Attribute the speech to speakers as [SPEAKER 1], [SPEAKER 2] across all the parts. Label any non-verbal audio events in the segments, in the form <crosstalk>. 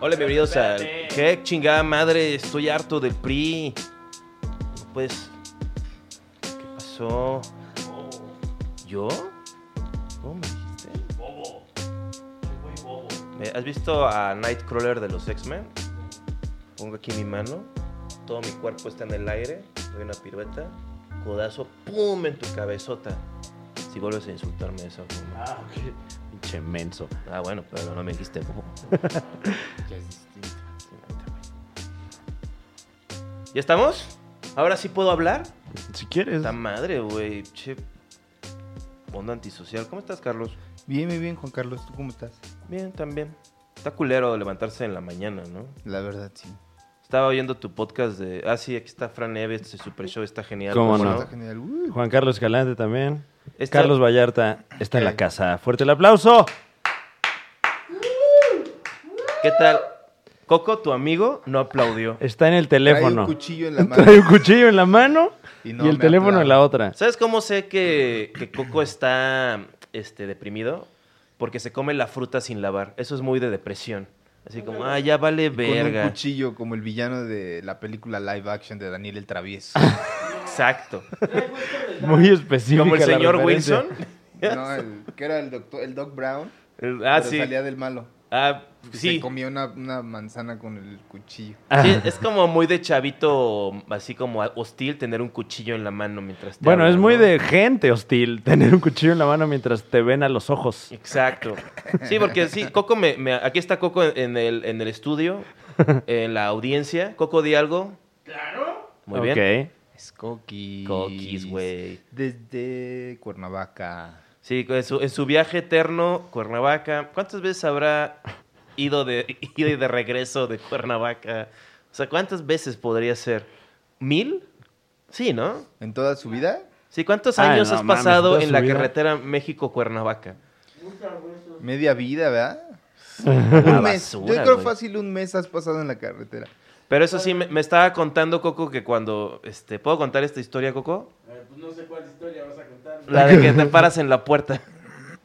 [SPEAKER 1] Hola, bienvenidos a...
[SPEAKER 2] Espérate.
[SPEAKER 1] ¿Qué chingada madre? Estoy harto del PRI. No, Pues... ¿Qué pasó?
[SPEAKER 2] Oh,
[SPEAKER 1] ¿Yo? ¿Cómo me dijiste?
[SPEAKER 2] bobo. Soy muy bobo.
[SPEAKER 1] ¿Me- ¿Has visto a Nightcrawler de los X-Men? Pongo aquí mi mano, todo mi cuerpo está en el aire, doy una pirueta, codazo, ¡pum! en tu cabezota. Si vuelves a insultarme de esa forma.
[SPEAKER 2] Ah, ok.
[SPEAKER 3] Pinche menso.
[SPEAKER 1] Ah, bueno, pero no me dijiste. bobo.
[SPEAKER 3] Ya es distinto.
[SPEAKER 1] ¿Ya estamos? ¿Ahora sí puedo hablar?
[SPEAKER 3] Si quieres.
[SPEAKER 1] La madre, güey. Che. Onda antisocial. ¿Cómo estás, Carlos?
[SPEAKER 4] Bien, bien, bien, Juan Carlos. ¿Tú cómo estás?
[SPEAKER 1] Bien, también. Está culero levantarse en la mañana, ¿no?
[SPEAKER 4] La verdad, sí.
[SPEAKER 1] Estaba oyendo tu podcast de. Ah, sí, aquí está Fran Neves, este super show está genial.
[SPEAKER 3] ¿Cómo
[SPEAKER 1] Bueno,
[SPEAKER 3] no?
[SPEAKER 4] Está genial. Uy.
[SPEAKER 3] Juan Carlos Escalante también.
[SPEAKER 1] este-
[SPEAKER 3] Carlos Vallarta está en
[SPEAKER 4] Eh.
[SPEAKER 3] la casa. Fuerte el aplauso.
[SPEAKER 1] ¿Qué tal? Coco, tu amigo, no aplaudió.
[SPEAKER 3] Está en el
[SPEAKER 4] Trae un
[SPEAKER 3] teléfono.
[SPEAKER 4] cuchillo
[SPEAKER 1] <laughs>
[SPEAKER 3] <laughs>
[SPEAKER 4] en la mano.
[SPEAKER 3] Trae un cuchillo en la mano
[SPEAKER 4] Y
[SPEAKER 3] y,
[SPEAKER 4] no
[SPEAKER 3] el
[SPEAKER 4] me
[SPEAKER 3] teléfono
[SPEAKER 4] aplaude.
[SPEAKER 3] en la otra.
[SPEAKER 1] ¿Sabes cómo sé que, que Coco está este, deprimido? Porque se come la fruta sin lavar. Eso es muy de depresión. Así como, ah, ya vale
[SPEAKER 4] Con un
[SPEAKER 1] verga.
[SPEAKER 4] cuchillo como el villano de la película live action de Daniel el Travieso.
[SPEAKER 1] <laughs> Exacto.
[SPEAKER 3] Muy específico.
[SPEAKER 1] Como el señor
[SPEAKER 3] <laughs>
[SPEAKER 1] Wilson.
[SPEAKER 4] no, el, que era el doctor, el Doc Brown.
[SPEAKER 1] El- ah,
[SPEAKER 4] pero
[SPEAKER 1] sí.
[SPEAKER 4] salía del malo.
[SPEAKER 1] Ah,
[SPEAKER 4] Se
[SPEAKER 1] sí.
[SPEAKER 4] comía una, una manzana con el cuchillo.
[SPEAKER 3] Ah, <laughs>
[SPEAKER 1] Sí, Es como muy de chavito, así como hostil, tener un cuchillo en la mano mientras te
[SPEAKER 3] Bueno,
[SPEAKER 1] hablan,
[SPEAKER 3] es muy
[SPEAKER 1] ¿no?
[SPEAKER 3] de gente hostil tener un cuchillo en la mano mientras te ven a los ojos.
[SPEAKER 1] Exacto. Sí, porque sí, Coco me, me- aquí está Coco en el, en el estudio, en la audiencia. Coco, di algo.
[SPEAKER 2] Claro.
[SPEAKER 1] Muy bien.
[SPEAKER 3] Ok.
[SPEAKER 4] Es coquis.
[SPEAKER 1] Coquis, güey.
[SPEAKER 4] Desde Cuernavaca.
[SPEAKER 1] Sí, en su, en su viaje eterno, Cuernavaca. ¿Cuántas veces habrá ido de <laughs> ido y de regreso de Cuernavaca? O sea, ¿cuántas veces podría ser? ¿Mil? Sí, ¿no?
[SPEAKER 4] ¿En toda su vida?
[SPEAKER 1] Sí, ¿cuántos
[SPEAKER 3] Ay,
[SPEAKER 1] años
[SPEAKER 3] Ah, no
[SPEAKER 1] has
[SPEAKER 3] mames,
[SPEAKER 1] pasado
[SPEAKER 3] toda
[SPEAKER 1] en
[SPEAKER 3] su
[SPEAKER 1] la
[SPEAKER 3] vida.
[SPEAKER 1] carretera
[SPEAKER 3] <laughs>
[SPEAKER 1] México-Cuernavaca?
[SPEAKER 4] Media vida, ¿verdad?
[SPEAKER 1] <laughs> Una
[SPEAKER 4] un mes.
[SPEAKER 1] basura,
[SPEAKER 4] Yo creo
[SPEAKER 1] güey.
[SPEAKER 4] fácil un mes has pasado en la carretera.
[SPEAKER 1] Pero
[SPEAKER 4] Ah.
[SPEAKER 1] eso sí, me, me estaba contando Coco que cuando, este, ¿puedo contar esta historia, Coco?
[SPEAKER 2] Eh, pues no sé cuál historia vas a contar.
[SPEAKER 1] La de
[SPEAKER 3] <laughs>
[SPEAKER 1] que te paras en la puerta.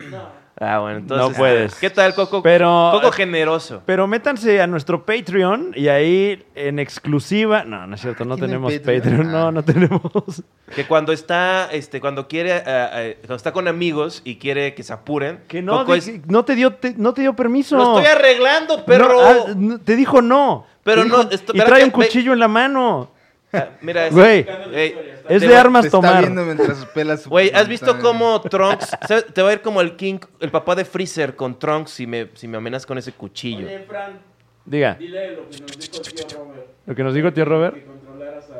[SPEAKER 2] No.
[SPEAKER 1] Ah, bueno, entonces.
[SPEAKER 3] No puedes.
[SPEAKER 1] ¿Qué tal, Coco?
[SPEAKER 3] Pero- eh,
[SPEAKER 1] Coco generoso.
[SPEAKER 3] Pero métanse a nuestro Patreon y ahí en exclusiva. No, no es cierto, no
[SPEAKER 4] ¿Tienen
[SPEAKER 3] tenemos
[SPEAKER 4] Ah, Patreon? Ah.
[SPEAKER 3] Patreon. No, no tenemos.
[SPEAKER 1] Que cuando está, este, cuando quiere, eh, eh, cuando está con amigos y quiere que se apuren.
[SPEAKER 3] Que no,
[SPEAKER 1] Coco
[SPEAKER 3] di-
[SPEAKER 1] es,
[SPEAKER 3] no te dio, te- no te dio permiso.
[SPEAKER 1] Lo estoy arreglando, perro.
[SPEAKER 3] No, ah, no, te dijo no.
[SPEAKER 1] Pero
[SPEAKER 3] Te
[SPEAKER 1] no,
[SPEAKER 3] dijo-
[SPEAKER 1] esto-
[SPEAKER 3] y
[SPEAKER 1] espera
[SPEAKER 3] trae
[SPEAKER 1] que
[SPEAKER 3] un
[SPEAKER 1] ve-
[SPEAKER 3] cuchillo en la mano.
[SPEAKER 1] Ah, mira, es,
[SPEAKER 3] Güey,
[SPEAKER 1] ey,
[SPEAKER 3] es
[SPEAKER 1] te
[SPEAKER 3] de
[SPEAKER 1] va-
[SPEAKER 3] armas
[SPEAKER 4] Te está
[SPEAKER 3] tomar.
[SPEAKER 4] viendo mientras pelas su
[SPEAKER 1] Güey, ¿has visto
[SPEAKER 4] manzana.
[SPEAKER 1] cómo Trunks, ¿sabes? te va a ir como el King, el papá de Freezer con Trunks si me, si me amenazas con ese cuchillo?
[SPEAKER 2] Oye, Fran,
[SPEAKER 3] Diga,
[SPEAKER 2] dile lo que nos dijo el tío Robert.
[SPEAKER 3] lo que nos dijo tío Robert.
[SPEAKER 2] Que controlaras a...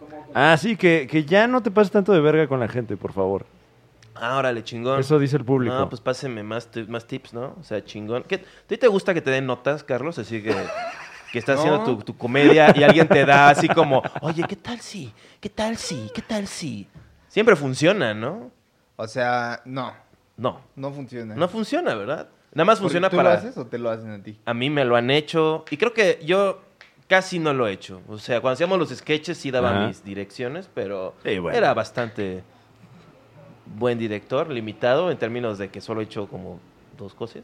[SPEAKER 2] ¿Cómo?
[SPEAKER 3] Ah, sí, que, que ya no te pases tanto de verga con la gente, por favor.
[SPEAKER 1] Ah, órale, chingón.
[SPEAKER 3] Eso dice el público.
[SPEAKER 1] No, pues pásenme más, ti- más tips, ¿no? O sea, chingón. ¿Qué, ¿A ti te gusta que te den notas, Carlos? Así que, que estás
[SPEAKER 4] No.
[SPEAKER 1] haciendo tu, tu comedia y alguien te da así como, oye, ¿qué tal si? ¿Qué tal si? ¿Qué tal si? Siempre funciona, ¿no?
[SPEAKER 4] O sea, no,
[SPEAKER 1] No,
[SPEAKER 4] no funciona.
[SPEAKER 1] no funciona, ¿verdad? Nada más
[SPEAKER 4] Porque
[SPEAKER 1] funciona
[SPEAKER 4] ¿Tú
[SPEAKER 1] para...
[SPEAKER 4] lo haces o te lo hacen a ti?
[SPEAKER 1] A mí me lo han hecho y creo que yo casi no lo he hecho. O sea, cuando hacíamos los sketches sí daba
[SPEAKER 3] Ajá.
[SPEAKER 1] mis direcciones, pero
[SPEAKER 3] Sí, bueno.
[SPEAKER 1] era bastante buen director, limitado en términos de que solo he hecho como dos cosas.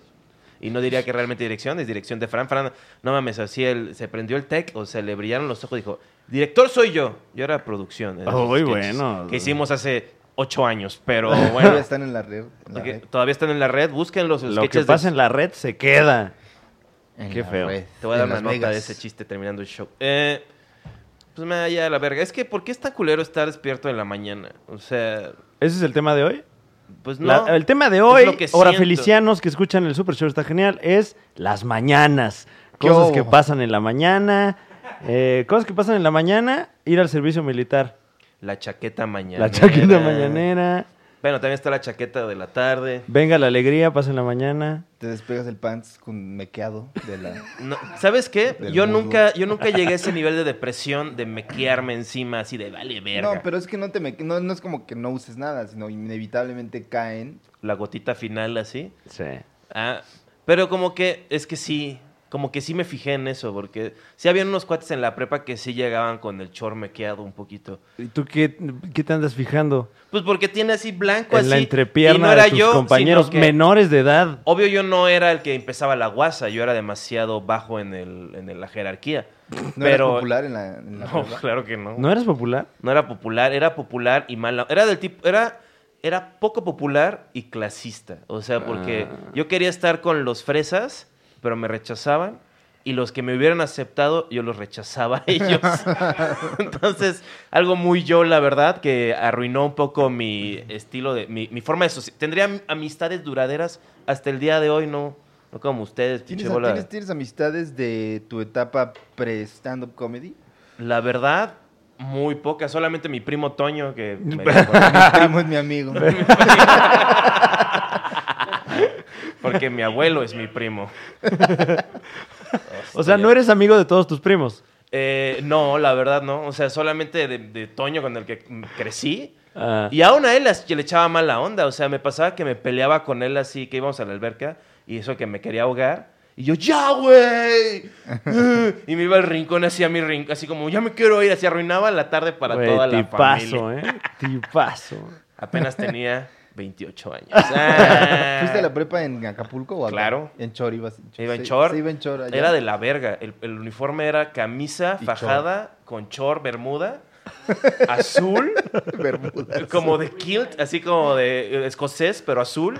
[SPEAKER 1] Y no diría que realmente dirección, es dirección de Fran. Fran, no mames, así él, se prendió el tech o se le brillaron los ojos y dijo, director soy yo. Yo era producción. en esos
[SPEAKER 3] Uy,
[SPEAKER 1] sketches
[SPEAKER 3] Oh, bueno.
[SPEAKER 1] Que hicimos hace ocho años,
[SPEAKER 3] <laughs>
[SPEAKER 1] pero
[SPEAKER 4] Todavía <laughs>
[SPEAKER 1] bueno.
[SPEAKER 4] están en la red. en la
[SPEAKER 1] porque
[SPEAKER 4] red.
[SPEAKER 1] Todavía están en la red, busquen los
[SPEAKER 3] Lo que
[SPEAKER 1] pues, sketches de-
[SPEAKER 3] pasa en la red se queda.
[SPEAKER 4] En
[SPEAKER 3] Qué
[SPEAKER 4] la
[SPEAKER 3] feo.
[SPEAKER 4] red,
[SPEAKER 1] Te voy a dar
[SPEAKER 4] en
[SPEAKER 1] una
[SPEAKER 4] Las
[SPEAKER 1] nota
[SPEAKER 4] Vegas.
[SPEAKER 1] de ese chiste terminando el show. Eh, pues me da ya la verga. Es que, ¿por qué es tan culero estar despierto en la mañana? O sea,
[SPEAKER 3] ¿Ese es el tema de hoy?
[SPEAKER 1] pues no.
[SPEAKER 3] La- el tema de
[SPEAKER 1] Es
[SPEAKER 3] hoy,
[SPEAKER 1] lo que
[SPEAKER 3] ahora
[SPEAKER 1] siento.
[SPEAKER 3] felicianos que escuchan el Super Show está genial, es las mañanas. Cosas
[SPEAKER 4] Yo.
[SPEAKER 3] que pasan en la mañana. eh, cosas que pasan en la mañana, ir al servicio militar.
[SPEAKER 1] La chaqueta mañana.
[SPEAKER 3] La chaqueta mañanera.
[SPEAKER 1] Bueno, también está la chaqueta de la tarde.
[SPEAKER 3] Venga la alegría, pasa en la mañana.
[SPEAKER 4] Te despegas el pants con mequeado de la...
[SPEAKER 1] No, ¿Sabes qué?
[SPEAKER 4] Del
[SPEAKER 1] Yo
[SPEAKER 4] muslo.
[SPEAKER 1] nunca, yo nunca llegué a ese nivel de depresión de mequearme encima así de vale <laughs> verga.
[SPEAKER 4] No, pero es que no te me... no, no es como que no uses nada, sino inevitablemente caen.
[SPEAKER 1] La gotita final así.
[SPEAKER 3] Sí.
[SPEAKER 1] Ah, pero como que es que sí, como que sí me fijé en eso, porque sí habían unos cuates en la prepa que sí llegaban con el chor mequeado un poquito.
[SPEAKER 3] ¿Y tú qué, qué te andas fijando?
[SPEAKER 1] Pues porque tiene así blanco, así. Pues
[SPEAKER 3] En la
[SPEAKER 1] y no
[SPEAKER 3] entrepierna
[SPEAKER 1] era
[SPEAKER 3] de tus
[SPEAKER 1] yo,
[SPEAKER 3] compañeros
[SPEAKER 1] sino que-
[SPEAKER 3] menores de edad.
[SPEAKER 1] Obvio, yo no era el que empezaba la guasa, yo era demasiado bajo en, el, en el- la jerarquía.
[SPEAKER 4] No
[SPEAKER 1] pero-
[SPEAKER 4] eras popular en la, en
[SPEAKER 1] <laughs>
[SPEAKER 4] la
[SPEAKER 1] No,
[SPEAKER 4] prepa?
[SPEAKER 1] claro que no.
[SPEAKER 3] ¿No eres popular?
[SPEAKER 1] No era popular, era popular y mala. Era del tipo, era, era poco popular y clasista. O sea, porque
[SPEAKER 3] Ah.
[SPEAKER 1] yo quería estar con los fresas, pero me rechazaban. Y los que me hubieran aceptado, yo los rechazaba a ellos. Entonces, algo muy yo, la verdad, que arruinó un poco mi estilo de. mi, mi forma de soci- Tendría am- amistades duraderas hasta el día de hoy, no, no como ustedes,
[SPEAKER 4] ¿Tienes,
[SPEAKER 1] <laughs> pinche bola.
[SPEAKER 4] tienes- tienes amistades de tu etapa
[SPEAKER 1] <laughs>
[SPEAKER 4] pre-stand-up comedy?
[SPEAKER 1] La verdad, muy pocas. Solamente mi primo Toño, que me
[SPEAKER 4] Mi primo es
[SPEAKER 1] <laughs>
[SPEAKER 4] mi amigo. <laughs>
[SPEAKER 3] <laughs>
[SPEAKER 1] Porque mi abuelo es mi primo.
[SPEAKER 3] O sea, no eres amigo de todos tus primos.
[SPEAKER 1] Eh, no, la verdad no. O sea, solamente de, de Toño con el que crecí.
[SPEAKER 3] Ah.
[SPEAKER 1] Y aún a él as- le echaba mala onda. O sea, me pasaba que me peleaba con él así, que íbamos a la alberca y eso que me quería ahogar. Y yo, ¡ya,
[SPEAKER 3] <laughs>
[SPEAKER 1] güey! Eh, y me iba al rincón, así a mi rincón, así como, ya me quiero ir. Así arruinaba la tarde para
[SPEAKER 3] Güey,
[SPEAKER 1] toda la
[SPEAKER 3] tipazo,
[SPEAKER 1] familia.
[SPEAKER 3] ¿eh? Tipazo.
[SPEAKER 1] Apenas tenía 28
[SPEAKER 3] <laughs>
[SPEAKER 1] años. Ah.
[SPEAKER 4] ¿Fuiste a la prepa en Acapulco o acá?
[SPEAKER 1] Claro.
[SPEAKER 4] En Chor ibas. en
[SPEAKER 1] Iba en
[SPEAKER 4] Sí,
[SPEAKER 1] short.
[SPEAKER 4] sí, iba en Chor. allá.
[SPEAKER 1] Era de la verga. El, el uniforme era camisa
[SPEAKER 4] Y
[SPEAKER 1] fajada con chor bermuda, azul,
[SPEAKER 4] <laughs> Bermudas.
[SPEAKER 1] <laughs> como de kilt, así como de eh, escocés, pero azul,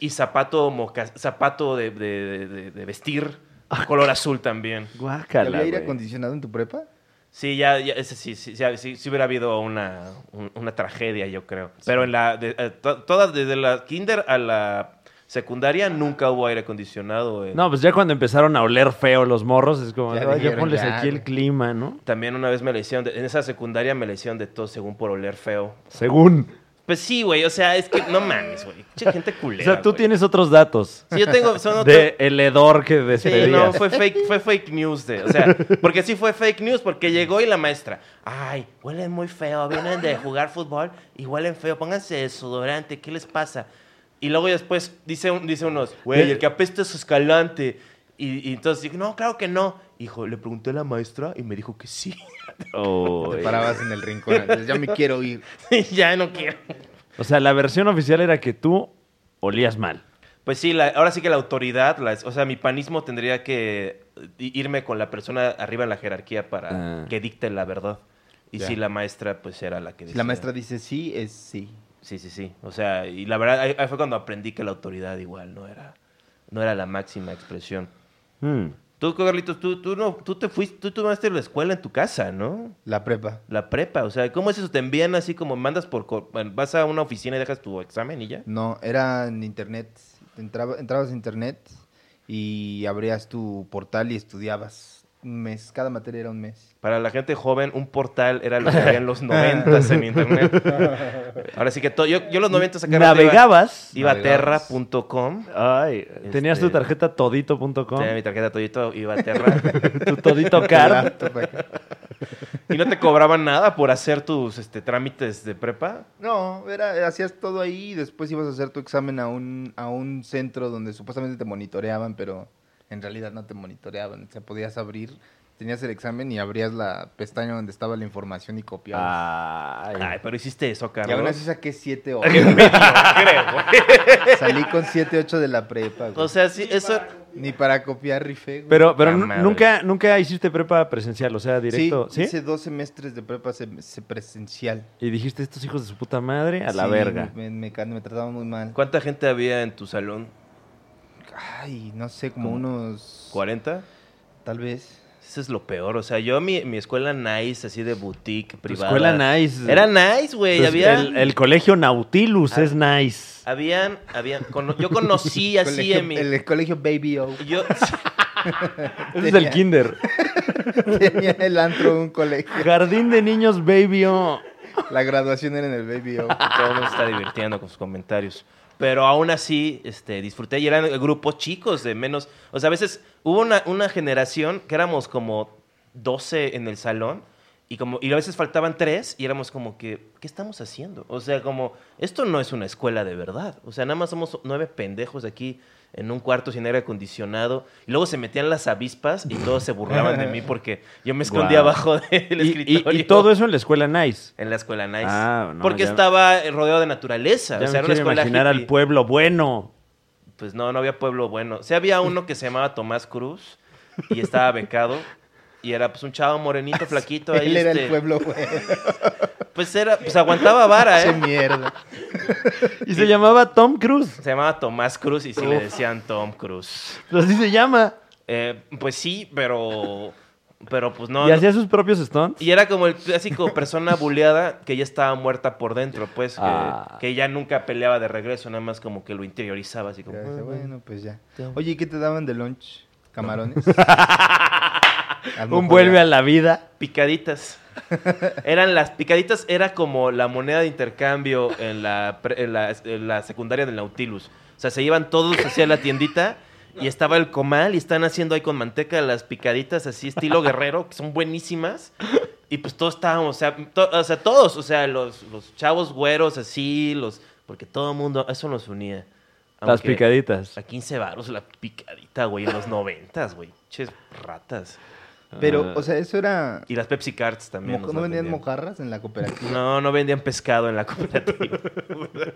[SPEAKER 1] y zapato, moca- zapato de, de- de- de vestir, color azul también.
[SPEAKER 4] ¿Y
[SPEAKER 3] Guácala,
[SPEAKER 4] ¿Había aire
[SPEAKER 3] güey.
[SPEAKER 4] acondicionado en tu prepa?
[SPEAKER 1] Sí, ya, ya, ese sí, sí, sí, sí, sí hubiera habido una, un- una tragedia, yo creo. Pero en la, de- eh, to- todas, desde la kinder a la secundaria, nunca hubo aire acondicionado. eh.
[SPEAKER 3] No, pues ya cuando empezaron a oler feo los morros, es como,
[SPEAKER 4] Ya
[SPEAKER 3] "Ay, ya,
[SPEAKER 4] dijeron,
[SPEAKER 3] ponles
[SPEAKER 4] ya,
[SPEAKER 3] aquí
[SPEAKER 4] güey".
[SPEAKER 3] el clima, ¿no?
[SPEAKER 1] También una vez me la hicieron, de- en esa secundaria me la hicieron de todo según por oler feo.
[SPEAKER 3] Según.
[SPEAKER 1] Pues sí, güey, o sea, es que no mames, güey. Che, gente
[SPEAKER 3] O
[SPEAKER 1] culera.
[SPEAKER 3] sea, tú
[SPEAKER 1] güey.
[SPEAKER 3] tienes otros datos
[SPEAKER 1] Sí, yo tengo. Son otro-
[SPEAKER 3] de el hedor que
[SPEAKER 1] Sí,
[SPEAKER 3] despedías.
[SPEAKER 1] no, pues, fue fake, fue fake news. De, o sea, porque sí fue fake news, porque llegó y la maestra. Ay, huelen muy feo, vienen de jugar fútbol y huelen feo. Pónganse desodorante, ¿qué les pasa? Y luego después dice, un- dice unos, güey, el que apesta es escalante. Y, y entonces dije, no, claro que no. Hijo, le pregunté a la maestra y me dijo que sí. <laughs>
[SPEAKER 3] Oh,
[SPEAKER 4] Te
[SPEAKER 3] güey.
[SPEAKER 4] parabas en el rincón. Ya me quiero ir.
[SPEAKER 1] Y ya no quiero.
[SPEAKER 3] o sea, la versión oficial era que tú olías mal.
[SPEAKER 1] Pues sí, la- ahora sí que la autoridad, las- o sea, mi panismo tendría que eh, i- irme con la persona arriba en la jerarquía para
[SPEAKER 3] Ah.
[SPEAKER 1] que dicte la verdad. Y
[SPEAKER 4] Ya.
[SPEAKER 1] sí, la maestra, pues era la que
[SPEAKER 4] Si
[SPEAKER 1] decía.
[SPEAKER 4] la maestra dice sí, es sí.
[SPEAKER 1] Sí, sí, sí. O sea, y la verdad, ahí, ahí fue cuando aprendí que la autoridad igual no era, no era la máxima expresión.
[SPEAKER 3] Hmm.
[SPEAKER 1] Tú, Carlitos, tú, tú, no, tú te fuiste, tú tomaste la escuela en tu casa, ¿no?
[SPEAKER 4] La prepa.
[SPEAKER 1] La prepa, o sea, ¿cómo es eso? ¿Te envían así como mandas por... cor- Vas a una oficina y dejas tu examen y ya?
[SPEAKER 4] No, era en internet. Entraba, entrabas a internet y abrías tu portal y estudiabas. Un mes. Cada materia era un mes.
[SPEAKER 1] Para la gente joven, un portal era lo que había en los noventas en internet. Ahora sí que todo. Yo, yo los noventas acá
[SPEAKER 3] Navegabas.
[SPEAKER 1] Iba, iba a
[SPEAKER 4] Navegabas.
[SPEAKER 1] terra.com.
[SPEAKER 3] Ay, tenías tu
[SPEAKER 1] Este-
[SPEAKER 3] tarjeta <laughs> todito.com,
[SPEAKER 1] Tenía mi tarjeta Toyota, iba a terra.
[SPEAKER 3] tu todito card.
[SPEAKER 1] y no te cobraban nada por hacer tus este, trámites de prepa.
[SPEAKER 4] No, era, hacías todo ahí y después ibas a hacer tu examen a un, a un centro donde supuestamente te monitoreaban, pero en realidad no te monitoreaban. O sea, podías abrir, tenías el examen y abrías la pestaña donde estaba la información y
[SPEAKER 3] Ah,
[SPEAKER 4] copiabas.
[SPEAKER 3] Ay.
[SPEAKER 1] Ay, pero hiciste eso,
[SPEAKER 4] y aún así
[SPEAKER 1] Carlos.
[SPEAKER 4] saqué 7 o
[SPEAKER 1] Creo, güey.
[SPEAKER 4] Salí con 7 8 de la prepa, güey.
[SPEAKER 1] O sea, sí, eso.
[SPEAKER 4] Ni para copiar rifé, güey.
[SPEAKER 3] Pero, pero
[SPEAKER 1] Puta
[SPEAKER 3] nu-
[SPEAKER 1] madre.
[SPEAKER 3] nunca, nunca hiciste prepa presencial, o sea,
[SPEAKER 4] Sí,
[SPEAKER 3] directo, ¿sí?
[SPEAKER 4] hice dos semestres de prepa se- se- presencial.
[SPEAKER 3] Y dijiste, estos hijos de su puta madre, a la
[SPEAKER 4] Sí,
[SPEAKER 3] verga.
[SPEAKER 4] Me, me, ca- me trataban muy mal.
[SPEAKER 1] ¿Cuánta gente había en tu salón?
[SPEAKER 4] Ay, no sé, como
[SPEAKER 1] ¿Cómo?
[SPEAKER 4] unos...
[SPEAKER 1] ¿40?
[SPEAKER 4] Tal vez.
[SPEAKER 1] Eso es lo peor. O sea, yo mi, mi escuela nice, así de boutique,
[SPEAKER 3] Tu
[SPEAKER 1] privada.
[SPEAKER 3] escuela nice.
[SPEAKER 1] Era nice, güey.
[SPEAKER 3] Pues,
[SPEAKER 1] había...
[SPEAKER 3] el, el colegio Nautilus
[SPEAKER 1] Ah.
[SPEAKER 3] es nice.
[SPEAKER 1] Habían, habían, cono- yo conocí así
[SPEAKER 4] <laughs> Colegio-
[SPEAKER 1] en mi...
[SPEAKER 4] El colegio Baby O. <laughs>
[SPEAKER 1] Yo, <laughs>
[SPEAKER 3] Ese es el
[SPEAKER 4] Tenía-
[SPEAKER 3] kinder.
[SPEAKER 4] Tenía el antro de un colegio.
[SPEAKER 3] Jardín de niños baby oh. o...
[SPEAKER 4] La graduación era en el Baby O.
[SPEAKER 1] todo el mundo está divirtiendo con sus comentarios. Pero aún así, este, disfruté y eran grupos chicos de menos... O sea, a veces hubo una, una generación que éramos como 12 en el salón Y, como, y a veces faltaban tres y éramos como que, ¿qué estamos haciendo? O sea, como, esto no es una escuela de verdad. O sea, nada más somos nueve pendejos aquí en un cuarto sin aire acondicionado. Y luego se metían las avispas y todos se burlaban
[SPEAKER 3] <laughs>
[SPEAKER 1] de mí porque yo me escondía
[SPEAKER 3] Guau.
[SPEAKER 1] abajo del
[SPEAKER 3] Y- y-
[SPEAKER 1] escritorio.
[SPEAKER 3] y todo eso en la escuela nice.
[SPEAKER 1] En la escuela nice.
[SPEAKER 3] Ah, no,
[SPEAKER 1] porque
[SPEAKER 3] ya-
[SPEAKER 1] estaba rodeado de naturaleza.
[SPEAKER 3] Ya
[SPEAKER 1] o sea, era una
[SPEAKER 3] me quiero
[SPEAKER 1] escuela
[SPEAKER 3] imaginar al
[SPEAKER 1] hippie.
[SPEAKER 3] pueblo bueno.
[SPEAKER 1] Pues no, no había pueblo bueno. Sí había uno que se llamaba Tomás Cruz y estaba becado. Y era pues un chavo
[SPEAKER 3] <laughs>
[SPEAKER 1] morenito, flaquito. Ahí,
[SPEAKER 4] Él era
[SPEAKER 1] este,
[SPEAKER 4] el
[SPEAKER 1] <laughs>
[SPEAKER 4] pueblo, güey.
[SPEAKER 1] Pues era, pues aguantaba vara,
[SPEAKER 4] Qué
[SPEAKER 1] ¿eh?
[SPEAKER 3] <laughs>
[SPEAKER 4] mierda.
[SPEAKER 3] Y se llamaba Tom Cruise.
[SPEAKER 1] Se llamaba Tomás Cruz y sí le decían Tom Cruz.
[SPEAKER 3] Así se llama.
[SPEAKER 1] Eh, pues sí, pero. Pero pues no.
[SPEAKER 3] y
[SPEAKER 1] no-
[SPEAKER 3] hacía sus propios stunts.
[SPEAKER 1] Y era como el clásico persona buleada que ya estaba muerta por dentro, pues. Que,
[SPEAKER 3] Ah.
[SPEAKER 1] que ya nunca peleaba de regreso, nada más como que lo interiorizaba, así como.
[SPEAKER 4] Ya dice, bueno, pues ya.
[SPEAKER 1] Ya.
[SPEAKER 4] Oye, ¿y qué te daban de lunch? Camarones.
[SPEAKER 3] <laughs> Un vuelve a la vida.
[SPEAKER 1] Picaditas. Eran las picaditas, era como la moneda de intercambio en la, pre- en la, en la secundaria del Nautilus. O sea, se iban todos hacia la tiendita y estaba el comal y están haciendo ahí con manteca las picaditas así estilo guerrero, que son buenísimas. Y pues todos estábamos, o sea, to- o sea, todos, o sea, los, los chavos güeros así, los porque todo el mundo, eso nos unía.
[SPEAKER 3] Las
[SPEAKER 1] Aunque
[SPEAKER 3] picaditas.
[SPEAKER 1] A 15 varos la picadita, güey, en los noventas, güey. Ches ratas.
[SPEAKER 3] Ah.
[SPEAKER 4] Pero, o sea, eso era.
[SPEAKER 1] Y las Pepsi Cards también.
[SPEAKER 4] Mo-
[SPEAKER 1] nos
[SPEAKER 4] ¿No
[SPEAKER 1] las
[SPEAKER 4] vendían mojarras en la cooperativa?
[SPEAKER 1] No, no vendían pescado en la cooperativa.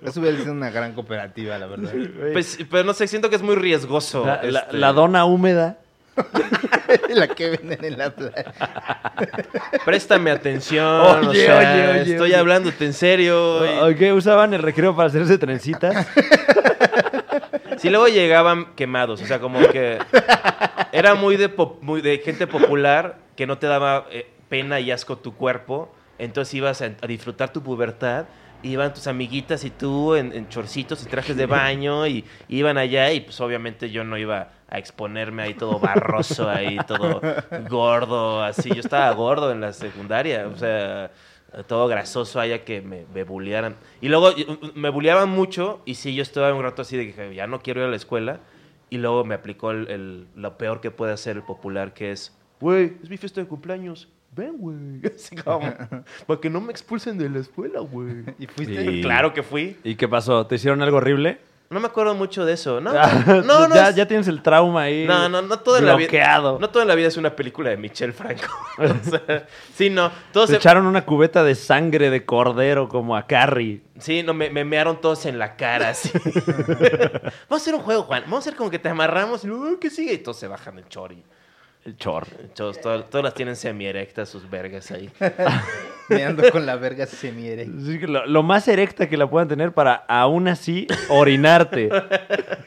[SPEAKER 4] Eso hubiera sido una gran cooperativa, la verdad.
[SPEAKER 1] <laughs> Pues, pero no sé, siento que es muy riesgoso.
[SPEAKER 3] La, la-
[SPEAKER 1] este,
[SPEAKER 3] la dona húmeda.
[SPEAKER 4] <laughs> la que venden en la playa.
[SPEAKER 1] Préstame atención.
[SPEAKER 3] Oye,
[SPEAKER 1] o sea,
[SPEAKER 3] oye, oye,
[SPEAKER 1] Estoy
[SPEAKER 3] oye.
[SPEAKER 1] hablándote en serio. y-
[SPEAKER 3] ¿O qué? usaban el recreo para
[SPEAKER 1] <laughs>
[SPEAKER 3] hacerse trencitas.
[SPEAKER 1] Sí, luego llegaban quemados. O sea, como que era muy de, pop- muy de gente popular que no te daba eh, pena y asco tu cuerpo. Entonces ibas a, a disfrutar tu pubertad. Iban tus amiguitas y tú en, en chorcitos y trajes de baño y iban allá y pues obviamente yo no iba a exponerme ahí todo barroso, ahí todo gordo, así. Yo estaba gordo en la secundaria, o sea, todo grasoso allá que me, me bullearan. Y luego y- me bulleaban mucho y sí, yo estaba un rato así de que ya no quiero ir a la escuela y luego me aplicó el, el- lo peor que puede hacer el popular, que es, güey, es mi fiesta de cumpleaños. Ven, güey. <laughs> Así
[SPEAKER 3] <laughs>
[SPEAKER 1] como, para que no me expulsen de la escuela, güey.
[SPEAKER 4] ¿Y fuiste?
[SPEAKER 3] Sí.
[SPEAKER 1] Claro que fui.
[SPEAKER 3] ¿Y qué pasó? ¿Te hicieron algo horrible? Ah,
[SPEAKER 1] No me acuerdo mucho de eso. No, no, no. no
[SPEAKER 3] <laughs> ya,
[SPEAKER 1] es-
[SPEAKER 3] ya tienes el trauma ahí.
[SPEAKER 1] no, no, no toda la vida.
[SPEAKER 3] bloqueado.
[SPEAKER 1] No toda la vida es una película de Michel Franco. <laughs> O sea, sí, no. Todos
[SPEAKER 3] Te
[SPEAKER 1] se-
[SPEAKER 3] echaron una cubeta de sangre de cordero como a Carrie.
[SPEAKER 1] Sí, no, me, me mearon todos en la cara,
[SPEAKER 3] <laughs>
[SPEAKER 1] así. Vamos a hacer un juego, Juan. Vamos a hacer como que te amarramos y luego, ¿qué sigue? Y todos se bajan el chori.
[SPEAKER 3] El chor.
[SPEAKER 1] Todos, todas, todas las tienen semierectas sus vergas ahí.
[SPEAKER 4] Me ando con la verga semiere.
[SPEAKER 3] Así que Lo, lo más erecta que la puedan tener para aún así orinarte.
[SPEAKER 1] <laughs>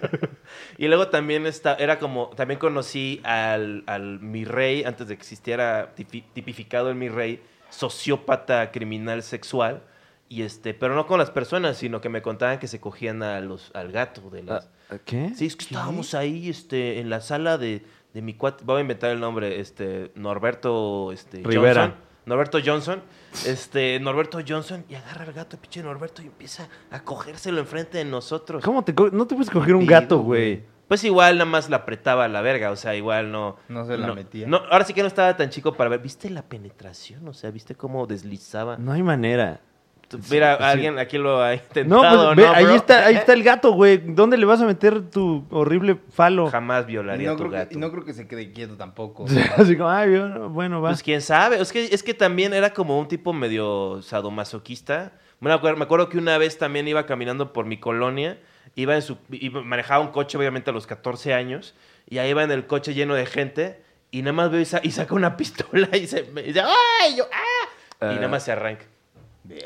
[SPEAKER 1] Y luego también está, era como, también conocí al, al mi rey, antes de que existiera tipi- tipificado el mi rey, sociópata criminal sexual. Y este, pero no con las personas, sino que me contaban que se cogían a los, al gato de
[SPEAKER 3] Ah.
[SPEAKER 1] las.
[SPEAKER 3] ¿Qué?
[SPEAKER 1] Ah, Sí, es que estábamos ahí, este, en la sala de, de mi cuate, voy a inventar el nombre, este, Norberto, este,
[SPEAKER 3] Rivera.
[SPEAKER 1] Johnson. Norberto Johnson, este, Norberto Johnson, y agarra al gato, pinche Norberto, y empieza a cogérselo enfrente de nosotros.
[SPEAKER 3] ¿Cómo te co- no te puedes coger un
[SPEAKER 1] Pido,
[SPEAKER 3] gato, güey?
[SPEAKER 1] Pues igual nada más la apretaba a la verga, o sea, igual no.
[SPEAKER 4] No se la metía.
[SPEAKER 1] no, ahora sí que no estaba tan chico para ver. ¿Viste la penetración? O sea, ¿viste cómo deslizaba?
[SPEAKER 3] No hay manera.
[SPEAKER 1] Tú- Mira,
[SPEAKER 3] Mm, sí.
[SPEAKER 1] alguien aquí lo ha
[SPEAKER 3] No, pues,
[SPEAKER 1] intentado, ¿no?
[SPEAKER 3] ve, ahí
[SPEAKER 1] bro?
[SPEAKER 3] está, ahí está el gato, güey. ¿Dónde le vas a meter tu horrible falo? <laughs>
[SPEAKER 1] Jamás
[SPEAKER 4] Y
[SPEAKER 1] violaría
[SPEAKER 4] no,
[SPEAKER 1] a tu
[SPEAKER 4] creo
[SPEAKER 1] gato.
[SPEAKER 4] que, y no creo que se quede quieto tampoco.
[SPEAKER 3] Así como, ay, yo- bueno, va.
[SPEAKER 1] Pues quién sabe. Es que, es que también era como un tipo medio sadomasoquista. Me acuerdo, me acuerdo que una vez también iba caminando por mi colonia. Iba en su, iba- manejaba un coche, obviamente, a los 14 años. Y ahí iba en el coche lleno de gente. Y nada más veo y, sa- y saca una <laughs> pistola y se me dice, ¡ay! Yo, ¡ah! y nada más se arranca.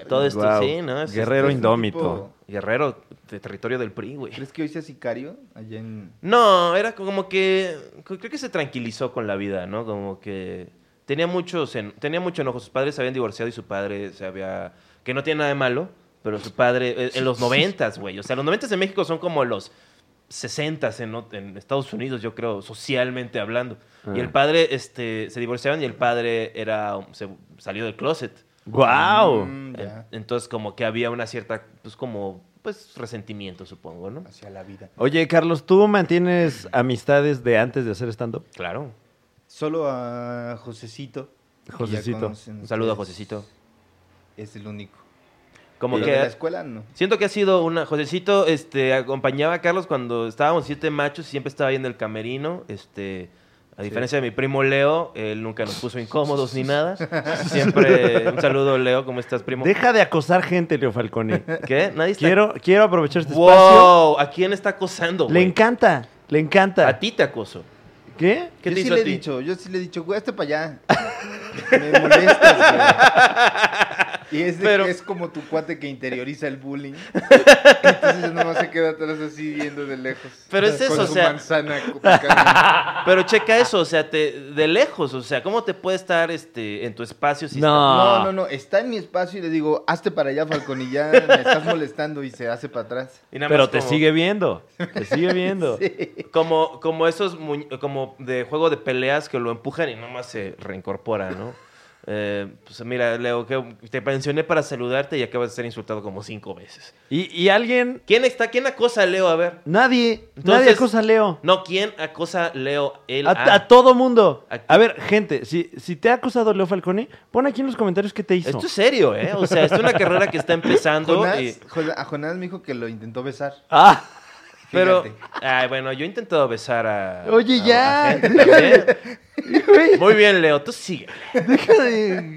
[SPEAKER 1] Todo esto,
[SPEAKER 3] Guau.
[SPEAKER 1] sí, ¿no? Es- este,
[SPEAKER 3] Guerrero
[SPEAKER 4] es un
[SPEAKER 3] indómito.
[SPEAKER 4] tipo-
[SPEAKER 1] Guerrero de territorio del PRI, güey.
[SPEAKER 4] ¿Crees que hoy sea sicario? Allá en.
[SPEAKER 1] No, era como que. Creo que se tranquilizó con la vida, ¿no? Como que. Tenía, muchos en- tenía mucho enojo. Sus padres se habían divorciado y su padre se había. Que no tiene nada de malo, pero su padre. eh, En los noventas, güey. O sea, los noventas en México son como los sesentas en, ot- en Estados Unidos, yo creo, socialmente hablando.
[SPEAKER 4] Ah.
[SPEAKER 1] Y el padre, este. Se divorciaron y el padre era. Se salió del closet.
[SPEAKER 3] ¡Guau!
[SPEAKER 1] En-
[SPEAKER 4] Mm, ya.
[SPEAKER 1] Entonces, como que había una cierta. Pues como. Pues resentimiento, supongo, ¿no?
[SPEAKER 4] Hacia la vida.
[SPEAKER 3] Oye, Carlos, ¿tú mantienes amistades de antes de hacer stand-up?
[SPEAKER 1] Claro.
[SPEAKER 4] Solo a Josecito.
[SPEAKER 3] Josecito.
[SPEAKER 1] Un saludo a Josecito.
[SPEAKER 4] Es el único.
[SPEAKER 1] Como
[SPEAKER 4] Lo
[SPEAKER 1] que
[SPEAKER 4] de la escuela no.
[SPEAKER 1] Siento que ha sido una. Josecito este, acompañaba a Carlos cuando estábamos siete machos, siempre estaba ahí en el camerino. Este, a diferencia de mi primo Leo, él nunca nos puso incómodos ni nada.
[SPEAKER 3] <laughs>
[SPEAKER 1] Siempre. Un saludo, Leo, ¿cómo estás, primo?
[SPEAKER 3] Deja de acosar gente,
[SPEAKER 1] <laughs>
[SPEAKER 3] Leo Falcone.
[SPEAKER 1] ¿Qué? Nadie está.
[SPEAKER 3] quiero, quiero aprovechar este espacio.
[SPEAKER 1] ¡Wow! ¿A quién está acosando?
[SPEAKER 3] Le
[SPEAKER 1] güey?
[SPEAKER 3] encanta, le encanta.
[SPEAKER 1] A ti te acoso.
[SPEAKER 3] ¿Qué?
[SPEAKER 1] ¿Qué
[SPEAKER 4] yo
[SPEAKER 1] te
[SPEAKER 4] sí
[SPEAKER 1] hizo
[SPEAKER 4] le
[SPEAKER 1] a
[SPEAKER 4] he
[SPEAKER 1] ti?
[SPEAKER 4] dicho, yo sí le he dicho, güey, hazte para allá. Me molestas, güey. Y es, de
[SPEAKER 1] Pero-
[SPEAKER 4] que es como tu cuate que interioriza el bullying. Entonces nomás se queda atrás así viendo de lejos.
[SPEAKER 1] Pero es eso,
[SPEAKER 4] Con
[SPEAKER 1] o
[SPEAKER 4] su
[SPEAKER 1] sea-
[SPEAKER 4] manzana picada.
[SPEAKER 1] Pero checa eso, o sea, te, de lejos, o sea, ¿cómo te puede estar este, en tu espacio si
[SPEAKER 3] No.
[SPEAKER 4] No, no, no. Está en mi espacio y le digo, hazte para allá, Falcón, y ya me estás molestando y se hace para atrás.
[SPEAKER 1] está- y nada
[SPEAKER 3] Pero
[SPEAKER 1] más
[SPEAKER 3] te
[SPEAKER 1] como-
[SPEAKER 3] sigue viendo. Te sigue
[SPEAKER 1] <laughs>
[SPEAKER 3] viendo.
[SPEAKER 1] Como, como esos muñ- como de juego de peleas que lo empujan y nomás se reincorpora, ¿no? Eh, pues mira, Leo, que te pensioné para saludarte y acabas de ser insultado como cinco veces.
[SPEAKER 3] Y, y alguien.
[SPEAKER 1] ¿Quién está? ¿Quién acosa a Leo? A ver.
[SPEAKER 3] Nadie. nadie
[SPEAKER 1] Entonces-
[SPEAKER 3] acosa a Leo.
[SPEAKER 1] No, ¿quién acosa a Leo? Él, ah,
[SPEAKER 3] A,
[SPEAKER 1] a-
[SPEAKER 3] a todo mundo.
[SPEAKER 1] Aquí.
[SPEAKER 3] A ver, gente, si, si te ha acusado Leo Falcone, pon aquí en los comentarios qué te hizo.
[SPEAKER 1] Esto es serio, ¿eh? O sea, es una carrera que está empezando.
[SPEAKER 4] Jonás,
[SPEAKER 1] y-
[SPEAKER 4] Jona- a Jonás me dijo que lo intentó besar.
[SPEAKER 3] Ah, <laughs>
[SPEAKER 1] pero,
[SPEAKER 4] Fíjate.
[SPEAKER 1] ay, bueno, yo he intentado besar a.
[SPEAKER 3] Oye,
[SPEAKER 1] a-
[SPEAKER 3] ya.
[SPEAKER 1] a gente
[SPEAKER 3] <laughs>
[SPEAKER 1] también.
[SPEAKER 3] güey,
[SPEAKER 1] Muy bien, Leo, tú sigue.
[SPEAKER 3] deja de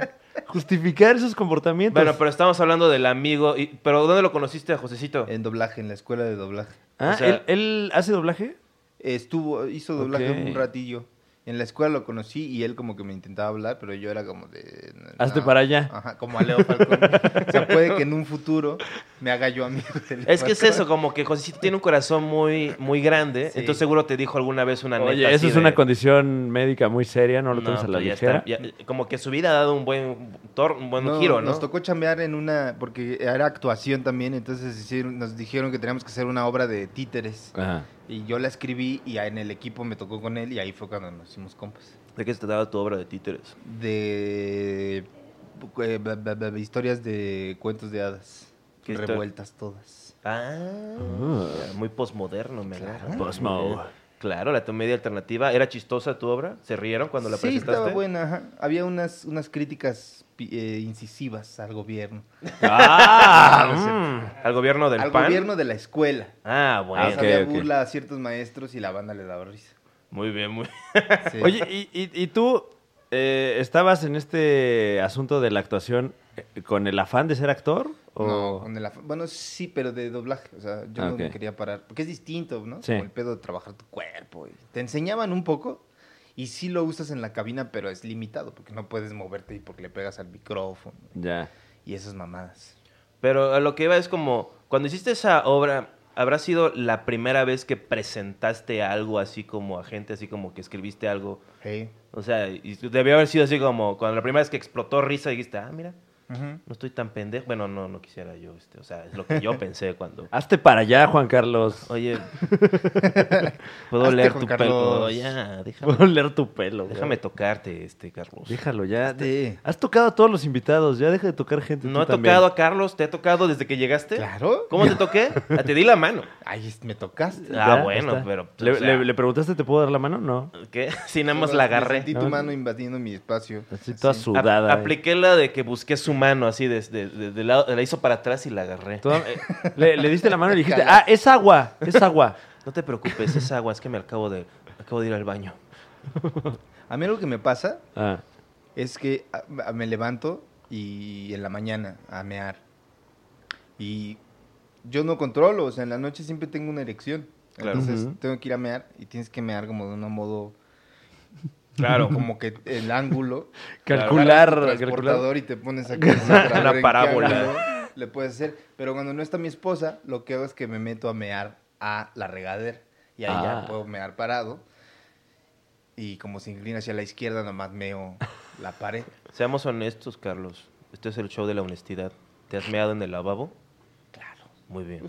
[SPEAKER 3] justificar esos comportamientos.
[SPEAKER 1] Bueno, pero estamos hablando del amigo. y- ¿Pero dónde lo conociste a Josecito?
[SPEAKER 4] En doblaje, en la escuela de doblaje.
[SPEAKER 3] Ah,
[SPEAKER 1] o sea-
[SPEAKER 3] ¿él, él hace doblaje?
[SPEAKER 4] Estuvo, hizo doblaje
[SPEAKER 3] Ok.
[SPEAKER 4] un ratillo. En la escuela lo conocí y él como que me intentaba hablar, pero yo era como de...
[SPEAKER 3] Hazte
[SPEAKER 4] no.
[SPEAKER 3] para allá.
[SPEAKER 4] Ajá, como a Leo
[SPEAKER 1] <laughs>
[SPEAKER 4] Falcón. o sea, puede que en un futuro me haga yo amigo de Leo
[SPEAKER 1] Es que
[SPEAKER 4] <laughs>
[SPEAKER 1] es
[SPEAKER 4] Falcón.
[SPEAKER 1] eso, como que Josecito tiene un corazón muy, muy grande,
[SPEAKER 4] Sí.
[SPEAKER 1] entonces seguro te dijo alguna vez una neta.
[SPEAKER 3] Oye, eso
[SPEAKER 1] así
[SPEAKER 3] es
[SPEAKER 1] de-
[SPEAKER 3] una condición médica muy seria, no lo tomes a la
[SPEAKER 1] pues ya
[SPEAKER 3] ligera.
[SPEAKER 1] está, ya- como que su vida ha dado un buen, tor- un buen
[SPEAKER 4] No,
[SPEAKER 1] giro, ¿no?
[SPEAKER 4] Nos tocó chambear en una... Porque era actuación también, entonces hicieron- nos dijeron que teníamos que hacer una obra de títeres.
[SPEAKER 3] Ajá.
[SPEAKER 4] Y yo la escribí y en el equipo me tocó con él y ahí fue cuando nos hicimos compas.
[SPEAKER 1] ¿De qué se trataba tu obra de títeres?
[SPEAKER 4] de eh, ba- ba- ba- historias de cuentos de hadas
[SPEAKER 1] ¿Qué histo-
[SPEAKER 4] revueltas todas.
[SPEAKER 1] Ah, ya, muy posmoderno, me agrada.
[SPEAKER 4] Claro.
[SPEAKER 3] Posmo.
[SPEAKER 1] Claro, la comedia alternativa. ¿Era chistosa tu obra? ¿Se rieron cuando la
[SPEAKER 4] sí,
[SPEAKER 1] presentaste?
[SPEAKER 4] estaba buena. ajá. Había unas unas críticas pi- eh, incisivas al gobierno,
[SPEAKER 3] <laughs> Ah,
[SPEAKER 1] ¿Al gobierno del
[SPEAKER 4] al
[SPEAKER 1] PAN?
[SPEAKER 4] gobierno de la escuela.
[SPEAKER 1] Ah, bueno.
[SPEAKER 3] Ah,
[SPEAKER 4] O sea,
[SPEAKER 3] ok,
[SPEAKER 4] había
[SPEAKER 3] ok.
[SPEAKER 4] burla a ciertos maestros y la banda le daba risa.
[SPEAKER 1] Muy bien, muy
[SPEAKER 4] Sí.
[SPEAKER 3] mm. Oye, ¿y, y- y tú eh, estabas en este asunto de la actuación eh, con el afán de ser actor? ¿O...
[SPEAKER 4] No, con el af- bueno, sí, pero de doblaje. O sea, yo
[SPEAKER 3] Ah,
[SPEAKER 4] no me
[SPEAKER 3] ok.
[SPEAKER 4] quería parar. Porque es distinto, ¿no?
[SPEAKER 3] Sí.
[SPEAKER 4] Como el pedo de trabajar tu cuerpo. y- Te enseñaban un poco y sí lo usas en la cabina, pero es limitado porque no puedes moverte y porque le pegas al micrófono
[SPEAKER 3] Ya.
[SPEAKER 4] y esas mamadas.
[SPEAKER 1] Pero a lo que iba es como, cuando hiciste esa obra, ¿habrá sido la primera vez que presentaste algo así como a gente, así como que escribiste algo?
[SPEAKER 4] Sí.
[SPEAKER 1] O sea, y debió haber sido así como cuando la primera vez que explotó risa dijiste, ah, mira, no estoy tan pendejo. Bueno, no, no quisiera yo, este, o sea, es lo que yo pensé
[SPEAKER 3] <laughs>
[SPEAKER 1] cuando...
[SPEAKER 3] Hazte para allá, Juan Carlos. <laughs>
[SPEAKER 1] Oye, puedo
[SPEAKER 4] Hazte,
[SPEAKER 1] leer
[SPEAKER 4] Juan
[SPEAKER 1] tu
[SPEAKER 4] Carlos.
[SPEAKER 1] pelo. Oh, ya,
[SPEAKER 3] Puedo
[SPEAKER 1] déjame,
[SPEAKER 3] leer tu pelo. güey.
[SPEAKER 1] déjame tocarte, este, Carlos.
[SPEAKER 3] Déjalo ya.
[SPEAKER 4] Hazte.
[SPEAKER 3] Has tocado a todos los invitados. Ya deja de tocar gente.
[SPEAKER 1] No he
[SPEAKER 3] tú también.
[SPEAKER 1] tocado a Carlos, ¿te he tocado desde que llegaste?
[SPEAKER 4] Claro.
[SPEAKER 1] ¿Cómo
[SPEAKER 3] <laughs>
[SPEAKER 1] te toqué? Ah, te di la mano.
[SPEAKER 4] Ahí es- me tocaste.
[SPEAKER 1] Ah,
[SPEAKER 3] Ya,
[SPEAKER 1] bueno,
[SPEAKER 3] está.
[SPEAKER 1] pero,
[SPEAKER 3] Le,
[SPEAKER 1] o sea-
[SPEAKER 3] le- le preguntaste, ¿te puedo dar la mano? No.
[SPEAKER 1] ¿Qué? <laughs> Si nada más la agarré.
[SPEAKER 4] Sentí
[SPEAKER 3] No,
[SPEAKER 4] tu
[SPEAKER 3] no.
[SPEAKER 4] mano invadiendo mi espacio.
[SPEAKER 3] Así toda
[SPEAKER 4] Así.
[SPEAKER 1] Ap-
[SPEAKER 3] sudada. eh.
[SPEAKER 1] apliqué la de que busqué su mano así desde lado, la hizo para atrás y la agarré.
[SPEAKER 3] Toda- eh, le, le diste la mano y le
[SPEAKER 1] <laughs>
[SPEAKER 3] dijiste, ah, es agua, es agua.
[SPEAKER 1] No te preocupes, es agua, es que me acabo de acabo de ir al baño.
[SPEAKER 4] A mí algo que me pasa
[SPEAKER 3] Ah,
[SPEAKER 4] es que a- a- me levanto y en la mañana a mear. Y yo no controlo, o sea, en la noche siempre tengo una erección.
[SPEAKER 1] Claro.
[SPEAKER 4] Entonces
[SPEAKER 3] Ujú.
[SPEAKER 4] tengo que ir a mear y tienes que mear como de un modo,
[SPEAKER 1] Claro,
[SPEAKER 4] como que el ángulo.
[SPEAKER 3] calcular,
[SPEAKER 4] Agarras
[SPEAKER 3] calcular.
[SPEAKER 4] tu transportador y
[SPEAKER 3] <laughs>
[SPEAKER 4] te pones aquí una
[SPEAKER 1] Una parábola.
[SPEAKER 4] Le puedes hacer. Pero cuando no está mi esposa, lo que hago es que me meto a mear a la regadera. Y ahí
[SPEAKER 3] Ah.
[SPEAKER 4] ya puedo mear parado. Y como se inclina hacia la izquierda, nomás meo la pared.
[SPEAKER 1] <laughs> seamos honestos, Carlos. Este es el show de la honestidad. ¿Te has meado en el lavabo? Claro. Muy bien.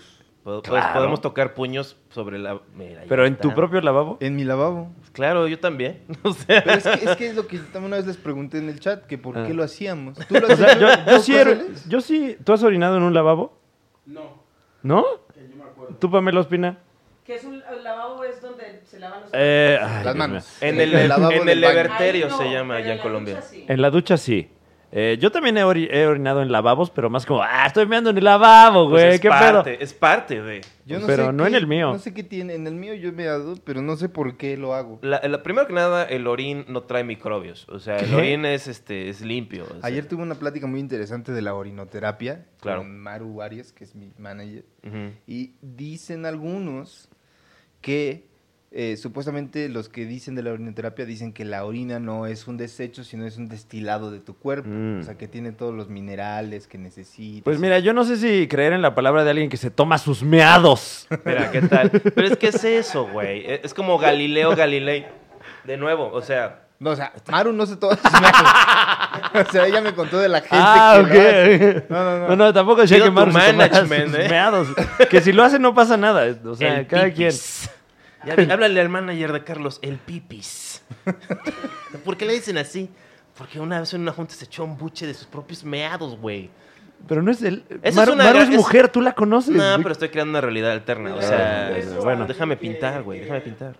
[SPEAKER 1] Po- pues,
[SPEAKER 3] Claro.
[SPEAKER 1] Podemos tocar puños sobre la. Mira, ahí
[SPEAKER 3] Pero en tu
[SPEAKER 1] está.
[SPEAKER 3] propio lavabo.
[SPEAKER 4] En mi lavabo.
[SPEAKER 1] Claro, yo también. <laughs> O sea,
[SPEAKER 4] Pero es que es, que es lo que también una vez les pregunté en el chat, que por
[SPEAKER 3] Ah.
[SPEAKER 4] qué lo hacíamos.
[SPEAKER 3] <laughs>
[SPEAKER 4] ¿Tú lo
[SPEAKER 3] O
[SPEAKER 4] has
[SPEAKER 3] sea,
[SPEAKER 4] hecho?
[SPEAKER 3] yo, yo
[SPEAKER 4] ¿Vos,
[SPEAKER 3] sí, he-
[SPEAKER 4] González?
[SPEAKER 3] yo sí. ¿Tú has orinado en un lavabo?
[SPEAKER 2] No,
[SPEAKER 3] ¿No?
[SPEAKER 2] que yo me acuerdo.
[SPEAKER 3] ¿Tú, Pamela Ospina?
[SPEAKER 5] Que es un el lavabo, es donde se lavan los
[SPEAKER 3] Eh, ay,
[SPEAKER 4] Las
[SPEAKER 3] Dios
[SPEAKER 4] manos.
[SPEAKER 3] mío.
[SPEAKER 1] En
[SPEAKER 4] Sí,
[SPEAKER 1] el,
[SPEAKER 4] el lavabo
[SPEAKER 1] en el
[SPEAKER 4] del baño.
[SPEAKER 1] everterio
[SPEAKER 5] Ahí no,
[SPEAKER 1] se llama
[SPEAKER 5] pero
[SPEAKER 1] allá en
[SPEAKER 5] la
[SPEAKER 1] Colombia.
[SPEAKER 5] ducha sí.
[SPEAKER 3] En la ducha sí. Eh, yo también he, ori- he orinado en lavabos, pero más como, ah, estoy meando en el lavabo,
[SPEAKER 1] Pues
[SPEAKER 3] güey,
[SPEAKER 1] es
[SPEAKER 3] qué pedo.
[SPEAKER 1] parte, Es parte de...
[SPEAKER 3] Pero no en el mío.
[SPEAKER 4] No sé qué tiene. En el mío yo me he dado, pero no sé por qué lo hago.
[SPEAKER 1] La- la- primero que nada, el orín no trae microbios. O sea, el
[SPEAKER 3] ¿Qué?
[SPEAKER 1] orín es, este, es limpio. o sea.
[SPEAKER 4] Ayer tuve una plática muy interesante de la orinoterapia
[SPEAKER 1] Claro.
[SPEAKER 4] con Maru Arias, que es mi manager.
[SPEAKER 1] Ujú.
[SPEAKER 4] Y dicen algunos que eh, supuestamente los que dicen de la orinoterapia dicen que la orina no es un desecho, sino es un destilado de tu cuerpo.
[SPEAKER 3] Mm.
[SPEAKER 4] O sea, que tiene todos los minerales que necesitas.
[SPEAKER 3] Pues mira, yo no sé si creer en la palabra de alguien que se toma
[SPEAKER 1] <laughs>
[SPEAKER 3] sus meados.
[SPEAKER 1] Mira, ¿qué tal? Pero es que es eso, güey. E, Es es como Galileo Galilei. De nuevo, o sea...
[SPEAKER 4] No, <laughs> o sea, Maru no se toma sus meados. o sea, ella me contó de la gente
[SPEAKER 3] Ah,
[SPEAKER 4] que lo hace.
[SPEAKER 3] ok. No, <laughs> no, no. No, tampoco decía
[SPEAKER 1] Pido
[SPEAKER 3] que
[SPEAKER 1] tu
[SPEAKER 3] Maru se tomara
[SPEAKER 1] management,
[SPEAKER 3] sus
[SPEAKER 1] ¿eh?
[SPEAKER 3] meados. Que si lo hace no pasa nada. O sea,
[SPEAKER 1] el
[SPEAKER 3] cada quien.
[SPEAKER 1] pipis. Ya vi, háblale al manager de Carlos, el pipis. ¿Por qué le dicen así? Porque una vez en una junta se echó un buche de sus propios meados, güey.
[SPEAKER 3] Pero no es el.
[SPEAKER 1] es
[SPEAKER 3] Maru,
[SPEAKER 1] una
[SPEAKER 3] Maru es
[SPEAKER 1] gran- es-
[SPEAKER 3] mujer, tú la conoces.
[SPEAKER 1] No,
[SPEAKER 3] güey.
[SPEAKER 1] pero estoy creando una realidad alterna. O
[SPEAKER 2] Ah,
[SPEAKER 1] sea,
[SPEAKER 3] bueno,
[SPEAKER 1] bueno,
[SPEAKER 3] bueno.
[SPEAKER 1] déjame pintar, güey. Déjame pintar. ¿Eh?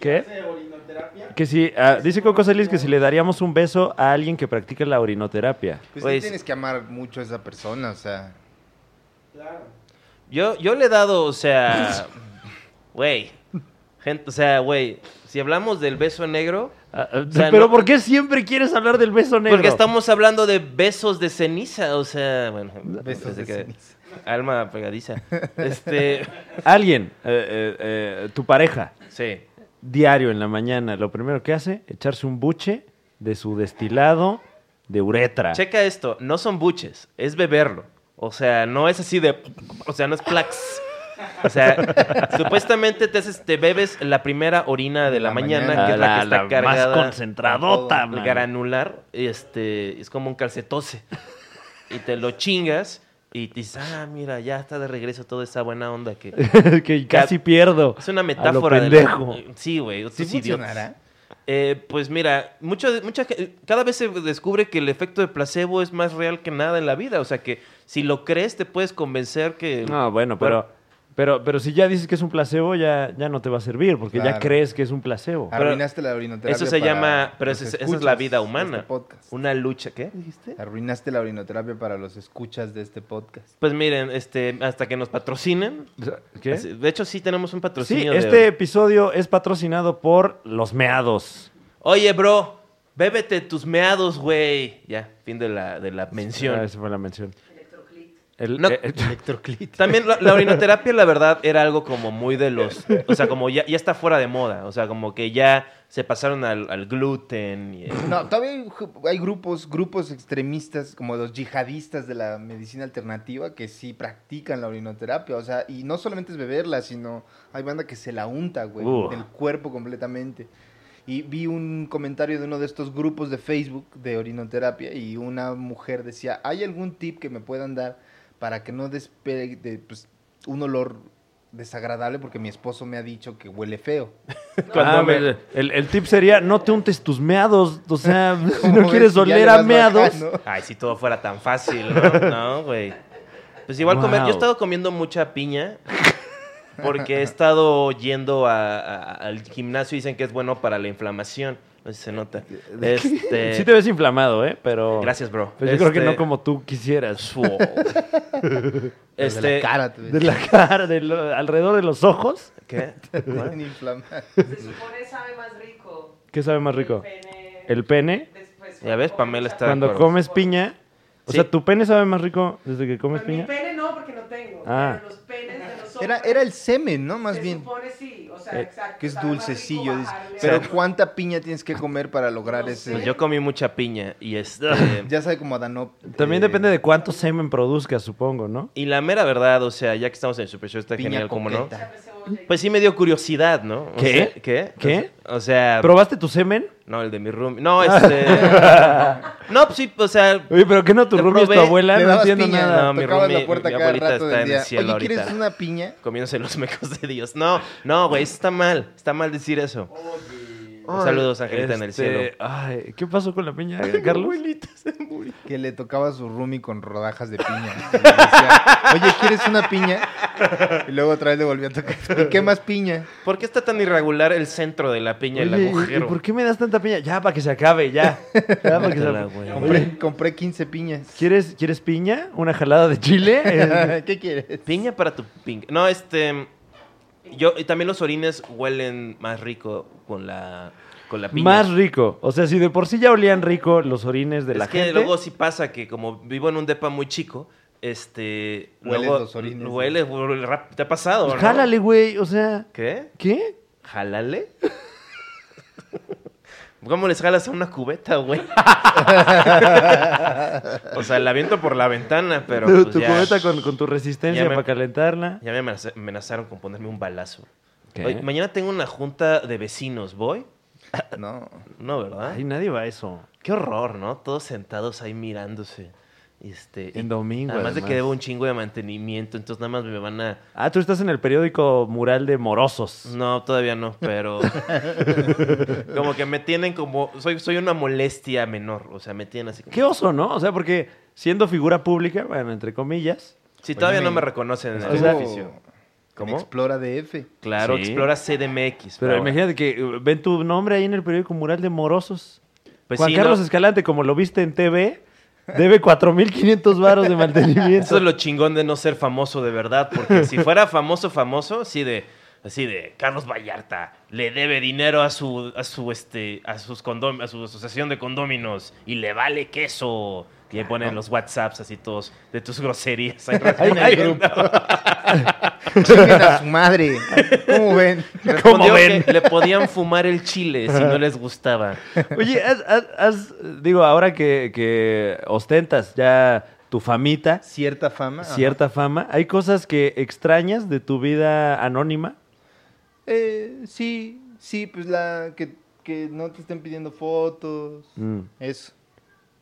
[SPEAKER 3] ¿Qué?
[SPEAKER 2] Hace orinoterapia.
[SPEAKER 3] Que si, ah, dice Coco Celis que si le daríamos un beso a alguien que practica la orinoterapia.
[SPEAKER 4] Pues,
[SPEAKER 1] Güey,
[SPEAKER 4] sí tienes que amar mucho a esa persona, o sea.
[SPEAKER 2] Claro.
[SPEAKER 1] Yo, yo le he dado, o sea, güey. Gente, o sea, güey, si hablamos del beso negro,
[SPEAKER 3] Ah, ah,
[SPEAKER 1] sea,
[SPEAKER 3] pero
[SPEAKER 1] no-
[SPEAKER 3] ¿por qué siempre quieres hablar del beso negro?
[SPEAKER 1] porque estamos hablando de besos de ceniza, o sea, bueno,
[SPEAKER 4] Besos
[SPEAKER 1] desde
[SPEAKER 4] de
[SPEAKER 1] que-
[SPEAKER 4] ceniza.
[SPEAKER 1] alma pegadiza. Este,
[SPEAKER 3] Alguien, eh, eh, eh, tu pareja,
[SPEAKER 1] sí.
[SPEAKER 3] diario en la mañana, lo primero que hace, echarse un buche de su destilado de uretra.
[SPEAKER 1] Checa esto, no son buches, es beberlo. O sea, no es así de. O sea, no es plax. O sea, supuestamente te, haces- te bebes la primera orina de la,
[SPEAKER 4] La
[SPEAKER 1] mañana,
[SPEAKER 4] mañana.
[SPEAKER 1] que es la, que está cargada.
[SPEAKER 3] Ah,
[SPEAKER 1] Oh,
[SPEAKER 3] más concentradota,
[SPEAKER 1] el
[SPEAKER 3] man.
[SPEAKER 1] granular, este, es como un calcetose. Y te lo chingas y te dices, ah, mira, ya está de regreso toda esa buena onda que...
[SPEAKER 3] <laughs> que casi pierdo.
[SPEAKER 1] Es una
[SPEAKER 3] <laughs> a lo
[SPEAKER 1] metáfora de la-
[SPEAKER 3] pendejo.
[SPEAKER 1] Sí, güey.
[SPEAKER 4] ¿Sí
[SPEAKER 1] otros idiotas.
[SPEAKER 4] funcionará?
[SPEAKER 1] Eh, pues mira, mucho, mucha, ge- cada vez se descubre que el efecto de placebo es más real que nada en la vida. O sea que si lo crees, te puedes convencer que.
[SPEAKER 3] No, bueno, pero, pero, pero si ya dices que es un placebo, ya, ya no te va a servir, porque ya
[SPEAKER 4] Claro. Ah,
[SPEAKER 3] crees que es un placebo.
[SPEAKER 1] Pero
[SPEAKER 4] Arruinaste la orinoterapia.
[SPEAKER 1] Eso se
[SPEAKER 4] para
[SPEAKER 1] llama. Pero
[SPEAKER 4] los
[SPEAKER 1] esa es- esa es
[SPEAKER 4] escuchas
[SPEAKER 1] la vida
[SPEAKER 4] de este
[SPEAKER 1] humana.
[SPEAKER 4] podcast.
[SPEAKER 1] Una lucha. ¿Qué dijiste?
[SPEAKER 4] Arruinaste la orinoterapia para los escuchas de este podcast.
[SPEAKER 1] Pues miren, este, hasta que nos patrocinen.
[SPEAKER 3] ¿Qué?
[SPEAKER 1] Así- De hecho, sí tenemos un
[SPEAKER 3] Sí,
[SPEAKER 1] patrocinio. de-
[SPEAKER 3] este episodio es patrocinado por Los Meados.
[SPEAKER 1] Oye, bro, bébete tus meados, güey. Ya, fin de la, de la mención.
[SPEAKER 3] Ah, esa fue la mención.
[SPEAKER 5] Electroclit.
[SPEAKER 3] El-
[SPEAKER 1] No.
[SPEAKER 3] eh, eh,
[SPEAKER 1] También la, la orinoterapia, la verdad, era algo como muy de los. O sea, como ya, ya está fuera de moda. O sea, como que ya se pasaron al, al gluten. y- eh,
[SPEAKER 4] No, todavía hay, ju- hay grupos, grupos extremistas como los yihadistas de la medicina alternativa que sí practican la orinoterapia, o sea, y no solamente es beberla, sino hay banda que se la unta, güey,
[SPEAKER 3] Uh.
[SPEAKER 4] del cuerpo completamente. Y vi un comentario de uno de estos grupos de Facebook de orinoterapia y una mujer decía, ¿hay algún tip que me puedan dar para que no despegue de, pues, un olor desagradable? Porque mi esposo me ha dicho que huele feo.
[SPEAKER 1] Cuando
[SPEAKER 3] ah,
[SPEAKER 1] me-
[SPEAKER 3] el, el- el tip sería no te untes tus meados. O sea, <laughs> <laughs> si
[SPEAKER 4] Como
[SPEAKER 3] no
[SPEAKER 4] ves,
[SPEAKER 3] quieres
[SPEAKER 4] ya le
[SPEAKER 3] oler a
[SPEAKER 4] vas
[SPEAKER 3] meados.
[SPEAKER 4] bajando.
[SPEAKER 1] Ay, si todo fuera tan fácil, ¿no? No, güey. Pues igual comer. Yo he
[SPEAKER 3] Wow.
[SPEAKER 1] estado comiendo mucha piña. Porque he estado yendo a- a- al gimnasio y dicen que es bueno para la inflamación. No sé si se nota. Este,
[SPEAKER 3] Sí te ves inflamado, ¿eh? Pero.
[SPEAKER 1] Gracias, bro.
[SPEAKER 3] Pero yo creo que
[SPEAKER 1] Este,
[SPEAKER 3] no como tú quisieras.
[SPEAKER 1] Suo.
[SPEAKER 4] Los de
[SPEAKER 1] Este,
[SPEAKER 4] la cara, te
[SPEAKER 3] De la cara, de lo- alrededor de los ojos.
[SPEAKER 1] ¿Qué?
[SPEAKER 4] Tienen inflamado.
[SPEAKER 1] <laughs>
[SPEAKER 5] Se supone sabe más rico.
[SPEAKER 3] ¿Qué sabe más rico?
[SPEAKER 5] El pene.
[SPEAKER 3] El pene.
[SPEAKER 5] Después,
[SPEAKER 1] Ya ves,
[SPEAKER 5] comes
[SPEAKER 1] Pamela
[SPEAKER 5] mucha-
[SPEAKER 1] está de
[SPEAKER 3] Cuando
[SPEAKER 1] acuerdo.
[SPEAKER 3] comes piña. O
[SPEAKER 1] Sí.
[SPEAKER 3] sea, ¿tu pene sabe más rico desde que comes
[SPEAKER 5] Pues mi
[SPEAKER 3] piña?
[SPEAKER 5] pene no, porque no tengo.
[SPEAKER 3] Ah.
[SPEAKER 5] Pero los penes de nosotros.
[SPEAKER 4] <laughs> Era, era el semen, ¿no? Más
[SPEAKER 5] se
[SPEAKER 4] bien.
[SPEAKER 5] supone sí. O sea,
[SPEAKER 3] Eh,
[SPEAKER 5] exacto.
[SPEAKER 4] Que es
[SPEAKER 5] sabe más
[SPEAKER 4] dulcecillo.
[SPEAKER 5] rico
[SPEAKER 4] dice.
[SPEAKER 5] bajarle
[SPEAKER 4] Pero
[SPEAKER 5] al-
[SPEAKER 4] ¿cuánta piña tienes que comer para lograr
[SPEAKER 5] No
[SPEAKER 4] ese?
[SPEAKER 1] Pues yo comí mucha piña y
[SPEAKER 3] <laughs>
[SPEAKER 1] este.
[SPEAKER 4] Ya sabe como Danop.
[SPEAKER 3] También
[SPEAKER 4] eh,
[SPEAKER 3] depende de cuánto semen produzcas, supongo, ¿no?
[SPEAKER 1] Y la mera verdad, o sea, ya que estamos en el Super Show, está
[SPEAKER 4] Piña
[SPEAKER 1] genial, ¿cómo no?
[SPEAKER 4] coqueta.
[SPEAKER 5] Échame cebolla y-
[SPEAKER 1] Pues sí me dio curiosidad, ¿no? O
[SPEAKER 3] ¿Qué?
[SPEAKER 1] sea, ¿Qué?
[SPEAKER 3] ¿Qué?
[SPEAKER 1] O sea,
[SPEAKER 3] ¿Probaste tu semen?
[SPEAKER 1] no, el de mi room.
[SPEAKER 3] <laughs>
[SPEAKER 1] No, este. no, pues sí, o sea.
[SPEAKER 3] Oye, pero ¿qué no tu
[SPEAKER 1] Lo
[SPEAKER 3] rubio es tu
[SPEAKER 1] probé,
[SPEAKER 3] abuela?
[SPEAKER 4] Le
[SPEAKER 3] No
[SPEAKER 4] dabas
[SPEAKER 3] entiendo
[SPEAKER 4] piña,
[SPEAKER 3] nada.
[SPEAKER 1] No, mi
[SPEAKER 4] tocabas
[SPEAKER 1] roomie-
[SPEAKER 4] la puerta
[SPEAKER 1] mi
[SPEAKER 4] cada
[SPEAKER 1] abuelita
[SPEAKER 4] rato
[SPEAKER 1] está
[SPEAKER 4] del
[SPEAKER 1] en
[SPEAKER 4] día.
[SPEAKER 1] el cielo
[SPEAKER 4] Oye, ¿quieres
[SPEAKER 1] ahorita".
[SPEAKER 4] una piña?
[SPEAKER 1] Comiéndose los mecos de Dios. No, no, güey, está mal. Está mal decir eso.
[SPEAKER 2] Oye.
[SPEAKER 1] Un saludo, Angelita en el
[SPEAKER 3] Este,
[SPEAKER 1] cielo.
[SPEAKER 3] ay, ¿Qué pasó con la piña, Carlos?
[SPEAKER 4] Que le tocaba a su roomie con rodajas de piña. Y le decía, Oye, ¿quieres una piña? Y luego otra vez le volvió a tocar. ¿Y qué más piña?
[SPEAKER 1] ¿Por qué está tan irregular el centro de la piña, el
[SPEAKER 3] Oye, ¿y-
[SPEAKER 1] agujero?
[SPEAKER 3] ¿y ¿Por qué me das tanta piña? Ya, para que se
[SPEAKER 1] <laughs>
[SPEAKER 3] acabe, ya. Ya, para que se
[SPEAKER 1] Métela,
[SPEAKER 3] acabe.
[SPEAKER 1] güey.
[SPEAKER 4] Compré, compré 15 piñas.
[SPEAKER 3] ¿Quieres, ¿Quieres piña? ¿Una jalada de
[SPEAKER 1] <laughs>
[SPEAKER 3] chile? Eh,
[SPEAKER 4] <laughs> ¿Qué quieres?
[SPEAKER 1] Piña para tu ping. No, este. Yo, y también los orines huelen más rico con la, con la piña.
[SPEAKER 3] más rico. O sea, si de por sí ya olían rico los orines de
[SPEAKER 1] es
[SPEAKER 3] la
[SPEAKER 1] que
[SPEAKER 3] gente.
[SPEAKER 1] luego sí pasa que como vivo en un depa muy chico, este.
[SPEAKER 4] Hueles
[SPEAKER 1] luego-
[SPEAKER 4] los orines.
[SPEAKER 1] Hueles, huele rap- te ha pasado,
[SPEAKER 3] Pues
[SPEAKER 1] ¿no?
[SPEAKER 3] Jálale, güey. O sea,
[SPEAKER 1] ¿Qué?
[SPEAKER 3] ¿qué?
[SPEAKER 1] ¿Jálale? <laughs> ¿Cómo les jalas a una cubeta, güey? <laughs> o sea, la aviento por la ventana, pero.
[SPEAKER 3] tu
[SPEAKER 1] pues,
[SPEAKER 3] tu
[SPEAKER 1] ya-
[SPEAKER 3] cubeta con, con tu resistencia
[SPEAKER 1] ya me-
[SPEAKER 3] para calentarla.
[SPEAKER 1] Ya me amenaz- amenazaron con ponerme un balazo.
[SPEAKER 3] ¿Qué?
[SPEAKER 1] Oye, mañana tengo una junta de vecinos, ¿voy?
[SPEAKER 4] No.
[SPEAKER 1] No, ¿verdad?
[SPEAKER 3] Ay, nadie va a eso.
[SPEAKER 1] Qué horror, ¿no? Todos sentados ahí mirándose. Este,
[SPEAKER 3] En
[SPEAKER 1] y-
[SPEAKER 3] domingo,
[SPEAKER 1] Además, de
[SPEAKER 3] además.
[SPEAKER 1] que debo un chingo de mantenimiento, entonces nada más me van a...
[SPEAKER 3] Ah, tú estás en el periódico mural de morosos.
[SPEAKER 1] No, todavía no,
[SPEAKER 3] <laughs>
[SPEAKER 1] pero... como que me tienen como... Soy, soy una molestia menor, o sea, me tienen así como...
[SPEAKER 3] Qué oso, ¿no? O sea, porque siendo figura pública, bueno, entre comillas.
[SPEAKER 1] Si todavía
[SPEAKER 4] Oye,
[SPEAKER 1] no
[SPEAKER 4] me-
[SPEAKER 1] me reconocen en el
[SPEAKER 3] O sea,
[SPEAKER 1] edificio.
[SPEAKER 4] ¿Cómo?
[SPEAKER 1] ¿Cómo?
[SPEAKER 4] Explora DF.
[SPEAKER 1] Claro,
[SPEAKER 3] Sí.
[SPEAKER 1] explora CDMX.
[SPEAKER 3] Pero
[SPEAKER 1] ahora.
[SPEAKER 3] imagínate que eh, ven tu nombre ahí en el periódico mural de morosos.
[SPEAKER 1] Pues
[SPEAKER 3] Juan
[SPEAKER 1] sí,
[SPEAKER 3] Carlos
[SPEAKER 1] ¿no?
[SPEAKER 3] Escalante, como lo viste en TV, debe 4.500 varos de <laughs> mantenimiento.
[SPEAKER 1] Eso es lo chingón de no ser famoso de verdad, porque si fuera famoso, famoso, así de, así de Carlos Vallarta le debe dinero a su, a su, este, a sus condom- a su asociación de condóminos y le vale queso. Y
[SPEAKER 4] Ah,
[SPEAKER 1] ahí ponen los WhatsApps así todos de tus
[SPEAKER 4] <laughs>
[SPEAKER 1] groserías. ahí
[SPEAKER 4] En el
[SPEAKER 1] respondiendo.
[SPEAKER 4] grupo. Chinguen a su madre. ¿Cómo ven?
[SPEAKER 1] Respondió que le podían fumar el chile si no les gustaba.
[SPEAKER 3] Oye, has- has- has- digo, ahora que, que ostentas ya tu famita,
[SPEAKER 4] Cierta fama. ajá.
[SPEAKER 3] cierta fama, ¿hay cosas que extrañas de tu vida anónima?
[SPEAKER 4] Eh, sí, sí, pues la que, que no te estén pidiendo fotos.
[SPEAKER 3] Mm.
[SPEAKER 4] Eso.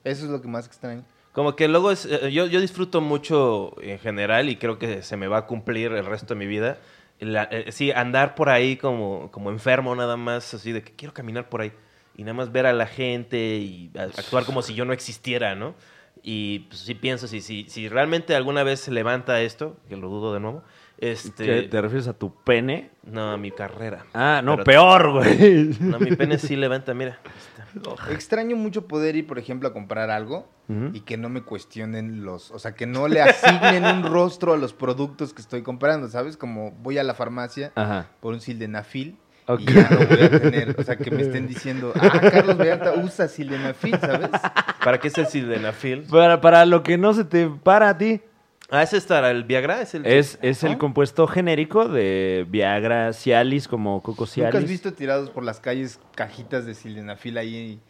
[SPEAKER 4] Eso es lo que más extraño.
[SPEAKER 1] Como que luego es, eh, yo, yo disfruto mucho en general y creo que se me va a cumplir el resto de mi vida. La- eh, sí, andar por ahí como, como enfermo nada más, así de que quiero caminar por ahí y nada más ver a la gente y a- actuar como si yo no existiera, ¿no? Y pues, sí pienso, si, si, si realmente alguna vez se levanta esto, que lo dudo de nuevo,
[SPEAKER 3] ¿Qué-
[SPEAKER 1] este...
[SPEAKER 3] ¿Te refieres a tu pene?
[SPEAKER 1] No, a mi carrera.
[SPEAKER 3] Ah, no,
[SPEAKER 1] Pero-
[SPEAKER 3] peor, <laughs> güey.
[SPEAKER 1] No, mi pene sí levanta, mira.
[SPEAKER 3] <laughs>
[SPEAKER 1] Este, ahí está.
[SPEAKER 4] Extraño mucho poder ir, por ejemplo, a comprar algo
[SPEAKER 3] Ujú.
[SPEAKER 4] y que no me cuestionen los, o sea, que no le asignen un rostro a los productos que estoy comprando, ¿sabes? Como voy a la farmacia
[SPEAKER 3] Ajá.
[SPEAKER 4] por un sildenafil
[SPEAKER 3] Ok. <laughs>
[SPEAKER 4] y ya no voy a tener, o sea, que me estén diciendo, ah, Carlos Vallarta usa sildenafil, ¿sabes?
[SPEAKER 1] ¿Para qué es el sildenafil?
[SPEAKER 3] Para, para lo que no se te para a ti.
[SPEAKER 1] Ah, ese estará, el Viagra es el...
[SPEAKER 3] Es, es el
[SPEAKER 4] Ajá.
[SPEAKER 3] compuesto genérico de Viagra, Cialis, como Coco Cialis.
[SPEAKER 4] ¿Nunca has visto tirados por las calles cajitas de sildenafil ahí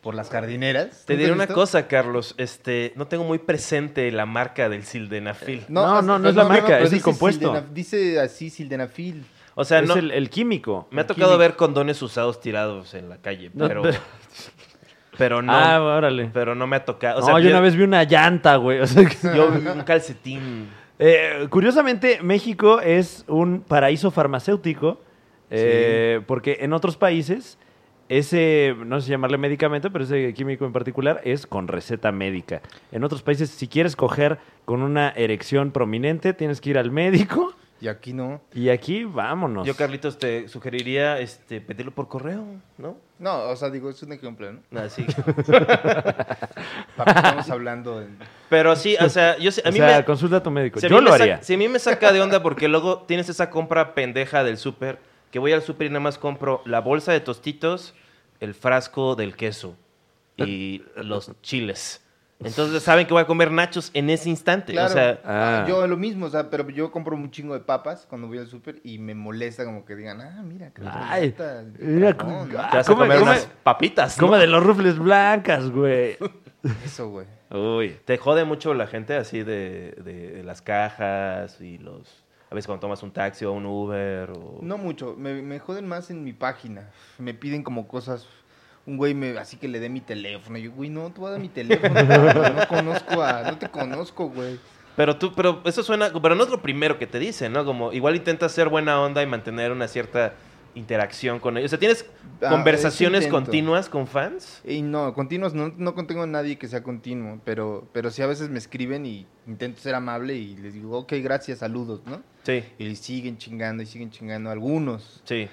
[SPEAKER 4] por las jardineras?
[SPEAKER 1] Te
[SPEAKER 4] ¿Nunca
[SPEAKER 1] diré
[SPEAKER 4] has
[SPEAKER 1] una
[SPEAKER 4] visto?
[SPEAKER 1] cosa, Carlos. Este, no tengo muy presente la marca del sildenafil.
[SPEAKER 3] No,
[SPEAKER 4] hasta-
[SPEAKER 3] no, no es la marca,
[SPEAKER 4] pero
[SPEAKER 3] es el
[SPEAKER 4] dice
[SPEAKER 3] compuesto.
[SPEAKER 4] sildenaf- dice así sildenafil.
[SPEAKER 1] O sea,
[SPEAKER 3] es
[SPEAKER 1] no,
[SPEAKER 3] el, el químico.
[SPEAKER 1] me ha
[SPEAKER 4] el
[SPEAKER 1] tocado
[SPEAKER 4] químico.
[SPEAKER 1] ver condones usados tirados en la calle,
[SPEAKER 3] No,
[SPEAKER 1] pero,
[SPEAKER 3] pero-
[SPEAKER 1] <laughs> pero no,
[SPEAKER 3] Ah, órale.
[SPEAKER 1] pero no me ha tocado. O
[SPEAKER 3] no,
[SPEAKER 1] sea,
[SPEAKER 3] yo una vez vi una llanta, güey. <laughs> o sea que-
[SPEAKER 1] <laughs> yo vi un calcetín.
[SPEAKER 3] Eh, curiosamente, México es un paraíso farmacéutico eh, porque en otros países ese, no sé si llamarle medicamento, pero ese químico en particular es con receta médica. En otros países, si quieres coger con una erección prominente, tienes que ir al médico
[SPEAKER 4] Y aquí no.
[SPEAKER 3] y aquí vámonos.
[SPEAKER 1] Yo, Carlitos, te sugeriría, este, pedirlo por correo, ¿no?
[SPEAKER 4] No, o sea, digo, es un ejemplo, ¿no?
[SPEAKER 1] Así.
[SPEAKER 4] Para que
[SPEAKER 3] <laughs>
[SPEAKER 4] estamos hablando en-
[SPEAKER 1] Pero sí, o sea, yo sé- a
[SPEAKER 3] o
[SPEAKER 1] mí
[SPEAKER 3] sea,
[SPEAKER 1] me,
[SPEAKER 3] consulta a tu médico.
[SPEAKER 1] Si a
[SPEAKER 3] Yo
[SPEAKER 1] mí
[SPEAKER 3] lo
[SPEAKER 1] me sa-
[SPEAKER 3] haría.
[SPEAKER 1] si a mí me saca de onda porque luego tienes esa compra pendeja del súper, que voy al súper y nada más compro la bolsa de tostitos, el frasco del queso
[SPEAKER 3] <laughs>
[SPEAKER 1] y los chiles. Entonces saben que voy a comer nachos en ese instante.
[SPEAKER 4] Claro,
[SPEAKER 1] O sea,
[SPEAKER 3] Ah.
[SPEAKER 4] yo lo mismo, o sea, pero yo compro un chingo de papas cuando voy al súper y me molesta como que digan, ah, mira, que
[SPEAKER 3] Ay,
[SPEAKER 4] está
[SPEAKER 3] mira,
[SPEAKER 4] dragón,
[SPEAKER 3] cu-
[SPEAKER 1] te vas a
[SPEAKER 3] come-
[SPEAKER 1] comer
[SPEAKER 3] come-
[SPEAKER 1] unas papitas. ¿no?
[SPEAKER 3] Como de los rufles blancas, güey. <laughs>
[SPEAKER 4] eso, güey.
[SPEAKER 3] Uy.
[SPEAKER 1] Te jode mucho la gente así de, de- de las cajas y los. A veces cuando tomas un taxi o un Uber o.
[SPEAKER 4] No mucho, me, me joden más en mi página. Me piden como cosas, un güey me, así que le dé mi teléfono. Y yo, güey, no, tú vas a dar mi teléfono. güey, no conozco a, no te conozco, güey.
[SPEAKER 1] Pero tú, pero eso suena, pero no es lo primero que te dicen, ¿no? Como igual intentas ser buena onda y mantener una cierta interacción con ellos? O sea, ¿tienes
[SPEAKER 4] Ah,
[SPEAKER 1] conversaciones
[SPEAKER 4] ese intento.
[SPEAKER 1] continuas con fans?
[SPEAKER 4] Y no, continuos, no, no contengo a nadie que sea continuo, pero, pero sí a veces me escriben y intento ser amable y les digo, ok, gracias, saludos, ¿no?
[SPEAKER 1] Sí,
[SPEAKER 4] Y siguen chingando y siguen chingando algunos.
[SPEAKER 1] sí.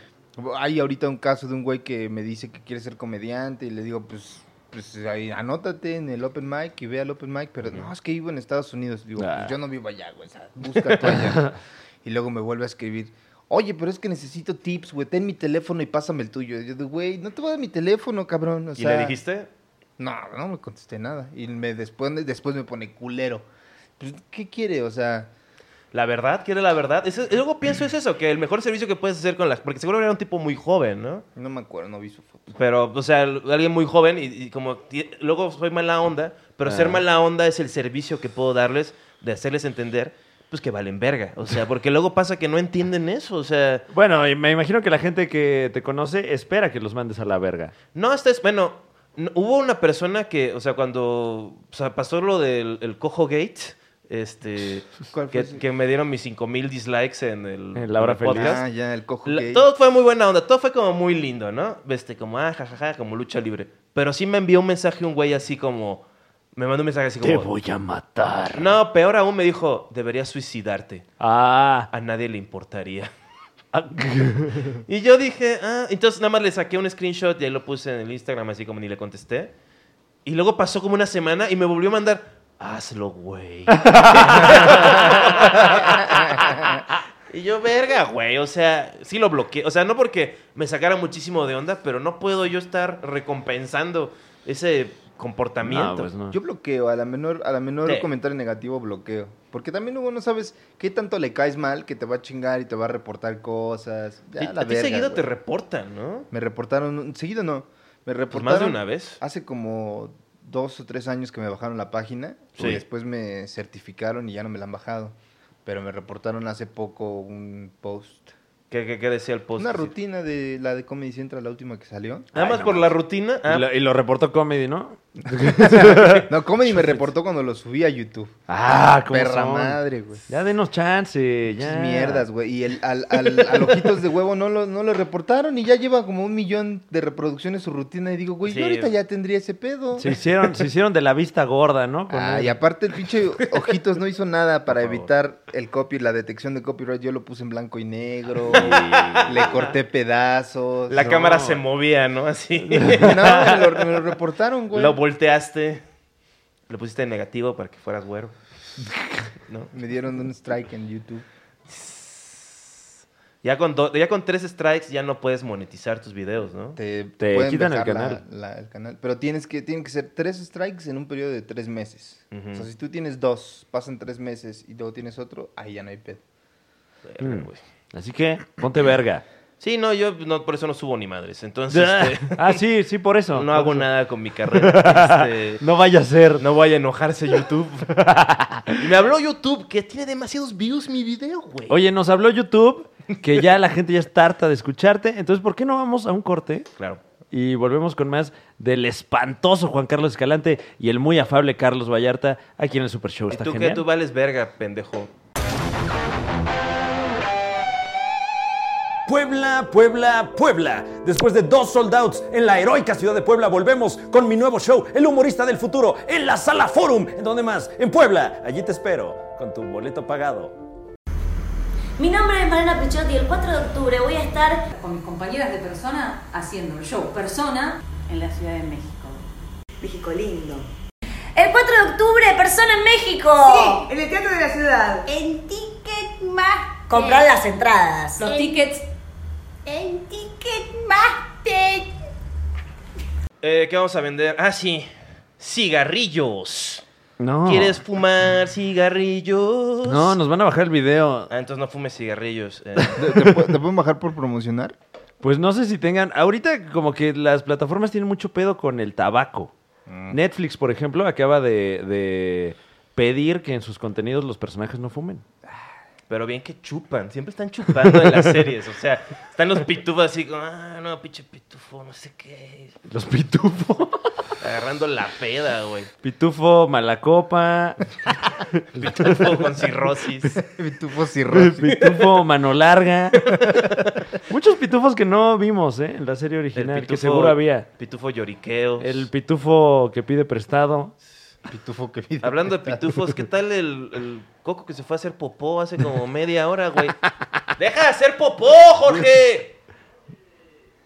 [SPEAKER 4] Hay ahorita un caso de un güey que me dice que quiere ser comediante y le digo, pues, pues ahí, anótate en el open mic y ve al open mic, pero no, es que vivo en Estados Unidos. Digo,
[SPEAKER 3] Ah.
[SPEAKER 4] pues yo no vivo allá, güey, o sea, busca
[SPEAKER 1] <laughs>
[SPEAKER 4] tú allá. y luego me vuelve a escribir, oye, pero es que necesito tips, güey, ten mi teléfono y pásame el tuyo. Y yo digo, güey, no te voy a dar mi teléfono, cabrón. O
[SPEAKER 1] ¿Y
[SPEAKER 4] sea,
[SPEAKER 1] le dijiste?
[SPEAKER 4] No, no me contesté nada. Y me después, después me pone culero. Pues, ¿qué quiere? O sea...
[SPEAKER 1] ¿La verdad? ¿Quiere la verdad? Eso- y luego pienso es eso, que el mejor servicio que puedes hacer con las... Porque seguro era un tipo muy joven, ¿no?
[SPEAKER 4] No me acuerdo, no vi su foto.
[SPEAKER 1] Pero, o sea, alguien muy joven y, y como... ti- Luego soy mala onda, pero ser
[SPEAKER 3] Ah.
[SPEAKER 1] mala onda es el servicio que puedo darles de hacerles entender, pues que valen verga. O sea, porque luego pasa que no entienden eso, o sea...
[SPEAKER 3] Bueno, y me imagino que la gente que te conoce espera que los mandes a la verga.
[SPEAKER 1] No, hasta es... Bueno, no- hubo una persona que, o sea, cuando o sea, pasó lo del el cojo gate... Este,
[SPEAKER 4] <laughs> ¿Cuál fue
[SPEAKER 1] que,
[SPEAKER 4] ese?
[SPEAKER 1] que me dieron mis 5000 dislikes en el,
[SPEAKER 3] En la hora
[SPEAKER 1] el
[SPEAKER 3] feliz.
[SPEAKER 4] Ah, ya, el cojo
[SPEAKER 1] La-
[SPEAKER 4] gay.
[SPEAKER 1] todo fue muy buena onda, todo fue como muy lindo, ¿no? Este, como, ah, jajaja, como lucha libre. Pero sí me envió un mensaje un güey así como, me mandó un mensaje así como...
[SPEAKER 3] a matar.
[SPEAKER 1] No, peor aún me dijo, deberías suicidarte.
[SPEAKER 3] Ah.
[SPEAKER 1] A nadie le
[SPEAKER 4] <laughs>
[SPEAKER 1] importaría.
[SPEAKER 3] ah,
[SPEAKER 1] Y yo dije, ah, entonces nada más le saqué un screenshot y ahí lo puse en el Instagram así como ni le contesté. Y luego pasó como una semana y me volvió a mandar, hazlo,
[SPEAKER 4] <laughs>
[SPEAKER 1] güey. y yo, verga, güey, o sea, sí lo bloqueé. O sea, no porque me sacara muchísimo de onda, pero no puedo yo estar recompensando ese comportamiento.
[SPEAKER 3] no, pues no.
[SPEAKER 4] Yo bloqueo, a la menor, a la menor
[SPEAKER 1] Sí.
[SPEAKER 4] comentario negativo bloqueo. Porque también luego no sabes qué tanto le caes mal que te va a chingar y te va a reportar cosas. Ya,
[SPEAKER 1] Y-
[SPEAKER 4] la
[SPEAKER 1] a ti
[SPEAKER 4] verga,
[SPEAKER 1] seguido
[SPEAKER 4] güey.
[SPEAKER 1] te reportan, ¿no?
[SPEAKER 4] Me reportaron, un- seguido no, me
[SPEAKER 1] Pues
[SPEAKER 4] reportaron
[SPEAKER 1] más de una vez.
[SPEAKER 4] hace como dos o tres años que me bajaron la página
[SPEAKER 1] Sí.
[SPEAKER 4] y después me certificaron y ya no me la han bajado. Pero me reportaron hace poco un post.
[SPEAKER 1] ¿Qué, qué- qué decía el post?
[SPEAKER 4] Una rutina de la de Comedy Central, la última que salió.
[SPEAKER 1] Nada
[SPEAKER 3] Ay,
[SPEAKER 1] más
[SPEAKER 3] no
[SPEAKER 1] por la rutina. ah,
[SPEAKER 3] Y, lo, y lo reportó Comedy, ¿no?
[SPEAKER 4] No, Comedy me reportó cuando lo subí a YouTube.
[SPEAKER 3] Ah, como
[SPEAKER 4] Perra madre, güey.
[SPEAKER 3] Ya denos chance, ya.
[SPEAKER 4] Pinches mierdas, güey. Y el, al, al, al Ojitos de Huevo no lo, no lo reportaron y ya lleva como un millón de reproducciones su rutina. Y digo, güey,
[SPEAKER 1] Sí.
[SPEAKER 4] yo ahorita ya tendría ese pedo.
[SPEAKER 3] Se hicieron, se hicieron de la vista gorda, ¿no? Con
[SPEAKER 4] Ah,
[SPEAKER 3] él.
[SPEAKER 4] y aparte el pinche Ojitos no hizo nada para
[SPEAKER 1] Por favor.
[SPEAKER 4] evitar el copy, la detección de copyright. Yo lo puse en blanco y negro, le corté pedazos.
[SPEAKER 1] La
[SPEAKER 4] No.
[SPEAKER 1] cámara se movía, ¿no?
[SPEAKER 3] <laughs>
[SPEAKER 1] Así.
[SPEAKER 4] <laughs> No, me lo, me lo reportaron, güey.
[SPEAKER 1] Lo volteaste. Lo pusiste en negativo para que fueras güero. ¿No?
[SPEAKER 4] Me dieron un strike en YouTube.
[SPEAKER 1] Ya con, do- ya con tres strikes ya no puedes monetizar tus videos, ¿no?
[SPEAKER 4] Te,
[SPEAKER 3] Te
[SPEAKER 4] pueden
[SPEAKER 3] quitan el
[SPEAKER 4] bajar la-
[SPEAKER 3] canal.
[SPEAKER 4] la- el canal. Pero tienes que, tienen que ser tres strikes en un periodo de tres meses.
[SPEAKER 1] Ujú.
[SPEAKER 4] O sea, si tú tienes dos, pasan tres meses y luego tienes otro, ahí ya no hay pedo.
[SPEAKER 1] Verga,
[SPEAKER 3] Mm.
[SPEAKER 1] güey.
[SPEAKER 3] Así que, ponte verga.
[SPEAKER 1] Sí, no, yo no, por eso no subo ni madres.
[SPEAKER 3] <laughs>
[SPEAKER 1] Entonces, <laughs> este,
[SPEAKER 3] ah, sí, sí, por eso.
[SPEAKER 1] no, hago nada con mi carrera. Este,
[SPEAKER 3] <laughs> No vaya a ser.
[SPEAKER 1] no vaya a enojarse YouTube. <laughs> Y me habló YouTube que tiene demasiados views mi video, güey.
[SPEAKER 3] Oye, nos habló YouTube que ya la gente ya está harta de escucharte. Entonces, ¿por qué no vamos a un corte?
[SPEAKER 1] Claro.
[SPEAKER 3] Y volvemos con más del espantoso Juan Carlos Escalante y el muy afable Carlos Vallarta aquí en el Super Show.
[SPEAKER 1] ¿Y
[SPEAKER 3] Está
[SPEAKER 1] tú qué?
[SPEAKER 3] genial.
[SPEAKER 1] Tú vales verga, pendejo.
[SPEAKER 6] Puebla, Puebla, Puebla. Después de dos sold outs en la heroica ciudad de Puebla, volvemos con mi nuevo show, El Humorista del Futuro, en la Sala Forum. ¿En dónde más? En Puebla. Allí te espero, con tu boleto pagado.
[SPEAKER 7] Mi nombre es Mariana Pichot y el 4 de octubre voy a estar
[SPEAKER 8] con mis compañeras de persona haciendo el show persona en la Ciudad de México.
[SPEAKER 9] México lindo.
[SPEAKER 7] el 4 de octubre, persona en México.
[SPEAKER 9] En el Teatro de la Ciudad.
[SPEAKER 7] En Ticketmaster. Comprar las entradas.
[SPEAKER 8] Los tickets
[SPEAKER 7] En Ticketmaster.
[SPEAKER 1] Eh, ¿Qué vamos a vender? Ah, sí. Cigarrillos.
[SPEAKER 3] No.
[SPEAKER 1] ¿Quieres fumar cigarrillos?
[SPEAKER 3] Ah. No, nos van a bajar el video.
[SPEAKER 1] Ah, entonces no fumes cigarrillos. eh. <laughs>
[SPEAKER 4] ¿Te, te pu- te pueden bajar por <laughs> promocionar?
[SPEAKER 3] Pues no sé si tengan. Ahorita, como que las plataformas tienen mucho pedo con el tabaco.
[SPEAKER 4] Mm.
[SPEAKER 3] Netflix, por ejemplo, acaba de, de pedir que en sus contenidos los personajes no fumen.
[SPEAKER 1] Pero bien que chupan, siempre están chupando en las series. O sea, están los pitufos así como, ah, no, pinche pitufo, no sé qué.
[SPEAKER 3] Los
[SPEAKER 4] <laughs>
[SPEAKER 3] pitufo.
[SPEAKER 1] Agarrando la peda, güey.
[SPEAKER 4] <laughs>
[SPEAKER 3] Pitufo, Malacopa.
[SPEAKER 1] Pitufo con cirrosis.
[SPEAKER 4] Pitufo cirrosis.
[SPEAKER 3] Pitufo mano larga. Muchos pitufos que no vimos, ¿eh? En la serie original, que seguro había.
[SPEAKER 1] Pitufo lloriqueos.
[SPEAKER 3] El pitufo que pide prestado.
[SPEAKER 4] Pitufo que pide
[SPEAKER 1] Hablando de
[SPEAKER 4] prestado.
[SPEAKER 1] pitufos, ¿qué tal el, el coco que se fue a hacer popó hace como media hora, güey? ¡Deja de hacer popó, Jorge!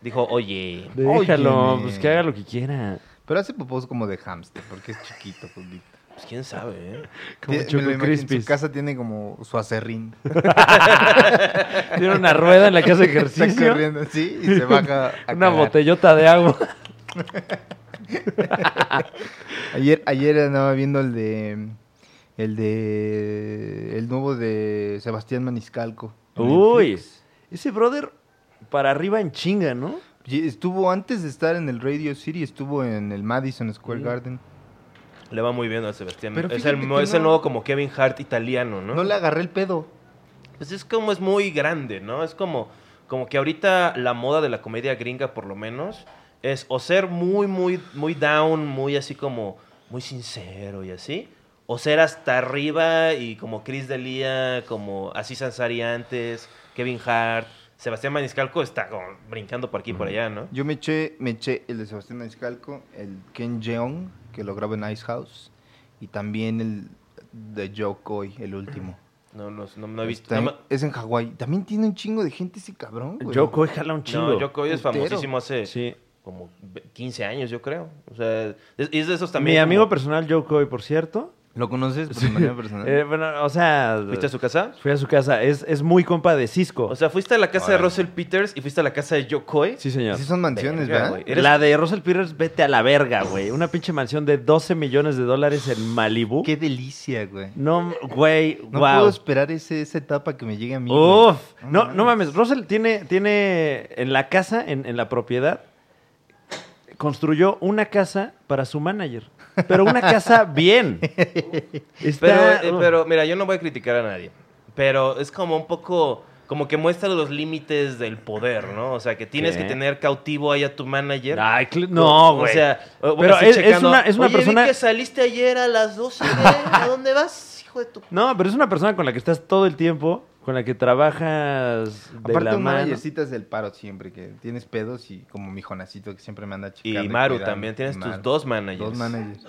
[SPEAKER 1] Dijo, oye.
[SPEAKER 3] Déjalo,
[SPEAKER 4] Óyeme.
[SPEAKER 3] pues que haga lo que quiera.
[SPEAKER 4] <laughs> Pero hace popos como de hámster, porque es chiquito, Julito.
[SPEAKER 1] Pues quién sabe, ¿eh?
[SPEAKER 3] Como
[SPEAKER 4] Tie- me
[SPEAKER 3] Choco
[SPEAKER 4] lo imagino, En
[SPEAKER 3] Crispis.
[SPEAKER 4] su casa tiene como
[SPEAKER 3] <laughs>
[SPEAKER 4] su acerrín.
[SPEAKER 3] Tiene una rueda en la
[SPEAKER 4] <laughs>
[SPEAKER 3] que hace
[SPEAKER 4] Está
[SPEAKER 3] ejercicio.
[SPEAKER 4] corriendo así
[SPEAKER 3] <laughs>
[SPEAKER 4] y se baja a
[SPEAKER 3] Una
[SPEAKER 4] cagar.
[SPEAKER 3] botellota de agua.
[SPEAKER 4] Ayer, ayer andaba viendo el de... El de... El nuevo de Sebastián Maniscalco.
[SPEAKER 3] Uy. Ese brother para arriba en chinga, ¿no?
[SPEAKER 4] Y Estuvo antes de estar en el Radio City, estuvo en el Madison
[SPEAKER 1] Mm.
[SPEAKER 4] Square Garden.
[SPEAKER 1] Le va muy bien a Sebastián.
[SPEAKER 4] Pero
[SPEAKER 1] Es
[SPEAKER 4] fíjate
[SPEAKER 1] el,
[SPEAKER 4] que
[SPEAKER 1] mo- es el
[SPEAKER 4] no-
[SPEAKER 1] nuevo como Kevin Hart italiano, ¿no?
[SPEAKER 4] No le agarré el pedo.
[SPEAKER 1] Pues es como es muy grande, ¿no? Es como, como que ahorita la moda de la comedia gringa, por lo menos, es o ser muy, muy, muy down, muy así como, muy sincero y así, o ser hasta arriba y como Chris D'Elia, como así Sansari antes, Kevin Hart, Sebastián Maniscalco está como brincando por aquí y por allá, ¿no?
[SPEAKER 4] Yo me eché, me eché el de Sebastián Maniscalco, el Ken Jeong, que lo graba en Ice House, y también el de Joe Coy, el último.
[SPEAKER 1] No, no, no, no he visto.
[SPEAKER 4] Está
[SPEAKER 1] No,
[SPEAKER 4] en-
[SPEAKER 1] me-
[SPEAKER 4] es en Hawái. También tiene un chingo de gente ese cabrón, güey.
[SPEAKER 3] Yo jala un
[SPEAKER 1] no, eh,
[SPEAKER 3] chingo.
[SPEAKER 1] Yoko Ono es
[SPEAKER 4] Putero.
[SPEAKER 1] famosísimo hace
[SPEAKER 3] Sí.
[SPEAKER 1] como 15 años, yo creo. O sea, es, es de esos
[SPEAKER 3] Mi
[SPEAKER 1] también.
[SPEAKER 3] amigo
[SPEAKER 1] como-
[SPEAKER 3] personal, Joe Coy, por cierto.
[SPEAKER 4] ¿Lo conoces por manera
[SPEAKER 3] <laughs>
[SPEAKER 4] personal?
[SPEAKER 3] Eh, bueno, o sea.
[SPEAKER 1] ¿Viste a su casa?
[SPEAKER 3] Fui a su casa. Es, es muy compa de Cisco.
[SPEAKER 1] O sea, fuiste a la casa de
[SPEAKER 4] Órale.
[SPEAKER 1] Russell Peters y fuiste a la casa de Yokoi.
[SPEAKER 3] sí, señor.
[SPEAKER 4] sí son mansiones,
[SPEAKER 1] Verga,
[SPEAKER 4] ¿verdad?
[SPEAKER 1] güey. Eres-
[SPEAKER 3] La de Russell Peters, vete a la verga, güey. Una pinche mansión de 12 millones de dólares en Malibu.
[SPEAKER 4] Qué delicia, güey.
[SPEAKER 3] No, güey,
[SPEAKER 4] No
[SPEAKER 3] wow.
[SPEAKER 4] puedo esperar ese, esa etapa que me llegue a mí. güey.
[SPEAKER 3] Uf, no, no mames. Russell tiene, tiene en la casa, en, en la propiedad, construyó una casa para su manager. Pero una casa bien.
[SPEAKER 1] Pero,
[SPEAKER 3] Está-
[SPEAKER 1] eh, pero, mira, yo no voy a criticar a nadie. Pero es como un poco. Como que muestra los límites del poder, ¿no? O sea, que tienes
[SPEAKER 3] ¿Qué?
[SPEAKER 1] que tener cautivo ahí a tu manager.
[SPEAKER 3] Ay, cl- Ah, no,
[SPEAKER 1] O
[SPEAKER 3] güey.
[SPEAKER 1] sea, o-
[SPEAKER 3] Pero
[SPEAKER 1] así
[SPEAKER 3] es- es
[SPEAKER 1] checando,
[SPEAKER 3] una- es una
[SPEAKER 1] "Oye, vi
[SPEAKER 3] persona-
[SPEAKER 1] que saliste ayer a las 12. güey. ¿A dónde vas, hijo de
[SPEAKER 3] <laughs>
[SPEAKER 1] tu.?
[SPEAKER 3] No, pero es una persona con la que estás todo el tiempo, con la que trabajas de
[SPEAKER 4] Aparte,
[SPEAKER 3] la
[SPEAKER 4] un
[SPEAKER 3] mano.
[SPEAKER 4] managercita es del paro siempre, que tienes pedos y como mi Jonacito que siempre me anda a
[SPEAKER 1] Y
[SPEAKER 4] checar de
[SPEAKER 1] Maru
[SPEAKER 4] cuidarme.
[SPEAKER 1] también, tienes
[SPEAKER 4] Y
[SPEAKER 1] tus
[SPEAKER 4] Maru.
[SPEAKER 1] dos managers.
[SPEAKER 4] Dos managers.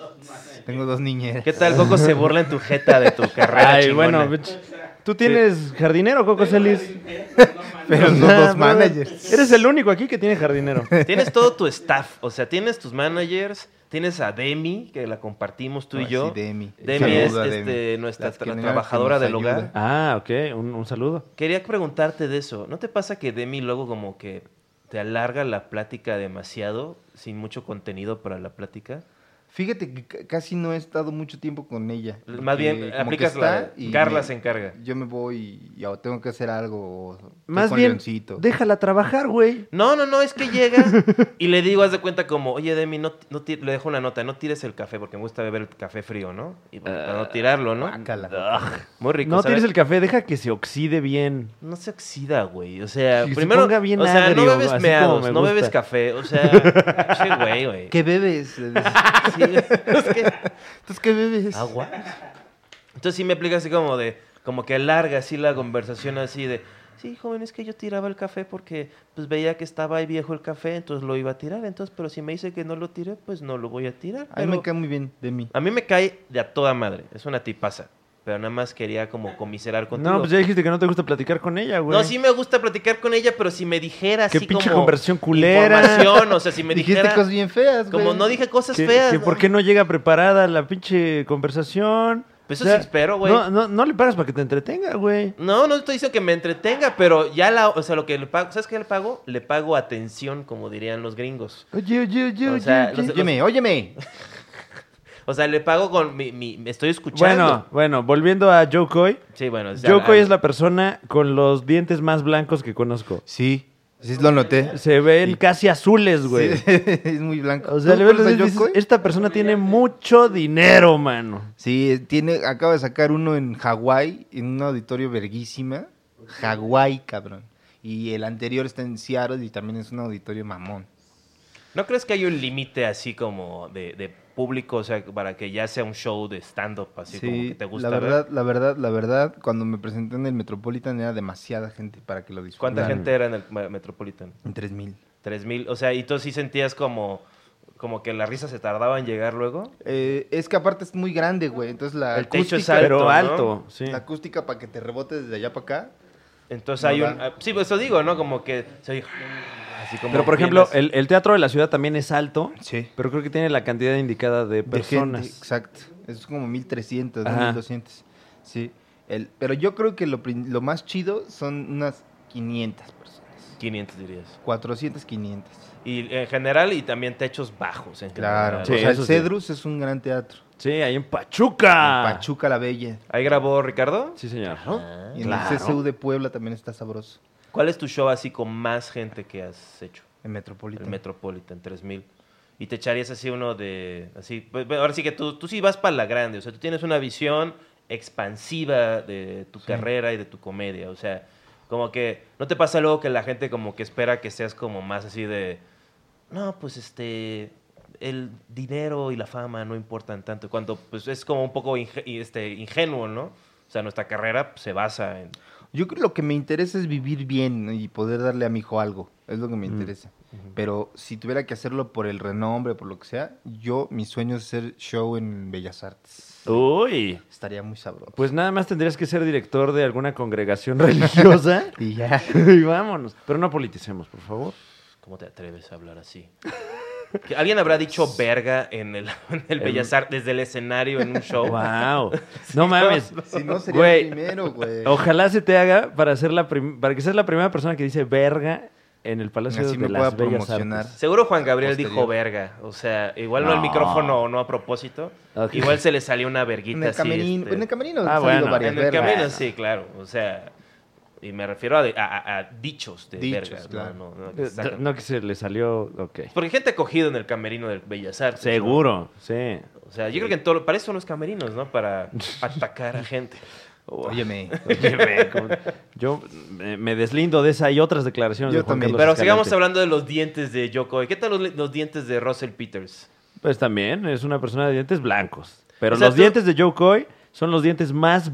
[SPEAKER 4] Tengo dos niñeras.
[SPEAKER 1] ¿Qué tal, Coco? Se burla en tu jeta
[SPEAKER 3] <laughs>
[SPEAKER 1] de tu carrera.
[SPEAKER 3] Ay,
[SPEAKER 1] chingona.
[SPEAKER 3] bueno, bitch. ¿tú tienes jardinero, Coco Celis?
[SPEAKER 4] <laughs> Pero
[SPEAKER 3] O
[SPEAKER 4] no
[SPEAKER 3] sea,
[SPEAKER 4] dos
[SPEAKER 3] brother,
[SPEAKER 4] managers.
[SPEAKER 3] Eres el único aquí que tiene jardinero.
[SPEAKER 1] Tienes todo tu staff, o sea, tienes tus managers, tienes a Demi, que la compartimos tú y
[SPEAKER 4] Ah,
[SPEAKER 1] yo.
[SPEAKER 4] sí, Demi.
[SPEAKER 1] Demi
[SPEAKER 4] Saluda
[SPEAKER 1] es
[SPEAKER 4] a Demi.
[SPEAKER 1] este, nuestra
[SPEAKER 4] Las que
[SPEAKER 1] tra-
[SPEAKER 4] nos
[SPEAKER 1] trabajadora del
[SPEAKER 4] ayuda.
[SPEAKER 1] hogar.
[SPEAKER 3] Ah, ok, un, un saludo.
[SPEAKER 1] Quería preguntarte de eso. ¿No te pasa que Demi luego como que te alarga la plática demasiado, sin mucho contenido para la plática?
[SPEAKER 4] Fíjate que c- casi no he estado mucho tiempo con ella.
[SPEAKER 1] Más
[SPEAKER 4] porque
[SPEAKER 1] bien,
[SPEAKER 4] como que
[SPEAKER 1] aplicas
[SPEAKER 4] está
[SPEAKER 1] la de
[SPEAKER 4] y
[SPEAKER 1] Carla
[SPEAKER 4] me-
[SPEAKER 1] se encarga.
[SPEAKER 4] Yo me voy y o tengo que hacer algo. o estoy
[SPEAKER 3] Más
[SPEAKER 4] con
[SPEAKER 3] bien,
[SPEAKER 4] Leoncito.
[SPEAKER 3] déjala trabajar, güey.
[SPEAKER 1] No, no, no, es que llega y le digo, haz de cuenta como, oye, Demi, no, ti- no ti- le dejo una nota, no tires el café porque me gusta beber el café frío, ¿no? Y para
[SPEAKER 4] Ah,
[SPEAKER 1] no tirarlo, ¿no? Ah.
[SPEAKER 4] Guácala.
[SPEAKER 1] Muy rico.
[SPEAKER 3] no
[SPEAKER 1] ¿sabes?
[SPEAKER 3] tires el café, deja que se oxide bien.
[SPEAKER 1] No se oxida, güey. O sea,
[SPEAKER 3] Que se
[SPEAKER 1] primero.
[SPEAKER 3] ponga bien
[SPEAKER 1] o sea,
[SPEAKER 3] agrio,
[SPEAKER 1] no bebes
[SPEAKER 3] así como
[SPEAKER 1] meados,
[SPEAKER 3] me
[SPEAKER 1] no bebes
[SPEAKER 3] gusta.
[SPEAKER 1] café. O
[SPEAKER 3] <laughs>
[SPEAKER 1] sea, che, güey, güey.
[SPEAKER 4] ¿Qué bebes? Le dices,
[SPEAKER 1] Sí, güey. es que-
[SPEAKER 4] ¿Entonces qué bebes?
[SPEAKER 1] agua. Entonces sí me aplica así como de. Como que larga así la conversación así de. Sí, joven, es que yo tiraba el café porque pues veía que estaba ahí viejo el café, entonces lo iba a tirar. Entonces, pero si me dice que no lo tiré, pues no lo voy a tirar.
[SPEAKER 4] A mí me
[SPEAKER 1] pero-
[SPEAKER 4] cae muy bien, Demi.
[SPEAKER 1] A mí me cae de a toda madre. Es una tipaza. Pero nada más quería como comiserar contigo.
[SPEAKER 3] No, pues ya dijiste que no te gusta platicar con ella, güey.
[SPEAKER 1] No, sí me gusta platicar con ella, pero si me dijera
[SPEAKER 3] Qué
[SPEAKER 1] así
[SPEAKER 3] pinche
[SPEAKER 1] como
[SPEAKER 3] conversión culera.
[SPEAKER 1] información, o sea, si me
[SPEAKER 4] Dijiste
[SPEAKER 1] dijera
[SPEAKER 4] cosas bien feas, güey.
[SPEAKER 1] como no dije cosas
[SPEAKER 3] Que,
[SPEAKER 1] feas.
[SPEAKER 3] que ¿Por qué no llega preparada la pinche conversación?
[SPEAKER 1] Pues eso sí espero, güey.
[SPEAKER 3] No, no, no le pagas para que te entretenga, güey.
[SPEAKER 1] No, no estoy diciendo que me entretenga, pero ya la, o sea, lo que le pago, ¿sabes qué le pago? Le pago atención, como dirían los gringos.
[SPEAKER 4] Oye, oye, oye,
[SPEAKER 1] O
[SPEAKER 4] oye.
[SPEAKER 1] sea,
[SPEAKER 4] oye.
[SPEAKER 1] los- los-
[SPEAKER 4] óyeme, óyeme.
[SPEAKER 1] O sea, le pago con mi, mi me estoy escuchando.
[SPEAKER 3] Bueno, bueno, volviendo a Joe Coy.
[SPEAKER 1] sí, bueno. o sea,
[SPEAKER 3] Joe Coy
[SPEAKER 1] ah,
[SPEAKER 3] es la persona con los dientes más blancos que conozco.
[SPEAKER 4] Sí, sí lo noté.
[SPEAKER 3] Se ven casi azules, güey.
[SPEAKER 4] Sí, <laughs> es muy blanco.
[SPEAKER 3] O sea,
[SPEAKER 4] ¿Tú
[SPEAKER 3] le ves los
[SPEAKER 4] conoces a
[SPEAKER 3] dientes y
[SPEAKER 4] Yokoi?
[SPEAKER 3] dices, esta persona tiene mucho dinero, mano.
[SPEAKER 4] Sí, eh, tiene, acaba de sacar uno en Hawái, en un auditorio verguísima. Hawái, cabrón. Y el anterior está en Seattle y también es un auditorio mamón.
[SPEAKER 1] ¿No crees que hay un límite así como de, de público, o sea, para que ya sea un show de stand-up, así como que te gusta
[SPEAKER 4] la
[SPEAKER 1] ver?
[SPEAKER 4] verdad, la verdad, la verdad, cuando me presenté en el Metropolitan era demasiada gente para que lo disfrutara.
[SPEAKER 1] ¿Cuánta gente era en el Ma- Metropolitan?
[SPEAKER 4] En 3000.
[SPEAKER 1] ¿Tres mil? O sea, ¿y tú sí sentías como, como que la risa se tardaba en llegar luego?
[SPEAKER 4] Eh, es que aparte es muy grande, güey, entonces la
[SPEAKER 1] El techo
[SPEAKER 4] acústica,
[SPEAKER 1] es
[SPEAKER 3] Pero
[SPEAKER 1] ¿no?
[SPEAKER 3] alto, sí.
[SPEAKER 4] la acústica para que te rebote desde allá para acá.
[SPEAKER 1] Entonces
[SPEAKER 4] No
[SPEAKER 1] hay un...
[SPEAKER 4] da.
[SPEAKER 1] ah, Sí, pues eso digo, ¿no? Como que se oye, así como
[SPEAKER 3] Pero, por
[SPEAKER 1] bien
[SPEAKER 3] ejemplo,
[SPEAKER 1] así.
[SPEAKER 3] el, el teatro de la ciudad también es alto,
[SPEAKER 4] Sí.
[SPEAKER 3] pero creo que tiene la cantidad indicada de
[SPEAKER 4] de gente,
[SPEAKER 3] personas.
[SPEAKER 4] exacto. Es como 1300, ¿no?
[SPEAKER 3] Ajá.
[SPEAKER 4] 1200. Sí. El, pero yo creo que lo, prin- lo más chido son unas 500 personas.
[SPEAKER 1] 500 dirías.
[SPEAKER 4] 400, 500.
[SPEAKER 1] Y en general, y también techos bajos en general.
[SPEAKER 4] Claro.
[SPEAKER 3] Sí,
[SPEAKER 4] o sea, el
[SPEAKER 3] eso sí.
[SPEAKER 4] Cedrus es un gran teatro.
[SPEAKER 3] Sí, ahí en Pachuca.
[SPEAKER 4] En Pachuca la Bella.
[SPEAKER 1] ¿Ahí grabó Ricardo?
[SPEAKER 3] Sí, señor.
[SPEAKER 4] Y en
[SPEAKER 3] Claro.
[SPEAKER 4] el CCU de Puebla también está sabroso.
[SPEAKER 1] ¿Cuál es tu show así con más gente que has hecho?
[SPEAKER 4] En Metropolitan.
[SPEAKER 1] El Metropolitan, 3000. Y te echarías así uno de. así pues, bueno, Ahora sí que tú, tú sí vas para la grande. O sea, tú tienes una visión expansiva de tu carrera y de tu comedia. O sea, como que. ¿No te pasa luego que la gente como que espera que seas como más así de. No, pues este. El dinero y la fama no importan tanto. Cuando pues es como un poco inge- y, este, ingenuo, ¿no? O sea, nuestra carrera pues, se basa en.
[SPEAKER 4] Yo creo que lo que me interesa es vivir bien ¿no? y poder darle a mi hijo algo. Es lo que
[SPEAKER 3] Mm.
[SPEAKER 4] me interesa. Pero si tuviera que hacerlo por el renombre, por lo que sea, yo, mi sueño es hacer show en Bellas Artes.
[SPEAKER 3] Uy.
[SPEAKER 4] Estaría muy sabroso.
[SPEAKER 3] Pues nada más tendrías que ser director de alguna congregación <laughs> religiosa.
[SPEAKER 4] <laughs> Y ya.
[SPEAKER 3] <laughs> y vámonos. Pero no politicemos, por favor.
[SPEAKER 1] ¿Cómo te atreves a hablar así? Que ¿Alguien habrá dicho verga en el, <laughs> en el Bellas Artes desde el escenario en un
[SPEAKER 3] <laughs>
[SPEAKER 4] Oh,
[SPEAKER 1] show?
[SPEAKER 3] Wow. No mames.
[SPEAKER 4] Si no sería
[SPEAKER 3] Güey.
[SPEAKER 4] el primero, güey.
[SPEAKER 3] Ojalá se te haga para ser la prim- para que seas la primera persona que dice verga en el Palacio
[SPEAKER 4] Así
[SPEAKER 3] de
[SPEAKER 4] me
[SPEAKER 3] las
[SPEAKER 4] pueda
[SPEAKER 3] Bellas
[SPEAKER 4] promocionar.
[SPEAKER 3] Artes.
[SPEAKER 1] Seguro Juan Gabriel
[SPEAKER 4] Posterior.
[SPEAKER 1] dijo verga. O sea, igual no, el
[SPEAKER 3] No.
[SPEAKER 1] micrófono o no a propósito.
[SPEAKER 3] Ok.
[SPEAKER 1] Igual se le salió una verguita
[SPEAKER 4] En el
[SPEAKER 1] así.
[SPEAKER 4] camerino.
[SPEAKER 1] este,
[SPEAKER 4] En el camerino
[SPEAKER 3] Ah,
[SPEAKER 4] han salido
[SPEAKER 3] bueno.
[SPEAKER 4] varias
[SPEAKER 1] en el
[SPEAKER 4] vergas.
[SPEAKER 1] camino, sí, claro. O sea, y me refiero a, de- a- a- a dichos de
[SPEAKER 4] Dichos,
[SPEAKER 1] verga.
[SPEAKER 4] claro.
[SPEAKER 1] No, no, no, que
[SPEAKER 3] Eh,
[SPEAKER 1] sacan.
[SPEAKER 3] No que se le salió, ok.
[SPEAKER 1] Porque gente cogida en el camerino del Bellas Artes. ¿no?
[SPEAKER 3] Seguro, sí.
[SPEAKER 1] O sea, yo creo que en todo, para eso son los camerinos, ¿no? Para atacar a gente.
[SPEAKER 3] <laughs>
[SPEAKER 4] Óyeme.
[SPEAKER 3] Óyeme, como- Yo me, me deslindo de esa y otras declaraciones
[SPEAKER 4] Yo
[SPEAKER 3] de Juan
[SPEAKER 4] también.
[SPEAKER 3] Carlos
[SPEAKER 1] Pero
[SPEAKER 3] Escalante.
[SPEAKER 1] sigamos hablando de los dientes de Yoko. ¿Qué tal los, los dientes de Russell Peters?
[SPEAKER 3] Pues también es una persona de dientes blancos. Pero
[SPEAKER 1] O sea,
[SPEAKER 3] los
[SPEAKER 1] tú-
[SPEAKER 3] dientes de Joe Coy son los dientes más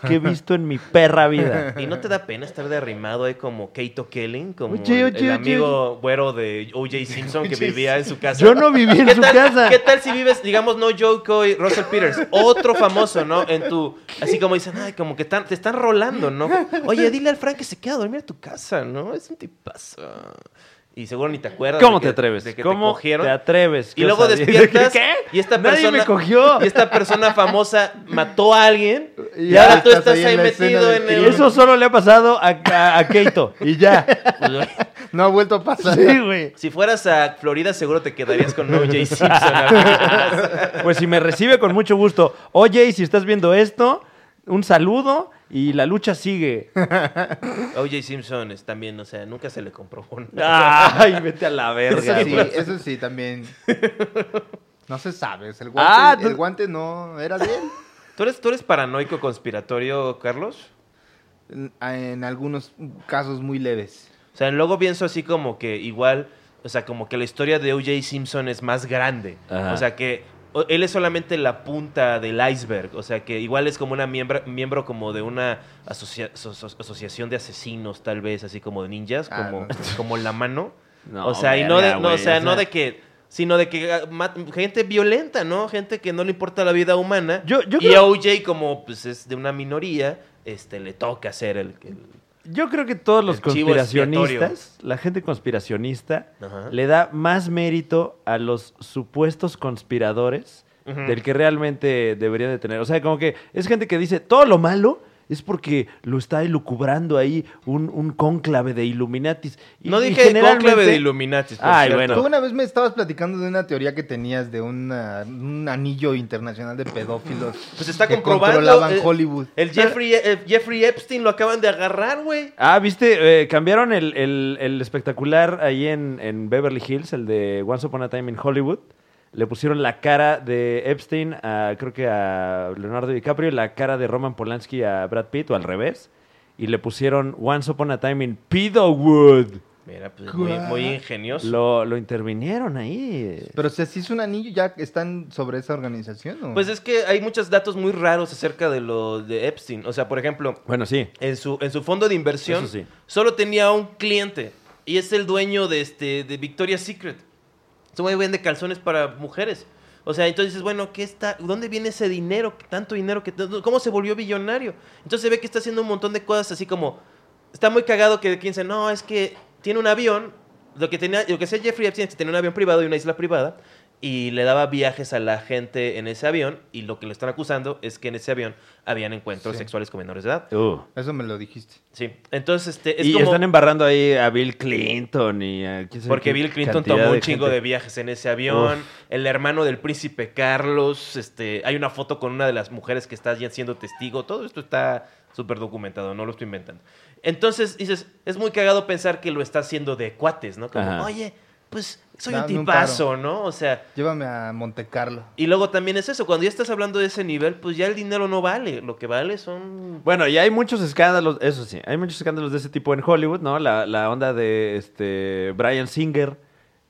[SPEAKER 1] <laughs>
[SPEAKER 3] que he visto en mi perra vida.
[SPEAKER 1] ¿Y no te da pena estar derrimado ahí como Kato Kelling? Como
[SPEAKER 4] Oye,
[SPEAKER 1] el-
[SPEAKER 4] oye,
[SPEAKER 1] el
[SPEAKER 4] oye,
[SPEAKER 1] amigo güero de O.J. Simpson que vivía en su casa.
[SPEAKER 3] Yo no viví en
[SPEAKER 1] ¿Qué
[SPEAKER 3] su
[SPEAKER 1] tal,
[SPEAKER 3] casa.
[SPEAKER 1] ¿Qué tal si vives, digamos, no Joe Coy, Russell Peters, otro famoso, ¿no? En tu. Así como dicen, ay, como que están- te están rolando, ¿no? Oye, dile al Frank que se queda a dormir a tu casa, ¿no? Es un tipazo. Y seguro ni te acuerdas. de
[SPEAKER 3] ¿Cómo
[SPEAKER 1] que-
[SPEAKER 3] te atreves?
[SPEAKER 1] de que
[SPEAKER 3] ¿Cómo
[SPEAKER 1] te cogieron.
[SPEAKER 3] te atreves?
[SPEAKER 1] Y
[SPEAKER 3] Qué
[SPEAKER 1] luego
[SPEAKER 3] <laughs> osadía.
[SPEAKER 1] despiertas
[SPEAKER 3] ¿Qué?
[SPEAKER 1] y esta
[SPEAKER 3] Nadie
[SPEAKER 1] persona
[SPEAKER 3] me cogió.
[SPEAKER 1] y esta persona famosa mató a alguien
[SPEAKER 3] <laughs>
[SPEAKER 1] y,
[SPEAKER 4] Y
[SPEAKER 1] ahora
[SPEAKER 4] ahora
[SPEAKER 1] tú
[SPEAKER 4] estás
[SPEAKER 1] estás
[SPEAKER 4] ahí en
[SPEAKER 1] ahí
[SPEAKER 4] la escena
[SPEAKER 1] metido
[SPEAKER 4] del
[SPEAKER 1] en
[SPEAKER 4] crimen.
[SPEAKER 1] el
[SPEAKER 3] Y eso solo le ha pasado a, a, a Keito.
[SPEAKER 1] <laughs>
[SPEAKER 3] Y ya.
[SPEAKER 4] No ha vuelto a pasar.
[SPEAKER 3] Sí, güey.
[SPEAKER 1] Si fueras a Florida seguro te quedarías con OJ Simpson. amigo.
[SPEAKER 3] Pues si me recibe con mucho gusto. Oye, y si estás viendo esto, un saludo y la lucha sigue.
[SPEAKER 1] OJ Simpson es también, o sea, nunca se le comprobó. nada.
[SPEAKER 3] Ah. <laughs> Ay, vete a la
[SPEAKER 4] Eso
[SPEAKER 3] verga.
[SPEAKER 4] sí,
[SPEAKER 3] güey.
[SPEAKER 4] eso sí, también. No se sabe. o sea, el, guante,
[SPEAKER 3] Ah, tú-
[SPEAKER 4] el guante no era de él.
[SPEAKER 1] ¿Tú eres, ¿Tú eres paranoico conspiratorio, Carlos?
[SPEAKER 4] En, en algunos casos muy leves.
[SPEAKER 1] O sea, luego pienso así como que igual, o sea, como que la historia de O.J. Simpson es más grande.
[SPEAKER 3] Ajá.
[SPEAKER 1] O sea, que o- él es solamente la punta del iceberg. O sea, que igual es como una miembro, miembro como de una asocia- so- so- asociación de asesinos, tal vez, así como de ninjas,
[SPEAKER 4] Ah,
[SPEAKER 1] como,
[SPEAKER 4] no
[SPEAKER 1] <laughs>
[SPEAKER 4] sé.
[SPEAKER 1] como la mano.
[SPEAKER 3] No,
[SPEAKER 1] o sea, y no de,
[SPEAKER 3] verga,
[SPEAKER 1] no, o
[SPEAKER 3] güey,
[SPEAKER 1] sea, no de que... Sino de que ah, mat- gente violenta, ¿no? Gente que no le importa la vida humana.
[SPEAKER 3] Yo- yo
[SPEAKER 1] y
[SPEAKER 3] creo-
[SPEAKER 1] a OJ, como pues, es de una minoría, este, le toca ser el- el
[SPEAKER 3] Yo creo que todos los
[SPEAKER 1] El chivo
[SPEAKER 3] conspiracionistas, la gente conspiracionista,
[SPEAKER 1] Ajá.
[SPEAKER 3] le da más mérito a los supuestos conspiradores
[SPEAKER 1] Ujú.
[SPEAKER 3] del que realmente deberían de tener. O sea, como que es gente que dice todo lo malo es porque lo está elucubrando ahí un, un cónclave de Illuminatis. Y-
[SPEAKER 1] No
[SPEAKER 3] y
[SPEAKER 1] dije cónclave de
[SPEAKER 3] generalmente-
[SPEAKER 1] Illuminatis. por
[SPEAKER 3] Ay,
[SPEAKER 1] cierto.
[SPEAKER 3] bueno.
[SPEAKER 4] Tú una vez me estabas platicando de una teoría que tenías de una- un anillo internacional de pedófilos.
[SPEAKER 1] Pues está
[SPEAKER 4] que
[SPEAKER 1] comprobando.
[SPEAKER 4] Controlaban
[SPEAKER 1] eh,
[SPEAKER 4] Hollywood.
[SPEAKER 1] El Jeffrey, el Jeffrey Epstein lo acaban de agarrar, güey.
[SPEAKER 3] Ah, viste, Eh, cambiaron el, el- el espectacular ahí en, en Beverly Hills, el de Once Upon a Time in Hollywood. Le pusieron la cara de Epstein a, creo que a Leonardo DiCaprio, y la cara de Roman Polanski a Brad Pitt, o al revés. Y le pusieron Once Upon a Time in Pidowood.
[SPEAKER 1] Mira, pues muy, muy ingenioso.
[SPEAKER 3] Lo, lo intervinieron ahí.
[SPEAKER 4] Pero si así es un anillo, ¿ya están sobre esa organización o...?
[SPEAKER 1] Pues es que hay muchos datos muy raros acerca de lo de Epstein. O sea, por ejemplo,
[SPEAKER 3] Bueno, sí.
[SPEAKER 1] en su, en su fondo de inversión
[SPEAKER 3] Eso sí.
[SPEAKER 1] solo tenía un cliente y es el dueño de, este, de Victoria's Secret. Ese güey vende calzones para mujeres. O sea, entonces dices, bueno, ¿qué está? ¿Dónde viene ese dinero? Tanto dinero que cómo se volvió billonario. Entonces se ve que está haciendo un montón de cosas así como está muy cagado que quien dice, "No, es que tiene un avión, lo que tenía lo que hacía Jeffrey Epstein es que tenía un avión privado y una isla privada y le daba viajes a la gente en ese avión y lo que lo están acusando es que en ese avión habían encuentros
[SPEAKER 4] Sí.
[SPEAKER 1] sexuales con menores de edad."
[SPEAKER 3] Uh.
[SPEAKER 4] Eso me lo dijiste.
[SPEAKER 1] Sí, entonces este, es
[SPEAKER 3] y
[SPEAKER 1] como
[SPEAKER 3] están embarrando ahí a Bill Clinton y a quién sabe
[SPEAKER 1] porque
[SPEAKER 3] qué
[SPEAKER 1] Bill Clinton
[SPEAKER 3] cantidad
[SPEAKER 1] tomó un
[SPEAKER 3] de
[SPEAKER 1] chingo
[SPEAKER 3] gente.
[SPEAKER 1] de viajes en ese avión, el hermano del príncipe Carlos, este, hay una foto con una de las mujeres que está ya siendo testigo, todo esto está súper documentado, no lo estoy inventando. Entonces dices, es muy cagado pensar que lo está haciendo de cuates, ¿no? Como,
[SPEAKER 3] Ajá.
[SPEAKER 1] oye, pues soy un
[SPEAKER 4] Dame un
[SPEAKER 1] tipazo, ¿no? O sea,
[SPEAKER 4] Llévame a Monte Carlo.
[SPEAKER 1] y luego también es eso, cuando ya estás hablando de ese nivel, pues ya el dinero no vale, lo que vale son
[SPEAKER 3] Bueno, y hay muchos escándalos, eso sí, hay muchos escándalos de ese tipo en Hollywood, ¿no? La, la onda de este Brian Singer,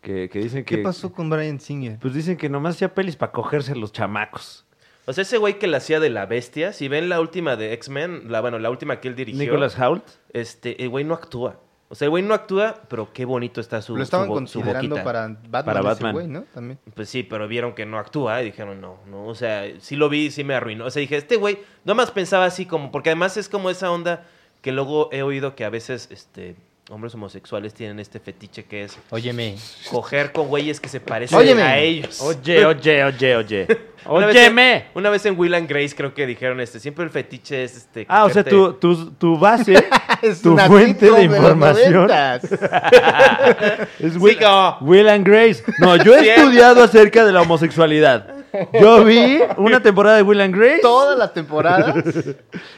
[SPEAKER 3] que, que dicen que...
[SPEAKER 4] ¿Qué pasó con Brian Singer?
[SPEAKER 3] Pues dicen que nomás hacía pelis para cogerse a los chamacos.
[SPEAKER 1] O sea, ese güey que la hacía de la bestia, si ven la última de X-Men, la, bueno, la última que él dirigió,
[SPEAKER 3] Nicholas Hoult.
[SPEAKER 1] este, el güey no actúa. O sea, el güey no actúa, pero qué bonito está su,
[SPEAKER 4] Lo estaban
[SPEAKER 1] su bo- su
[SPEAKER 4] considerando
[SPEAKER 1] boquita.
[SPEAKER 4] para Batman,
[SPEAKER 3] Para
[SPEAKER 4] ese
[SPEAKER 3] Batman.
[SPEAKER 4] güey, ¿no? También.
[SPEAKER 1] Pues sí, pero vieron que no actúa y dijeron no, no. O sea, sí lo vi y sí me arruinó. O sea, dije, este güey, nomás pensaba así como, porque además es como esa onda que luego he oído que a veces, este, hombres homosexuales tienen este fetiche que es
[SPEAKER 4] Óyeme.
[SPEAKER 1] coger con güeyes que se parecen
[SPEAKER 4] Óyeme.
[SPEAKER 1] a ellos.
[SPEAKER 3] Oye, oye, oye, <laughs> oye.
[SPEAKER 1] <laughs> Una vez en-
[SPEAKER 3] ¡Óyeme!
[SPEAKER 1] Una vez en Will and Grace creo que dijeron este, siempre el fetiche es este.
[SPEAKER 3] Ah, o sea,
[SPEAKER 1] cogerte-
[SPEAKER 3] tu, tu, tu base
[SPEAKER 4] <laughs> Es
[SPEAKER 3] Tu
[SPEAKER 4] una
[SPEAKER 3] fuente
[SPEAKER 4] sitcom
[SPEAKER 3] de
[SPEAKER 4] los
[SPEAKER 3] información.
[SPEAKER 4] <laughs> noventas.
[SPEAKER 3] es Will,
[SPEAKER 1] como-
[SPEAKER 3] Will and Grace. No, yo he
[SPEAKER 1] Cierto.
[SPEAKER 3] estudiado acerca de la homosexualidad. Yo vi una temporada de Will and Grace
[SPEAKER 4] Todas las temporadas.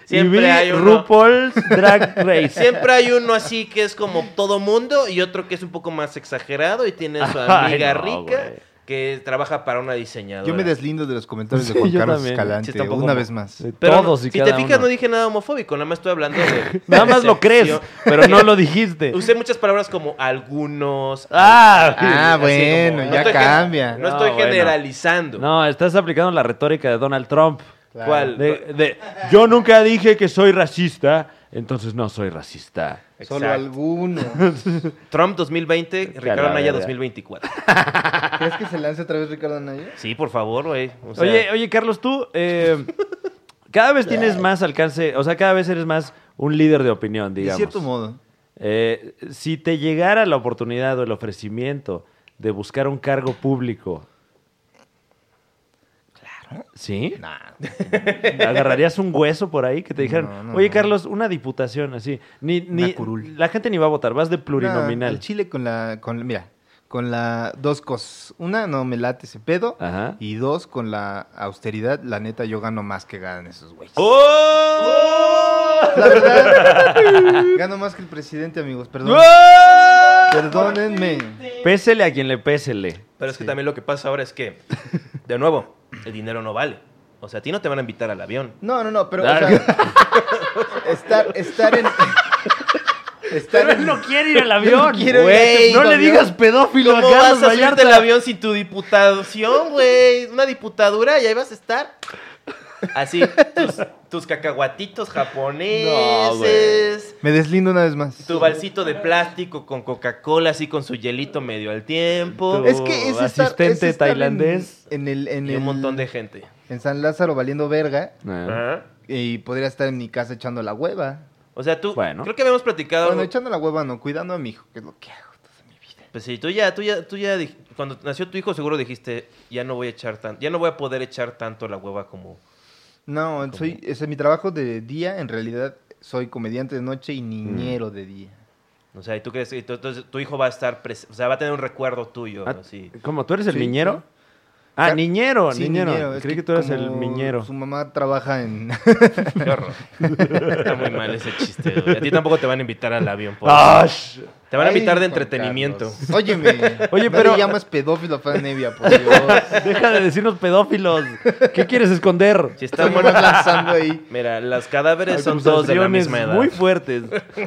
[SPEAKER 1] Siempre
[SPEAKER 3] y vi
[SPEAKER 1] hay uno.
[SPEAKER 3] RuPaul's Drag
[SPEAKER 1] <laughs>
[SPEAKER 3] Race.
[SPEAKER 1] Siempre hay uno así que es como todo mundo y otro que es un poco más exagerado y tiene a su
[SPEAKER 3] Ay,
[SPEAKER 1] amiga
[SPEAKER 3] no,
[SPEAKER 1] rica
[SPEAKER 3] güey.
[SPEAKER 1] que trabaja para una diseñadora.
[SPEAKER 4] Yo me deslindo de los comentarios
[SPEAKER 3] Sí,
[SPEAKER 4] de Juan
[SPEAKER 3] yo
[SPEAKER 4] Carlos
[SPEAKER 3] también.
[SPEAKER 4] Escalante.
[SPEAKER 1] Sí, tampoco
[SPEAKER 4] una
[SPEAKER 1] me-
[SPEAKER 4] vez más.
[SPEAKER 3] De
[SPEAKER 1] Pero
[SPEAKER 3] todos
[SPEAKER 1] no,
[SPEAKER 3] y
[SPEAKER 1] si
[SPEAKER 3] cada
[SPEAKER 1] te fijas no
[SPEAKER 3] uno.
[SPEAKER 1] dije nada homofóbico, nada más estoy hablando de...
[SPEAKER 3] <laughs> Nada más lo crees,
[SPEAKER 1] percepción.
[SPEAKER 3] pero no lo
[SPEAKER 1] <laughs>
[SPEAKER 3] dijiste.
[SPEAKER 1] Usé muchas palabras como algunos.
[SPEAKER 3] <laughs> Ah,
[SPEAKER 4] Ah,
[SPEAKER 1] así
[SPEAKER 4] bueno,
[SPEAKER 1] como- no
[SPEAKER 4] ya
[SPEAKER 1] estoy gen-
[SPEAKER 4] cambia.
[SPEAKER 1] No estoy
[SPEAKER 3] No, bueno.
[SPEAKER 1] generalizando.
[SPEAKER 3] no, estás aplicando la retórica de Donald Trump.
[SPEAKER 4] Claro.
[SPEAKER 1] ¿Cuál?
[SPEAKER 3] De- de, yo nunca dije que soy racista, entonces no soy racista.
[SPEAKER 1] Exacto.
[SPEAKER 4] Solo <laughs> alguno.
[SPEAKER 1] Trump 2020,
[SPEAKER 3] Que a
[SPEAKER 1] Ricardo
[SPEAKER 3] la
[SPEAKER 1] Anaya
[SPEAKER 3] verga.
[SPEAKER 1] 2024.
[SPEAKER 4] ¿Crees que se lance otra vez Ricardo Anaya?
[SPEAKER 1] Sí, por favor, güey. O sea,
[SPEAKER 3] oye, oye, Carlos, tú eh, cada vez tienes más alcance, o sea, cada vez eres más un líder de opinión, digamos.
[SPEAKER 4] De cierto modo.
[SPEAKER 3] Eh, si te llegara la oportunidad o el ofrecimiento de buscar un cargo público. Claro. ¿Sí?
[SPEAKER 4] Nah.
[SPEAKER 3] ¿Agarrarías un hueso por ahí que te dijeran,
[SPEAKER 4] No, no,
[SPEAKER 3] oye
[SPEAKER 4] no.
[SPEAKER 3] Carlos, una diputación así? Ni, ni,
[SPEAKER 4] Una curul.
[SPEAKER 3] La gente ni va a votar, vas de
[SPEAKER 4] Nah,
[SPEAKER 3] plurinominal.
[SPEAKER 4] el Chile con la, con, mira, con la dos cosas. Una, no me late ese pedo.
[SPEAKER 3] Ajá.
[SPEAKER 4] Y dos, con la austeridad, la neta, yo gano más que ganan esos güeyes.
[SPEAKER 1] ¡Oh!
[SPEAKER 4] La verdad, gano más que el presidente, amigos. Perdón, perdónenme.
[SPEAKER 3] ¡Oh! Pésele a quien le pésele.
[SPEAKER 1] Pero es que también lo que pasa ahora es que, de nuevo, el dinero no vale. O sea, a ti no te van a invitar al avión.
[SPEAKER 4] No, no, no, pero o sea, estar, estar <laughs> en. Estar en.
[SPEAKER 3] quiere ir al
[SPEAKER 4] avión. Güey,
[SPEAKER 3] no le
[SPEAKER 4] avión.
[SPEAKER 3] digas pedófilo a
[SPEAKER 1] ¿Cómo
[SPEAKER 3] Carlos
[SPEAKER 1] vas a subirte
[SPEAKER 3] Vallarta.
[SPEAKER 1] del avión sin tu diputación, güey? Una diputadura y ahí vas a estar. Así, tus, tus cacahuatitos japoneses,
[SPEAKER 4] Me deslindo una vez más.
[SPEAKER 1] tu balsito de plástico con Coca-Cola, así con su hielito medio al tiempo.
[SPEAKER 3] Tu-
[SPEAKER 4] Es que es estar-
[SPEAKER 3] asistente
[SPEAKER 4] es estar en-
[SPEAKER 3] tailandés.
[SPEAKER 4] En, el, en
[SPEAKER 1] Y un
[SPEAKER 4] el-
[SPEAKER 1] montón de gente.
[SPEAKER 4] En San Lázaro valiendo verga.
[SPEAKER 3] Ah.
[SPEAKER 1] Ajá.
[SPEAKER 4] Y podría estar en mi casa echando la hueva.
[SPEAKER 1] O sea, tú,
[SPEAKER 3] Bueno.
[SPEAKER 1] creo que habíamos platicado...
[SPEAKER 4] Bueno, echando la hueva no, cuidando a mi hijo, que es lo que hago.
[SPEAKER 1] Pues sí, tú ya, tú ya, tú ya, dij- cuando nació tu hijo seguro dijiste, ya no voy a echar tan, ya no voy a poder echar tanto la hueva como...
[SPEAKER 4] No, soy, ese es mi trabajo de día, en realidad soy comediante de noche
[SPEAKER 1] Mm.
[SPEAKER 4] y niñero de día.
[SPEAKER 1] O sea, y tú crees, y tú- entonces tu hijo va a estar, pres- o sea, va a tener un recuerdo tuyo,
[SPEAKER 3] Ah,
[SPEAKER 1] <laughs> así.
[SPEAKER 3] ¿Cómo? ¿Tú eres el
[SPEAKER 4] Sí,
[SPEAKER 3] niñero?
[SPEAKER 4] sí.
[SPEAKER 3] Ah,
[SPEAKER 4] Car-
[SPEAKER 3] niñero,
[SPEAKER 4] Sí,
[SPEAKER 3] niñero.
[SPEAKER 4] es
[SPEAKER 3] Creí que, tú eras
[SPEAKER 4] como
[SPEAKER 3] el miñero.
[SPEAKER 4] Su mamá trabaja en...
[SPEAKER 1] <laughs> Qué horror. Está muy mal ese chiste, güey. A ti tampoco te van a invitar al avión. por-
[SPEAKER 3] <laughs> ¡Ash!
[SPEAKER 1] Te van a
[SPEAKER 4] Ay,
[SPEAKER 1] invitar de
[SPEAKER 4] Juan
[SPEAKER 1] entretenimiento.
[SPEAKER 4] Carlos.
[SPEAKER 3] <laughs>
[SPEAKER 4] Óyeme.
[SPEAKER 3] Oye,
[SPEAKER 4] Oye,
[SPEAKER 3] pero-
[SPEAKER 4] pero. llamas pedófilo a Fran Evia,
[SPEAKER 3] <laughs>
[SPEAKER 4] por Dios.
[SPEAKER 3] Deja de decirnos pedófilos. ¿Qué quieres esconder?
[SPEAKER 1] Si están
[SPEAKER 4] Estamos lanzando
[SPEAKER 3] <laughs>
[SPEAKER 4] ahí.
[SPEAKER 1] Mira, los cadáveres son todos de la
[SPEAKER 3] Acusaciones
[SPEAKER 1] misma edad.
[SPEAKER 3] muy
[SPEAKER 1] <laughs>
[SPEAKER 3] fuertes.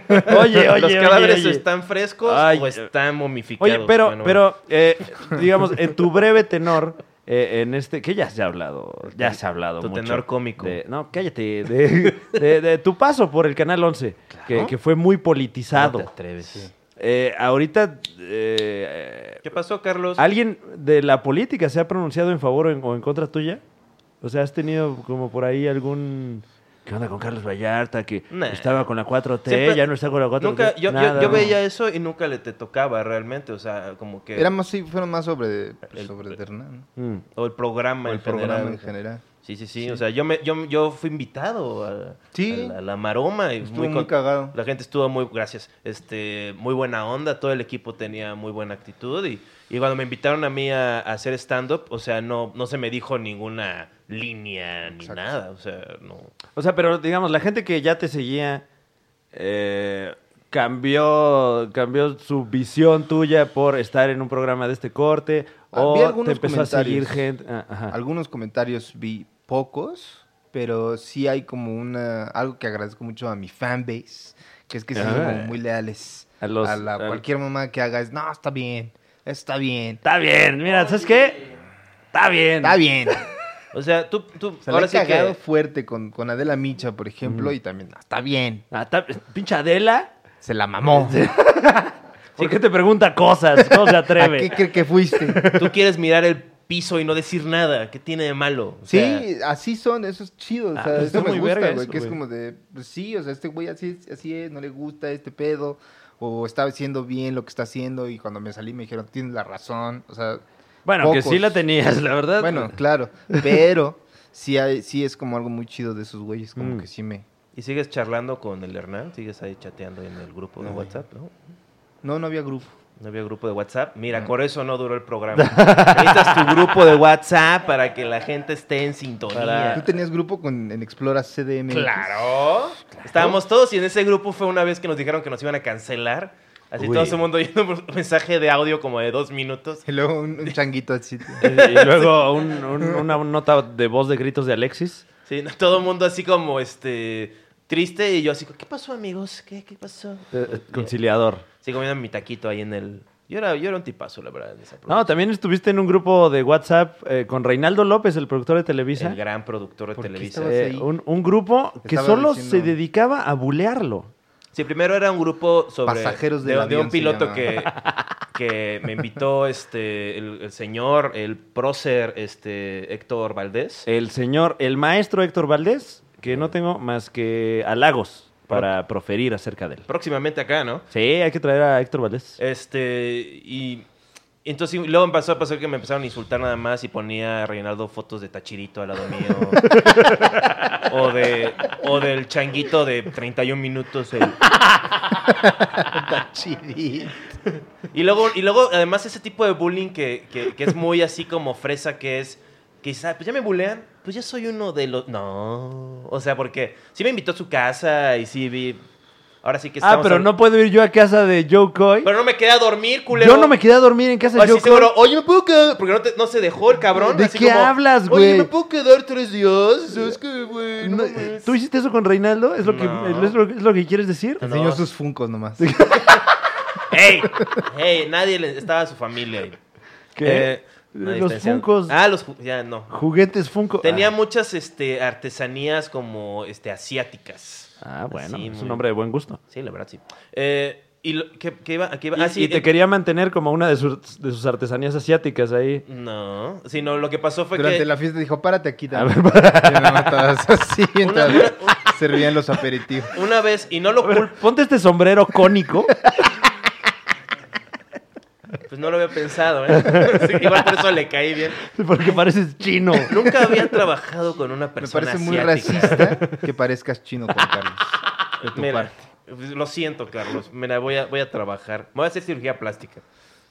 [SPEAKER 3] Oye, oye,
[SPEAKER 1] los
[SPEAKER 3] oye,
[SPEAKER 1] cadáveres
[SPEAKER 3] oye.
[SPEAKER 1] están frescos
[SPEAKER 3] Ay,
[SPEAKER 1] o están momificados.
[SPEAKER 3] Oye, pero,
[SPEAKER 1] Bueno,
[SPEAKER 3] pero eh, digamos, en tu breve tenor, eh, en este, que ya se ha hablado, ya se ha hablado
[SPEAKER 1] Tu
[SPEAKER 3] mucho
[SPEAKER 1] tenor cómico.
[SPEAKER 3] de- no, cállate, de, de- de tu paso por el Canal 11, que, que fue muy
[SPEAKER 1] no te
[SPEAKER 3] politizado.
[SPEAKER 1] atreves.
[SPEAKER 3] Eh, ahorita, eh,
[SPEAKER 1] ¿Qué pasó, Carlos?
[SPEAKER 3] ¿alguien de la política se ha pronunciado en favor o en, o en contra tuya? O sea, ¿has tenido como por ahí algún... ¿Qué onda con Carlos Vallarta? Que
[SPEAKER 1] Nah.
[SPEAKER 3] estaba con la 4T,
[SPEAKER 1] Siempre-
[SPEAKER 3] ya no está con la 4T.
[SPEAKER 1] Nunca, yo, yo-
[SPEAKER 3] nada,
[SPEAKER 1] yo
[SPEAKER 3] no.
[SPEAKER 1] veía eso y nunca le te tocaba realmente, o sea, como que...
[SPEAKER 4] Era más, sí, fueron más sobre,
[SPEAKER 1] El-
[SPEAKER 4] sobre Hernán.
[SPEAKER 3] Mm.
[SPEAKER 1] O el programa
[SPEAKER 4] O el
[SPEAKER 1] en general.
[SPEAKER 4] programa en general.
[SPEAKER 1] Sí, sí, sí, o sea, yo, me, yo, yo fui invitado a,
[SPEAKER 4] Sí.
[SPEAKER 1] a la, a la maroma. Y
[SPEAKER 4] Estuvo muy,
[SPEAKER 1] con-
[SPEAKER 4] cagado.
[SPEAKER 1] La gente estuvo muy, gracias, este, muy buena onda, todo el equipo tenía muy buena actitud y, y cuando me invitaron a mí a, a hacer stand-up, o sea, no, no se me dijo ninguna línea ni
[SPEAKER 4] Exacto.
[SPEAKER 1] nada, o sea, no.
[SPEAKER 3] O sea, pero digamos, la gente que ya te seguía eh, cambió, cambió su visión tuya por estar en un programa de este corte.
[SPEAKER 4] Ah,
[SPEAKER 3] o
[SPEAKER 4] vi algunos
[SPEAKER 3] te empezó a seguir
[SPEAKER 4] comentarios.
[SPEAKER 3] gente. ah, ajá.
[SPEAKER 4] Algunos comentarios vi pocos, pero sí hay como una algo que agradezco mucho a mi fanbase, que es que son
[SPEAKER 3] Ah.
[SPEAKER 4] como muy leales
[SPEAKER 3] A los-
[SPEAKER 4] a la-
[SPEAKER 3] al-
[SPEAKER 4] cualquier mamá que haga es, no, está bien, está
[SPEAKER 3] <laughs>
[SPEAKER 4] bien,
[SPEAKER 3] Está bien, mira, ¿sabes qué? Está bien.
[SPEAKER 4] está bien.
[SPEAKER 1] O sea, tú, tú,
[SPEAKER 4] Se
[SPEAKER 1] ahora
[SPEAKER 4] la he
[SPEAKER 1] sí
[SPEAKER 4] cagado
[SPEAKER 1] que...
[SPEAKER 3] <laughs>
[SPEAKER 4] fuerte con, con Adela Micha, por ejemplo, y también, "No, está bien,
[SPEAKER 3] Ah, está- pinche Adela.
[SPEAKER 4] se la
[SPEAKER 3] <laughs>
[SPEAKER 4] mamó.
[SPEAKER 3] ¿Por qué te pregunta cosas? No se
[SPEAKER 4] ¿A
[SPEAKER 3] atreve.
[SPEAKER 4] qué cree que fuiste?
[SPEAKER 3] <laughs>
[SPEAKER 1] Tú quieres mirar el piso y no decir nada, ¿qué tiene de malo? O sea,
[SPEAKER 4] Sí, así son, eso es chido, o
[SPEAKER 3] Ah,
[SPEAKER 4] sea,
[SPEAKER 3] pues está
[SPEAKER 4] eso me
[SPEAKER 3] muy
[SPEAKER 4] gusta,
[SPEAKER 3] verga
[SPEAKER 4] güey,
[SPEAKER 3] eso,
[SPEAKER 4] que es
[SPEAKER 3] güey.
[SPEAKER 4] como de, pues sí, o sea, este güey así, es- así es, no le gusta este pedo, o está haciendo bien lo que está haciendo, y cuando me salí me dijeron, tienes la razón, o sea,
[SPEAKER 3] bueno, que
[SPEAKER 4] Pocos.
[SPEAKER 3] sí la tenías, la verdad.
[SPEAKER 4] bueno,
[SPEAKER 3] <laughs>
[SPEAKER 4] claro, pero sí, hay, sí es como algo muy chido de esos güeyes, como
[SPEAKER 3] Mm.
[SPEAKER 4] que sí me...
[SPEAKER 1] ¿Y sigues charlando con el Hernán? ¿Sigues ahí chateando en el grupo de
[SPEAKER 4] No.
[SPEAKER 1] WhatsApp? ¿no?
[SPEAKER 4] No, no había grupo.
[SPEAKER 1] No había grupo de WhatsApp. Mira, por eso no duró el programa. Necesitas tu grupo de WhatsApp para que la gente esté en
[SPEAKER 4] ¿Tú
[SPEAKER 1] sintonía.
[SPEAKER 4] tenías grupo con, en Explora CDM?
[SPEAKER 1] Claro. Estábamos todos y en ese grupo fue una vez que nos dijeron que nos iban a cancelar. Así
[SPEAKER 3] Uy.
[SPEAKER 1] todo el mundo <laughs> yendo por un mensaje de audio como de dos minutos.
[SPEAKER 4] Y luego un, un changuito así.
[SPEAKER 3] Y, y luego un- un- una nota de voz de gritos de Alexis.
[SPEAKER 1] Sí, no, todo el mundo así como este triste y yo así, ¿qué pasó amigos? ¿Qué, qué pasó?
[SPEAKER 3] eh, conciliador.
[SPEAKER 1] Sí, comiendo mi taquito ahí en el... Yo era, yo era un tipazo, la verdad, en esa
[SPEAKER 3] No, también estuviste en un grupo de WhatsApp eh, con Reinaldo López, el productor de Televisa.
[SPEAKER 1] El gran productor de
[SPEAKER 4] ¿Por qué
[SPEAKER 1] Televisa.
[SPEAKER 4] estaba-
[SPEAKER 3] Eh,
[SPEAKER 4] ahí.
[SPEAKER 3] un, un grupo que
[SPEAKER 4] Estaba
[SPEAKER 3] solo
[SPEAKER 4] diciendo-
[SPEAKER 3] se dedicaba a bulearlo.
[SPEAKER 1] Sí, primero era un grupo sobre...
[SPEAKER 4] Pasajeros del
[SPEAKER 1] de, de
[SPEAKER 4] avión
[SPEAKER 1] un
[SPEAKER 4] se
[SPEAKER 1] piloto
[SPEAKER 4] llamaba.
[SPEAKER 1] que, que me invitó este, el, el señor, el prócer este, Héctor Valdés.
[SPEAKER 3] El señor, el maestro Héctor Valdés, que no tengo más que halagos para proferir acerca de él.
[SPEAKER 1] Próximamente acá, ¿no?
[SPEAKER 3] Sí, hay que traer a Héctor
[SPEAKER 4] Eh,
[SPEAKER 3] Valdés.
[SPEAKER 1] Este, y entonces y luego me pasó a pasar que me empezaron a insultar nada más y ponía a Reinaldo fotos de Tachirito al lado mío.
[SPEAKER 4] <laughs>
[SPEAKER 1] o, de, o del changuito de 31 minutos. el-
[SPEAKER 4] Chiri.
[SPEAKER 1] Y luego, y luego, además, ese tipo de bullying que, que- que es muy así como fresa, que es, quizá, pues ya me bullean, pues ya soy uno de los... No, o sea, porque sí me invitó a su casa y sí vi... Ahora sí que
[SPEAKER 3] Ah,
[SPEAKER 1] estamos
[SPEAKER 3] pero
[SPEAKER 1] habl-
[SPEAKER 3] no puedo ir yo a casa de Joe Coy.
[SPEAKER 1] Pero no me quedé a dormir, culero.
[SPEAKER 3] Yo no me quedé a dormir en casa
[SPEAKER 1] Ahora sí
[SPEAKER 3] de Joe Coy.
[SPEAKER 1] seguro, oye, ¿me puedo quedar? Porque no, te- no se dejó el cabrón.
[SPEAKER 3] ¿De
[SPEAKER 1] así
[SPEAKER 3] qué
[SPEAKER 1] como,
[SPEAKER 3] hablas, güey?
[SPEAKER 1] Oye, ¿me puedo quedar tres días? Es que, güey, no
[SPEAKER 3] Eh, No,
[SPEAKER 1] mames".
[SPEAKER 3] ¿Tú hiciste eso con Reinaldo? ¿Es lo,
[SPEAKER 1] No.
[SPEAKER 3] que, es lo, es lo que quieres decir?
[SPEAKER 4] Te enseñó
[SPEAKER 1] No.
[SPEAKER 4] sus funcos nomás.
[SPEAKER 1] ¡Ey! ¡Ey! Nadie le... Estaba su familia ahí.
[SPEAKER 3] ¿Qué?
[SPEAKER 1] Eh, nadie
[SPEAKER 3] los
[SPEAKER 1] está diciendo-
[SPEAKER 3] Funkos,
[SPEAKER 1] Ah, los... ju- Ya, no.
[SPEAKER 3] juguetes Funko.
[SPEAKER 1] Tenía
[SPEAKER 3] Ah.
[SPEAKER 1] muchas este, artesanías como este, asiáticas.
[SPEAKER 3] Ah, bueno,
[SPEAKER 1] Así,
[SPEAKER 3] es
[SPEAKER 1] muy-
[SPEAKER 3] un hombre de buen gusto.
[SPEAKER 1] Sí, la verdad, sí. Eh, y lo- ¿qué, qué iba, ¿A qué iba?
[SPEAKER 3] Y,
[SPEAKER 1] Ah, sí,
[SPEAKER 3] y te
[SPEAKER 1] eh,
[SPEAKER 3] quería mantener como una de sus, de sus artesanías asiáticas ahí.
[SPEAKER 1] No, sino lo que pasó fue
[SPEAKER 4] Durante
[SPEAKER 1] que...
[SPEAKER 4] la fiesta dijo, párate aquí
[SPEAKER 3] A
[SPEAKER 4] también.
[SPEAKER 3] ver, para-
[SPEAKER 4] Y nada más estabas así mientras
[SPEAKER 1] una-
[SPEAKER 4] servían los aperitivos.
[SPEAKER 1] Una vez, y no lo
[SPEAKER 3] <laughs> a ver,
[SPEAKER 1] culpo,
[SPEAKER 3] ponte este sombrero
[SPEAKER 1] <laughs>
[SPEAKER 3] cónico.
[SPEAKER 1] pues no lo había pensado, ¿eh? <laughs> Sí, igual por eso le caí bien.
[SPEAKER 3] Porque pareces chino.
[SPEAKER 1] Nunca había trabajado con una
[SPEAKER 4] Me
[SPEAKER 1] persona
[SPEAKER 4] parece muy
[SPEAKER 1] asiática.
[SPEAKER 4] racista que parezcas chino, Juan Carlos. De tu
[SPEAKER 1] Mira,
[SPEAKER 4] parte.
[SPEAKER 1] pues, lo siento, Carlos. Mira, voy a, voy a trabajar. Me voy a hacer cirugía plástica.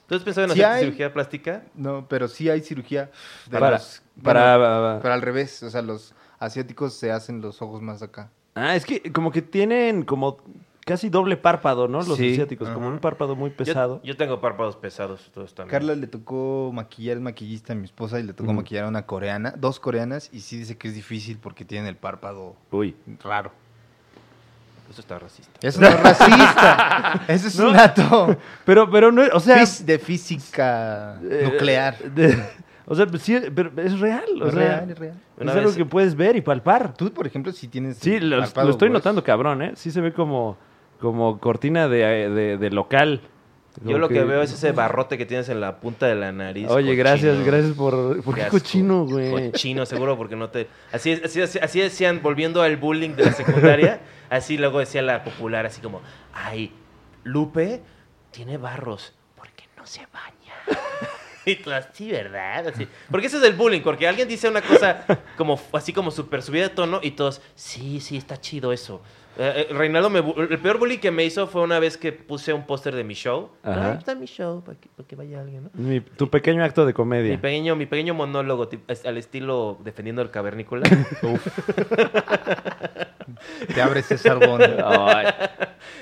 [SPEAKER 1] ¿Tú has pensado en
[SPEAKER 4] Sí
[SPEAKER 1] hacer
[SPEAKER 4] hay.
[SPEAKER 1] cirugía plástica?
[SPEAKER 4] No, pero sí hay cirugía de
[SPEAKER 3] Para-
[SPEAKER 4] los-
[SPEAKER 3] para-
[SPEAKER 4] bueno, pero al revés. O sea, los asiáticos se hacen los ojos más acá.
[SPEAKER 3] Ah, es que como que tienen como casi doble párpado, ¿no? Los
[SPEAKER 4] Sí,
[SPEAKER 3] asiáticos, como
[SPEAKER 4] ajá.
[SPEAKER 3] un párpado muy
[SPEAKER 1] Yo-
[SPEAKER 3] pesado.
[SPEAKER 1] Yo, tengo párpados pesados, todos también.
[SPEAKER 4] Carla le tocó maquillar, es maquillista a mi esposa y le tocó
[SPEAKER 3] Ujú.
[SPEAKER 4] maquillar a una coreana, dos coreanas, y sí dice que es difícil porque tienen el párpado
[SPEAKER 3] Uy.
[SPEAKER 4] raro.
[SPEAKER 1] Eso está racista.
[SPEAKER 4] Eso no es racista. Eso es un dato
[SPEAKER 3] Pero, pero no, o sea.
[SPEAKER 4] fis- de física
[SPEAKER 3] eh,
[SPEAKER 4] nuclear.
[SPEAKER 3] de- <laughs> o sea, pues sí, pero es real. O
[SPEAKER 4] Es
[SPEAKER 3] sea,
[SPEAKER 4] real, es real.
[SPEAKER 1] Una
[SPEAKER 3] es algo
[SPEAKER 1] vez-
[SPEAKER 3] que puedes ver y palpar.
[SPEAKER 4] Tú, por ejemplo, sí tienes.
[SPEAKER 3] Sí,
[SPEAKER 4] el
[SPEAKER 3] lo, lo
[SPEAKER 4] párpado
[SPEAKER 3] estoy
[SPEAKER 4] grueso.
[SPEAKER 3] notando cabrón, ¿eh? Sí se ve como, como cortina de, eh, de- de local.
[SPEAKER 1] Yo lo que
[SPEAKER 3] Como
[SPEAKER 1] veo es ese barrote que tienes en la punta de la nariz.
[SPEAKER 3] Oye, gracias,
[SPEAKER 1] cochino.
[SPEAKER 3] gracias por... ¿Por qué
[SPEAKER 1] asco.
[SPEAKER 3] cochino, güey?
[SPEAKER 1] Cochino, seguro, porque no te... Así, así, así, así decían, volviendo al bullying de la
[SPEAKER 3] <laughs>
[SPEAKER 1] secundaria, así luego decía la popular, así como, ay, Lupe tiene barros porque no se
[SPEAKER 3] <laughs>
[SPEAKER 1] baña. Y tú, así, ¿verdad? Así. Porque eso es el bullying, porque alguien dice una cosa como así como súper subida de tono y todos, sí, sí, está chido eso. Eh, eh, Reinaldo, me bu- el peor bullying que me hizo fue una vez que puse un póster de mi show.
[SPEAKER 3] Ajá.
[SPEAKER 1] Ahí está mi show, para que, para que vaya alguien, ¿no?
[SPEAKER 3] Mi- tu pequeño acto de
[SPEAKER 1] Mi
[SPEAKER 3] comedia.
[SPEAKER 1] pequeño, mi pequeño monólogo tip- es- al estilo defendiendo el cavernícola.
[SPEAKER 3] <laughs>
[SPEAKER 1] <laughs>
[SPEAKER 4] Te abre César
[SPEAKER 3] <laughs>
[SPEAKER 4] Bono.
[SPEAKER 3] Ay.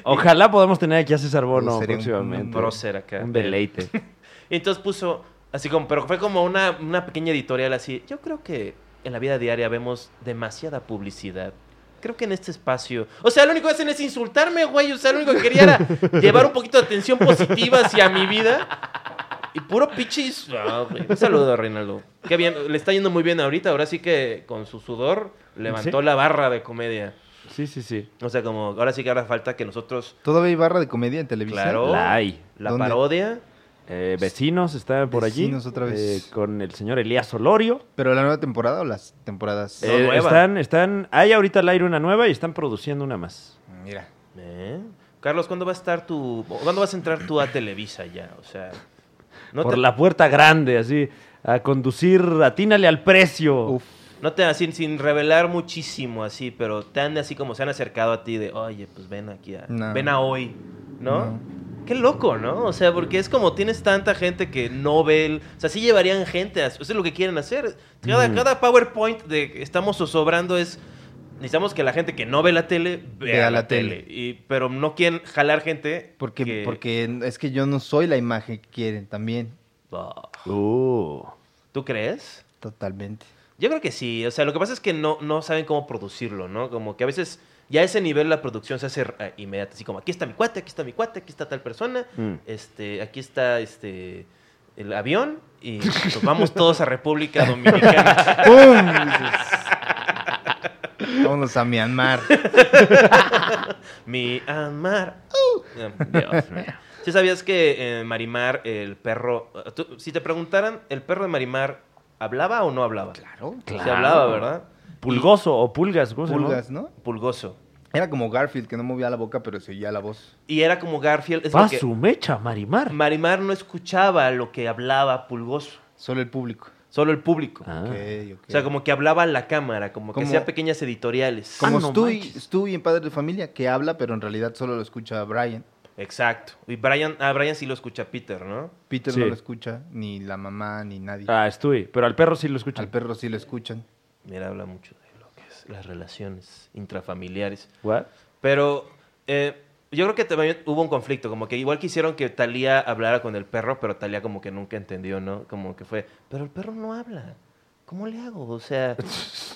[SPEAKER 3] Ojalá podamos tener aquí a César Bono
[SPEAKER 4] Sería un-
[SPEAKER 1] un
[SPEAKER 3] próximamente.
[SPEAKER 1] prócer acá.
[SPEAKER 3] Un deleite.
[SPEAKER 1] Y entonces puso, así como, pero fue como una, una pequeña editorial así. Yo creo que en la vida diaria vemos demasiada publicidad. Creo que en este espacio. O sea, lo único que hacen es insultarme, güey. O sea, lo único que quería era llevar un poquito de atención positiva hacia mi vida. Y puro pichis. No, güey. un saludo a Reinaldo. Qué bien, le está yendo muy bien ahorita. Ahora sí que con su sudor levantó
[SPEAKER 3] Sí.
[SPEAKER 1] la barra de comedia.
[SPEAKER 3] Sí, sí, sí.
[SPEAKER 1] O sea, como ahora sí que ahora falta que nosotros,
[SPEAKER 4] ¿Todavía hay barra de comedia en televisión?
[SPEAKER 1] claro,
[SPEAKER 3] La
[SPEAKER 1] la,
[SPEAKER 3] hay.
[SPEAKER 4] ¿Dónde?
[SPEAKER 1] parodia.
[SPEAKER 3] Eh, vecinos está por allí.
[SPEAKER 4] Vecinos otra vez.
[SPEAKER 3] Eh, con el señor Elías Solorio.
[SPEAKER 4] ¿Pero la nueva temporada o las temporadas?
[SPEAKER 1] Eh, nueva.
[SPEAKER 3] están, están... Hay ahorita al aire una nueva y están produciendo una más.
[SPEAKER 4] Mira.
[SPEAKER 1] ¿Eh? Carlos, ¿cuándo va a estar tu, cuándo vas a entrar tú a Televisa ya? O sea, no
[SPEAKER 3] por
[SPEAKER 1] te,
[SPEAKER 3] la puerta grande, así. A conducir, atínale al precio.
[SPEAKER 4] Uf.
[SPEAKER 1] no te así sin revelar muchísimo así, pero tan así como se han acercado a ti de, oye, pues ven aquí, a,
[SPEAKER 4] No.
[SPEAKER 1] ven a hoy, ¿no?
[SPEAKER 4] No.
[SPEAKER 1] Qué loco, ¿no? O sea, porque es como tienes tanta gente que no ve, el- o sea, sí llevarían gente, a- eso es lo que quieren hacer.
[SPEAKER 4] Mm.
[SPEAKER 1] Cada, cada PowerPoint de que estamos zozobrando es necesitamos que la gente que no ve la tele vea,
[SPEAKER 4] Vea
[SPEAKER 1] la,
[SPEAKER 4] la
[SPEAKER 1] tele.
[SPEAKER 4] tele.
[SPEAKER 1] y pero no quieren jalar gente
[SPEAKER 4] Porque,
[SPEAKER 1] que-
[SPEAKER 4] porque es que yo no soy la imagen que quieren también.
[SPEAKER 1] Bah.
[SPEAKER 3] Uh.
[SPEAKER 1] Ah. ¿Tú crees?
[SPEAKER 4] Totalmente.
[SPEAKER 1] Yo creo que sí. O sea, lo que pasa es que no, no saben cómo producirlo, ¿no? Como que a veces ya a ese nivel la producción se hace eh, inmediata. Así como, aquí está mi cuate, aquí está mi cuate, aquí está tal persona,
[SPEAKER 3] Mm.
[SPEAKER 1] este, aquí está este el avión y nos vamos todos a República
[SPEAKER 3] <laughs>
[SPEAKER 1] Dominicana.
[SPEAKER 4] ¡Pum! Dices, Vámonos a Myanmar.
[SPEAKER 1] mi amar. Uh. Dios mío. ¿Sí sabías que eh, Marimar, el perro... eh, tú- si te preguntaran, ¿el perro de Marimar hablaba o no hablaba?
[SPEAKER 4] Claro.
[SPEAKER 1] Se
[SPEAKER 3] claro.
[SPEAKER 1] hablaba, ¿verdad?
[SPEAKER 3] Pulgoso o pulgas, ¿cómo se llama?
[SPEAKER 4] Pulgas, ¿no?
[SPEAKER 1] Pulgoso.
[SPEAKER 4] Era como Garfield, que no movía la boca, pero se oía la voz.
[SPEAKER 1] Y era como Garfield. Es
[SPEAKER 3] Va
[SPEAKER 1] porque-
[SPEAKER 3] su mecha, Marimar.
[SPEAKER 1] Marimar no escuchaba lo que hablaba Pulgoso,
[SPEAKER 4] Solo el público.
[SPEAKER 1] solo el público.
[SPEAKER 3] Ah.
[SPEAKER 4] Ok, ok.
[SPEAKER 1] O sea, como que hablaba a la cámara, como que
[SPEAKER 4] Como-
[SPEAKER 1] hacía pequeñas editoriales.
[SPEAKER 4] Como
[SPEAKER 3] Ah, no
[SPEAKER 4] Stewie,
[SPEAKER 3] manches.
[SPEAKER 4] Stewie en Padre de Familia, que habla, pero en realidad solo lo escucha Brian.
[SPEAKER 1] Exacto. Y Brian, a Brian sí lo escucha Peter, ¿no?
[SPEAKER 4] Peter
[SPEAKER 3] Sí.
[SPEAKER 4] no lo escucha, ni la mamá, ni nadie.
[SPEAKER 3] Ah, estoy. Pero al perro sí lo escuchan.
[SPEAKER 4] Al perro sí lo escuchan.
[SPEAKER 1] Mira, habla mucho de lo que es las relaciones intrafamiliares.
[SPEAKER 3] What?
[SPEAKER 1] Pero eh, yo creo que también hubo un conflicto, como que igual quisieron que Talía hablara con el perro, pero Talía como que nunca entendió, ¿no? Como que fue, pero el perro no habla. ¿Cómo le hago? O sea,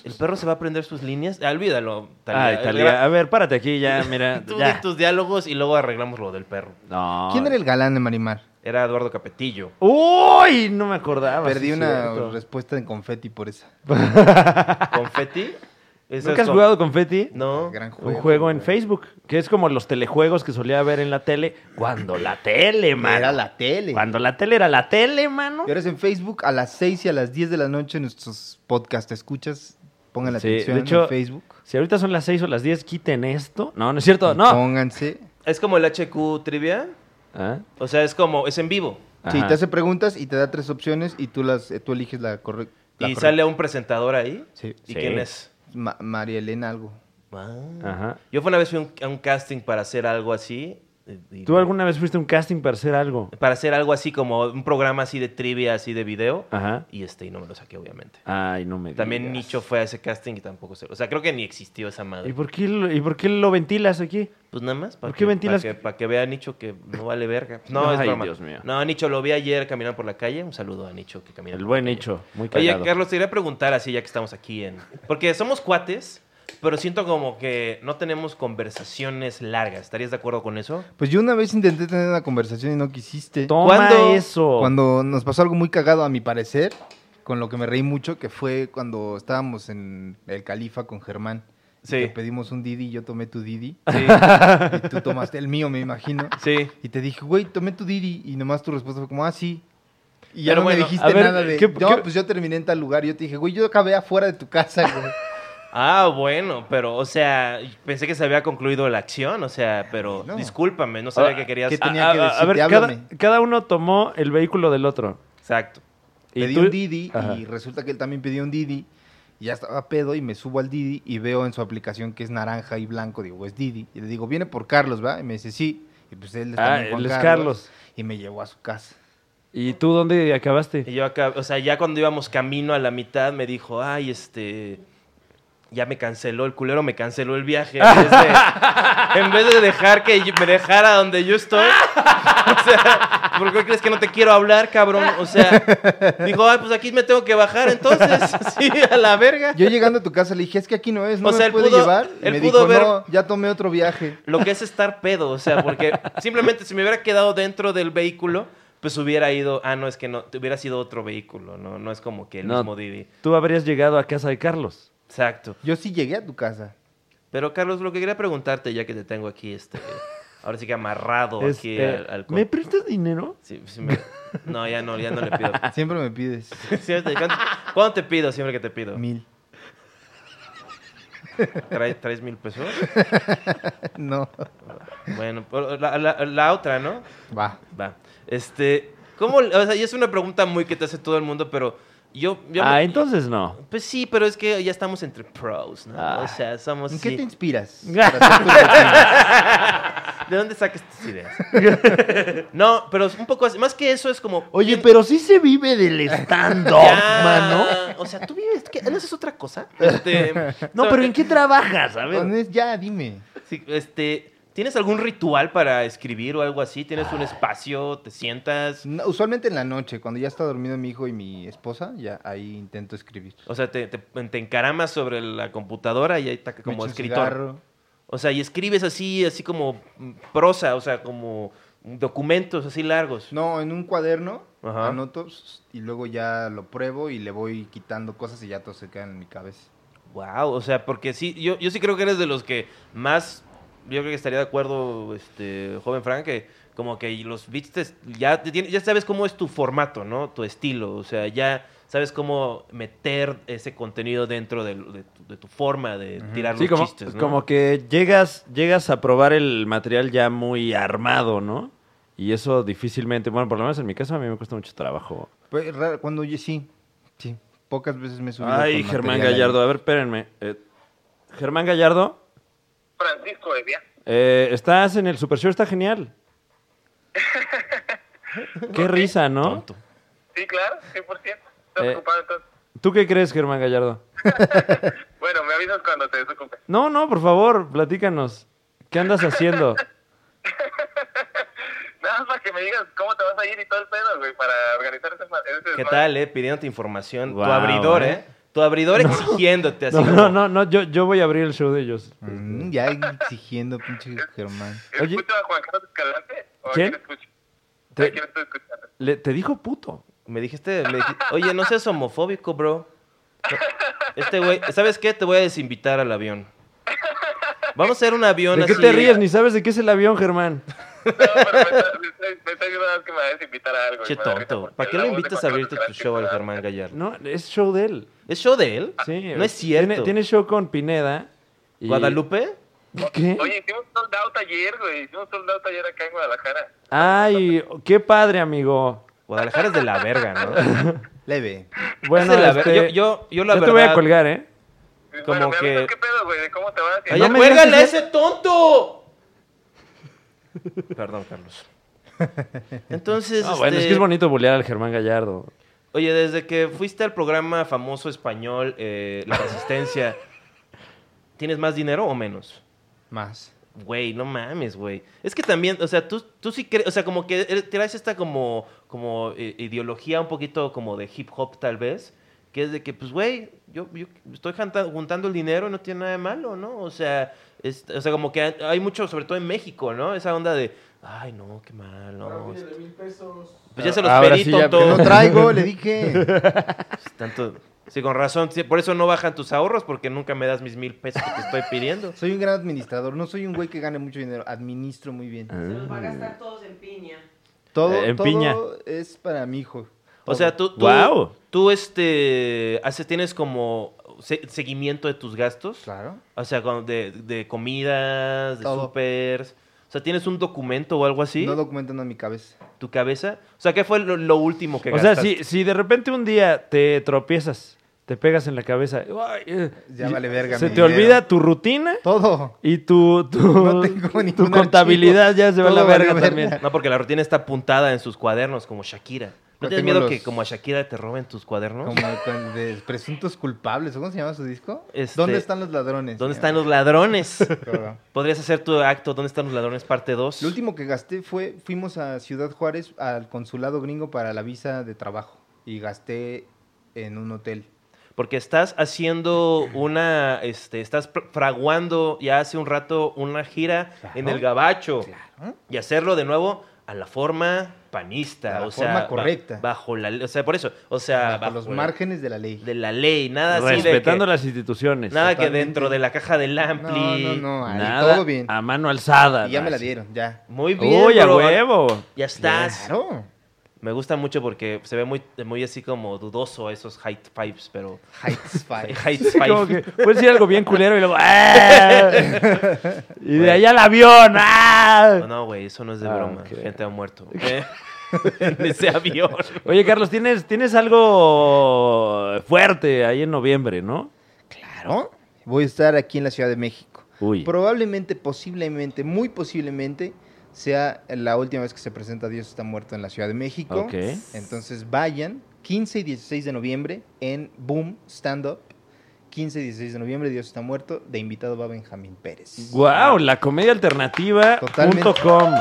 [SPEAKER 1] el perro se va a aprender sus líneas. Ah, olvídalo, Talía.
[SPEAKER 4] eh,
[SPEAKER 3] Ay, Talía. A ver, párate aquí ya, mira.
[SPEAKER 1] <laughs> Tú
[SPEAKER 3] ya.
[SPEAKER 1] di tus diálogos y luego arreglamos lo del perro.
[SPEAKER 3] No.
[SPEAKER 4] ¿Quién era el galán de Marimar?
[SPEAKER 1] Era Eduardo Capetillo.
[SPEAKER 3] ¡Uy! No me acordaba.
[SPEAKER 4] Perdí
[SPEAKER 3] Ah, sí,
[SPEAKER 4] una
[SPEAKER 3] cierto.
[SPEAKER 4] respuesta en confeti por esa.
[SPEAKER 3] <laughs>
[SPEAKER 1] ¿Confeti? Eso
[SPEAKER 3] ¿Nunca
[SPEAKER 1] es
[SPEAKER 3] has
[SPEAKER 1] con-
[SPEAKER 3] jugado confeti?
[SPEAKER 1] No.
[SPEAKER 4] Gran
[SPEAKER 3] Un juego en
[SPEAKER 4] güey.
[SPEAKER 3] Facebook, que es como los telejuegos que solía ver en la tele. Cuando la tele, mano.
[SPEAKER 4] Era la tele.
[SPEAKER 3] Cuando la tele era la tele, mano.
[SPEAKER 4] Y ahora es en Facebook a las 6 y a las 10 de la noche nuestros podcast escuchas. Pongan la
[SPEAKER 3] Sí,
[SPEAKER 4] atención
[SPEAKER 3] de hecho-
[SPEAKER 4] en Facebook.
[SPEAKER 3] Si ahorita son las 6 o las 10, quiten esto. No, no es cierto,
[SPEAKER 4] Y
[SPEAKER 3] no.
[SPEAKER 4] Pónganse.
[SPEAKER 1] Es como el HQ Trivia.
[SPEAKER 3] ¿Ah?
[SPEAKER 1] O sea, es como, es en vivo.
[SPEAKER 4] Sí,
[SPEAKER 3] Ajá.
[SPEAKER 4] te hace preguntas y te da tres opciones y tú las eh, tú eliges la correcta.
[SPEAKER 1] y sale un presentador ahí.
[SPEAKER 4] Sí.
[SPEAKER 1] ¿Y
[SPEAKER 3] Sí.
[SPEAKER 1] quién es?
[SPEAKER 4] Ma- María Elena algo.
[SPEAKER 1] Ah.
[SPEAKER 3] Ajá.
[SPEAKER 1] Yo fue una vez fui a un- a un casting para hacer algo así. eh, y-
[SPEAKER 3] ¿Tú alguna vez fuiste a un casting para hacer algo?
[SPEAKER 1] Para hacer algo así como un programa así de trivia, así de video.
[SPEAKER 3] Ajá.
[SPEAKER 1] Y este, y no me lo saqué, obviamente.
[SPEAKER 3] Ay, no me
[SPEAKER 1] También
[SPEAKER 3] digas.
[SPEAKER 1] Nicho fue a ese casting y tampoco se... O sea, creo que ni existió esa madre.
[SPEAKER 3] ¿Y por qué lo, y por qué lo ventilas aquí?
[SPEAKER 1] Pues nada más. Para
[SPEAKER 3] ¿Por
[SPEAKER 1] que,
[SPEAKER 3] qué ventilas?
[SPEAKER 1] Para que, para que vea Nicho que no vale
[SPEAKER 3] <laughs>
[SPEAKER 1] verga. No, es
[SPEAKER 3] Ay,
[SPEAKER 1] broma.
[SPEAKER 3] Dios mío.
[SPEAKER 1] No, Nicho, lo vi ayer caminando por la calle. Un saludo a Nicho que camina
[SPEAKER 3] El
[SPEAKER 1] por
[SPEAKER 3] buen
[SPEAKER 1] la calle.
[SPEAKER 3] Nicho, muy
[SPEAKER 1] Oye,
[SPEAKER 3] cagado.
[SPEAKER 1] Carlos, te iría a preguntar así ya que estamos aquí en... Porque somos cuates, pero siento como que no tenemos conversaciones largas. ¿Estarías de acuerdo con eso?
[SPEAKER 4] Pues yo una vez intenté tener una conversación y no quisiste.
[SPEAKER 3] Toma
[SPEAKER 1] ¿Cuándo-
[SPEAKER 3] eso.
[SPEAKER 4] Cuando nos pasó algo muy cagado, a mi parecer, con lo que me reí mucho, que fue cuando estábamos en el Califa con Germán. Y
[SPEAKER 1] Sí.
[SPEAKER 4] Te pedimos un Didi, yo tomé tu Didi.
[SPEAKER 1] Sí,
[SPEAKER 4] Y tú tomaste el mío, me imagino.
[SPEAKER 1] sí.
[SPEAKER 4] Y te dije, güey, tomé tu Didi. Y nomás tu respuesta fue como, ah, sí. Y ya
[SPEAKER 1] Pero
[SPEAKER 4] no
[SPEAKER 1] bueno,
[SPEAKER 4] me
[SPEAKER 3] a
[SPEAKER 4] dijiste
[SPEAKER 3] ver,
[SPEAKER 4] nada de.
[SPEAKER 3] ¿qué-
[SPEAKER 4] no,
[SPEAKER 3] qué-
[SPEAKER 4] pues yo terminé en tal lugar. Y yo te dije, güey, yo acabé afuera de tu casa, güey.
[SPEAKER 1] Ah, bueno, pero, o sea, pensé que se había concluido la acción, o sea, pero
[SPEAKER 4] No.
[SPEAKER 1] discúlpame, no sabía
[SPEAKER 3] Ah,
[SPEAKER 1] que querías...
[SPEAKER 4] ¿qué
[SPEAKER 1] Ah,
[SPEAKER 4] tenía que decirte?
[SPEAKER 3] ver, cada,
[SPEAKER 4] Háblame.
[SPEAKER 3] cada uno tomó el vehículo del otro.
[SPEAKER 1] Ah, Exacto.
[SPEAKER 4] pedí
[SPEAKER 3] tú-
[SPEAKER 4] un Didi
[SPEAKER 3] Ajá.
[SPEAKER 4] y resulta que él también pidió un Didi. Y ya estaba pedo y me subo al Didi y veo en su aplicación que es naranja y blanco. Digo, es Didi. Y le digo, viene por Carlos, ¿va? Y me dice, sí. Y pues él es
[SPEAKER 3] Ah,
[SPEAKER 4] también Juan
[SPEAKER 3] él es
[SPEAKER 4] Carlos.
[SPEAKER 3] Carlos.
[SPEAKER 4] Y me llevó a su casa.
[SPEAKER 3] ¿Y tú dónde
[SPEAKER 1] Y
[SPEAKER 3] acabaste?
[SPEAKER 1] yo acá, o sea, ya cuando íbamos camino a la mitad me dijo, ay, este, ya me canceló, el culero me canceló el viaje. En vez de, en vez de dejar que yo- me dejara donde yo estoy. O sea, ¿por qué crees que no te quiero hablar, cabrón? O sea, dijo, ay, pues aquí me tengo que bajar entonces, <laughs> así, a la verga.
[SPEAKER 4] Yo llegando a tu casa le dije, es que aquí no es, no
[SPEAKER 1] O sea,
[SPEAKER 4] me
[SPEAKER 1] él
[SPEAKER 4] puede
[SPEAKER 1] pudo-
[SPEAKER 4] llevar. Y
[SPEAKER 1] él
[SPEAKER 4] me
[SPEAKER 1] pudo
[SPEAKER 4] dijo,
[SPEAKER 1] haber-
[SPEAKER 4] no, ya tomé otro viaje.
[SPEAKER 1] Lo que es estar pedo, o sea, porque simplemente si me hubiera quedado dentro del vehículo, pues hubiera ido, ah, no, es que no, hubiera sido otro vehículo, no, no es como que el
[SPEAKER 3] No.
[SPEAKER 1] mismo Didi.
[SPEAKER 3] Tú habrías llegado a casa de Carlos.
[SPEAKER 1] Exacto.
[SPEAKER 4] Yo sí llegué a tu casa.
[SPEAKER 1] Pero Carlos, lo que quería preguntarte, ya que te tengo aquí, este, ahora sí que amarrado aquí
[SPEAKER 3] Este,
[SPEAKER 1] al, al co-
[SPEAKER 3] ¿Me prestas dinero?
[SPEAKER 1] Sí, sí me- No, ya no, ya no le pido.
[SPEAKER 3] <laughs>
[SPEAKER 4] Siempre me pides
[SPEAKER 1] Siempre te- ¿Cuánto, cuánto te pido siempre que te pido?
[SPEAKER 4] mil. <laughs>
[SPEAKER 1] ¿Traes, traes mil pesos?
[SPEAKER 4] No,
[SPEAKER 1] Bueno, pero la, la- la otra, ¿no?
[SPEAKER 4] va.
[SPEAKER 1] Va. Este, ¿cómo? le- O sea, y es una pregunta muy que te hace todo el mundo, pero yo... yo
[SPEAKER 3] ah,
[SPEAKER 1] me-
[SPEAKER 3] entonces <laughs> no.
[SPEAKER 1] Pues sí, pero es que ya estamos entre pros, ¿no?
[SPEAKER 3] Ah.
[SPEAKER 1] O sea, somos...
[SPEAKER 4] ¿En qué
[SPEAKER 1] sí.
[SPEAKER 4] te inspiras?
[SPEAKER 1] ¿De dónde sacas tus
[SPEAKER 3] <laughs>
[SPEAKER 1] ideas? no, pero es un poco así. Más que eso es como...
[SPEAKER 3] Oye,
[SPEAKER 1] ¿quién-
[SPEAKER 3] pero sí se vive del stand-up,
[SPEAKER 1] Ya.
[SPEAKER 3] mano.
[SPEAKER 1] O sea, tú vives, ¿qué? ¿no haces otra cosa? <laughs> Este,
[SPEAKER 3] No, pero <laughs> ¿en qué trabajas? A ver.
[SPEAKER 4] Honest- Ya, dime.
[SPEAKER 1] sí, este, ¿tienes algún ritual para escribir o algo así? ¿Tienes un espacio? ¿Te sientas?
[SPEAKER 4] No, usualmente en la noche, cuando ya está dormido mi hijo y mi esposa, ya ahí intento escribir.
[SPEAKER 1] O sea, te, te, te encaramas sobre la computadora y ahí está
[SPEAKER 4] Me echo
[SPEAKER 1] como
[SPEAKER 4] un
[SPEAKER 1] escritor.
[SPEAKER 4] cigarro.
[SPEAKER 1] O sea, y escribes así, así como mm, prosa, o sea, como documentos así largos.
[SPEAKER 4] No, en un cuaderno
[SPEAKER 1] Ajá.
[SPEAKER 4] anoto s- y luego ya lo pruebo y le voy quitando cosas y ya todo se queda en mi cabeza.
[SPEAKER 1] Wow, o sea, porque sí, yo, yo sí creo que eres de los que más, yo creo que estaría de acuerdo, este, joven Frank, que como que los beats te- ya, te tiene- ya sabes cómo es tu formato, ¿no? Tu estilo, o sea, ya sabes cómo meter ese contenido dentro de, de tu, de tu forma de tirar
[SPEAKER 3] Sí,
[SPEAKER 1] los
[SPEAKER 3] como,
[SPEAKER 1] chistes, ¿no?
[SPEAKER 3] como que llegas, llegas a probar el material ya muy armado, ¿no? Y eso difícilmente, bueno, por lo menos en mi caso a mí me cuesta mucho trabajo.
[SPEAKER 4] Pues, ra- cuando yo sí, sí, pocas veces me he subido
[SPEAKER 3] Ay,
[SPEAKER 4] con
[SPEAKER 3] Germán
[SPEAKER 4] material ahí.
[SPEAKER 3] Gallardo, a ver, espérenme. Eh, Germán Gallardo,
[SPEAKER 10] Francisco Evia.
[SPEAKER 3] eh, estás en el Super Show, está genial. Qué risa, ¿no?
[SPEAKER 1] Tonto.
[SPEAKER 10] Sí, claro, 100%. ¿Estás
[SPEAKER 3] Eh.
[SPEAKER 10] ocupado entonces?
[SPEAKER 3] ¿Tú qué crees, Germán Gallardo?
[SPEAKER 10] Bueno, me avisas cuando te desocupes.
[SPEAKER 3] No, no, por favor, platícanos. ¿Qué andas
[SPEAKER 1] <laughs>
[SPEAKER 3] haciendo?
[SPEAKER 10] Nada más para que me digas cómo te vas a ir y todo el pedo, güey, para organizar ese... ma- ese
[SPEAKER 1] ¿Qué
[SPEAKER 10] desmadre.
[SPEAKER 1] tal, eh? Pidiéndote información.
[SPEAKER 3] Wow,
[SPEAKER 1] tu abridor,
[SPEAKER 3] ¿eh?
[SPEAKER 1] ¿eh? Tu
[SPEAKER 3] <laughs>
[SPEAKER 1] abridor exigiéndote así
[SPEAKER 3] No,
[SPEAKER 1] como-
[SPEAKER 3] no, no, no, yo, yo voy a abrir el show de ellos.
[SPEAKER 4] Mm, ya exigiendo, pinche Germán.
[SPEAKER 3] Oye.
[SPEAKER 10] ¿Escucho a Juan Carlos Escalante? ¿O a
[SPEAKER 3] ¿Quién?
[SPEAKER 10] quién escucho? ¿A
[SPEAKER 3] Te-
[SPEAKER 10] quién estoy escuchando?
[SPEAKER 3] le- te dijo puto.
[SPEAKER 1] Me dijiste, me dijiste, oye, no seas homofóbico, bro. No, Este güey, ¿sabes qué? Te voy a desinvitar al avión. Vamos a hacer un avión
[SPEAKER 3] ¿De qué
[SPEAKER 1] así.
[SPEAKER 3] te ríes? Ni sabes de qué es el avión, Germán.
[SPEAKER 10] No, pero me está- me está- me está ayudando que me vayas a invitar a algo.
[SPEAKER 1] Che
[SPEAKER 10] y me da risa
[SPEAKER 1] tonto.
[SPEAKER 10] porque
[SPEAKER 1] ¿Para qué
[SPEAKER 10] la
[SPEAKER 1] lo
[SPEAKER 10] voz de
[SPEAKER 1] invitas a
[SPEAKER 10] Juan Carlos
[SPEAKER 1] abrirte tu
[SPEAKER 10] Escalante
[SPEAKER 1] show al
[SPEAKER 10] está-
[SPEAKER 1] Germán Gallardo?
[SPEAKER 3] No, es show de él.
[SPEAKER 1] ¿Es show de él?
[SPEAKER 3] Sí. eh,
[SPEAKER 1] No es cierto.
[SPEAKER 3] Tiene, tiene show con Pineda. y-
[SPEAKER 1] ¿Guadalupe?
[SPEAKER 3] ¿Qué?
[SPEAKER 10] Oye, hicimos un sold out ayer, güey. Hicimos un sold out ayer acá en Guadalajara.
[SPEAKER 3] Ay, qué padre, amigo.
[SPEAKER 1] Guadalajara es de la verga,
[SPEAKER 3] <laughs>
[SPEAKER 1] ¿no?
[SPEAKER 4] Leve.
[SPEAKER 3] Bueno,
[SPEAKER 1] Es de la
[SPEAKER 3] este,
[SPEAKER 1] ver- yo- yo- yo la
[SPEAKER 3] te voy a
[SPEAKER 1] verdad-
[SPEAKER 3] colgar, ¿eh?
[SPEAKER 10] Bueno,
[SPEAKER 1] Como
[SPEAKER 10] me
[SPEAKER 1] que-
[SPEAKER 10] avisas ¿Qué pedo, güey? ¿De cómo te vas? Y-
[SPEAKER 1] Oye,
[SPEAKER 3] No me
[SPEAKER 1] ¡Cuélgale a
[SPEAKER 3] digas que-
[SPEAKER 1] ese tonto! Perdón,
[SPEAKER 3] <laughs>
[SPEAKER 1] Carlos. Entonces,
[SPEAKER 3] No, Bueno, es
[SPEAKER 1] este,
[SPEAKER 3] que es bonito bulear al Germán Gallardo.
[SPEAKER 1] Oye, desde que fuiste al programa famoso <laughs> español, eh, La Resistencia, ¿tienes más dinero o menos?
[SPEAKER 4] Más.
[SPEAKER 1] Güey, no mames, güey. Es que también, o sea, tú, tú sí crees, o sea, como que eres- traes esta como, como eh, ideología un poquito como de hip hop tal vez, que es de que, pues, güey, yo, yo estoy janta- juntando el dinero y no tiene nada de malo, ¿no? O sea, es- o sea, como que hay mucho, sobre todo en México, ¿no? Esa onda de, ay, no, qué mal,
[SPEAKER 2] Ahora
[SPEAKER 1] no.
[SPEAKER 2] pídele mil pesos.
[SPEAKER 1] Pues ya se los
[SPEAKER 3] Ahora
[SPEAKER 1] pedí,
[SPEAKER 3] sí ya-
[SPEAKER 1] tonto.
[SPEAKER 4] No traigo, le dije.
[SPEAKER 1] Tanto- sí, con razón. Sí, por eso no bajan tus ahorros, porque nunca me das mis mil pesos que te estoy pidiendo.
[SPEAKER 4] Soy un gran administrador, no soy un güey que gane mucho dinero, administro muy bien.
[SPEAKER 5] Se los va a
[SPEAKER 3] mm.
[SPEAKER 5] gastar todos en piña.
[SPEAKER 4] Todo,
[SPEAKER 3] Eh, en
[SPEAKER 4] todo
[SPEAKER 3] piña.
[SPEAKER 4] es para mi hijo.
[SPEAKER 1] O sea, tú, tú,
[SPEAKER 3] Guau.
[SPEAKER 1] tú, este, haces, tienes como se- seguimiento de tus gastos.
[SPEAKER 4] Claro.
[SPEAKER 1] O sea, con- de, de comidas, de
[SPEAKER 4] Todo.
[SPEAKER 1] supers. O sea, ¿tienes un documento o algo así?
[SPEAKER 4] No documentan en mi cabeza.
[SPEAKER 1] ¿Tu cabeza? O sea, ¿qué fue lo, lo último que
[SPEAKER 3] O sea,
[SPEAKER 1] gastaste?
[SPEAKER 3] si, si de repente un día te tropiezas, te pegas en la cabeza, ay, eh,
[SPEAKER 4] Ya
[SPEAKER 3] y-
[SPEAKER 4] vale verga
[SPEAKER 3] se
[SPEAKER 4] mi
[SPEAKER 3] te
[SPEAKER 4] dinero.
[SPEAKER 3] olvida tu rutina
[SPEAKER 4] Todo.
[SPEAKER 3] y tu, tu,
[SPEAKER 4] No tengo ningún
[SPEAKER 3] tu contabilidad
[SPEAKER 4] archivo.
[SPEAKER 3] ya se va a la
[SPEAKER 4] Todo vale
[SPEAKER 3] verga
[SPEAKER 4] verga.
[SPEAKER 3] también.
[SPEAKER 1] No, porque la rutina está apuntada en sus cuadernos, como Shakira. ¿No
[SPEAKER 4] Yo
[SPEAKER 1] tienes
[SPEAKER 4] tengo
[SPEAKER 1] miedo
[SPEAKER 4] los-
[SPEAKER 1] que como a Shakira te roben tus cuadernos?
[SPEAKER 4] Como con- de presuntos culpables, ¿o ¿cómo se llama su disco?
[SPEAKER 1] Este-
[SPEAKER 4] ¿Dónde están los ladrones?
[SPEAKER 1] ¿Dónde están los ladrones? <laughs>
[SPEAKER 4] ladrones?
[SPEAKER 1] Podrías hacer tu acto ¿Dónde están los ladrones? parte 2.
[SPEAKER 4] Lo último que gasté fue, fuimos a Ciudad Juárez al consulado gringo para la visa de trabajo y gasté en un hotel.
[SPEAKER 1] Porque estás haciendo una, este, estás pr- fraguando ya hace un rato una gira en el gabacho. Y hacerlo de nuevo a la forma panista.
[SPEAKER 4] A la
[SPEAKER 1] o sea,
[SPEAKER 4] forma
[SPEAKER 1] ba-
[SPEAKER 4] correcta.
[SPEAKER 1] Bajo la le- o sea, por eso. O sea,
[SPEAKER 4] bajo, los
[SPEAKER 1] la-
[SPEAKER 4] márgenes de la ley.
[SPEAKER 1] Ah, de la ley. Nada así de
[SPEAKER 3] Respetando
[SPEAKER 1] que,
[SPEAKER 3] las instituciones.
[SPEAKER 1] Nada que
[SPEAKER 4] Totalmente.
[SPEAKER 1] dentro de la caja del Ampli.
[SPEAKER 4] No, no, no, ahí
[SPEAKER 3] Nada,
[SPEAKER 4] todo bien.
[SPEAKER 3] a mano alzada.
[SPEAKER 4] Y ya me la
[SPEAKER 3] así.
[SPEAKER 4] dieron, ya.
[SPEAKER 1] Muy bien,
[SPEAKER 3] Uy, a
[SPEAKER 1] bro.
[SPEAKER 3] huevo.
[SPEAKER 1] Ya estás.
[SPEAKER 4] Claro.
[SPEAKER 1] Me gusta mucho porque se ve muy, muy así como dudoso esos height fives, pero... <laughs>
[SPEAKER 4] Heights Five.
[SPEAKER 1] Height
[SPEAKER 3] Sí, <laughs> como
[SPEAKER 1] five.
[SPEAKER 3] que puedes decir algo bien culero y luego
[SPEAKER 4] <laughs>
[SPEAKER 3] ¡ah! y de allá al avión ¡ah!
[SPEAKER 1] No, no, güey, eso no es de
[SPEAKER 3] Ah,
[SPEAKER 1] broma.
[SPEAKER 3] ok.
[SPEAKER 1] Gente ha muerto. ¿eh? <laughs> en ese
[SPEAKER 3] <laughs>
[SPEAKER 1] avión.
[SPEAKER 3] Oye, Carlos, tienes, tienes algo fuerte ahí en noviembre, ¿no?
[SPEAKER 4] Claro. Voy a estar aquí en la Ciudad de México.
[SPEAKER 3] Uy.
[SPEAKER 4] Probablemente, posiblemente, muy posiblemente, sea la última vez que se presenta Dios está muerto en la Ciudad de México.
[SPEAKER 3] Ok.
[SPEAKER 4] Entonces vayan, 15 y 16 de noviembre, en Boom Stand Up. 15 y 16 de noviembre, Dios está muerto. De invitado va Benjamín Pérez.
[SPEAKER 3] Wow, la comedia alternativa.com.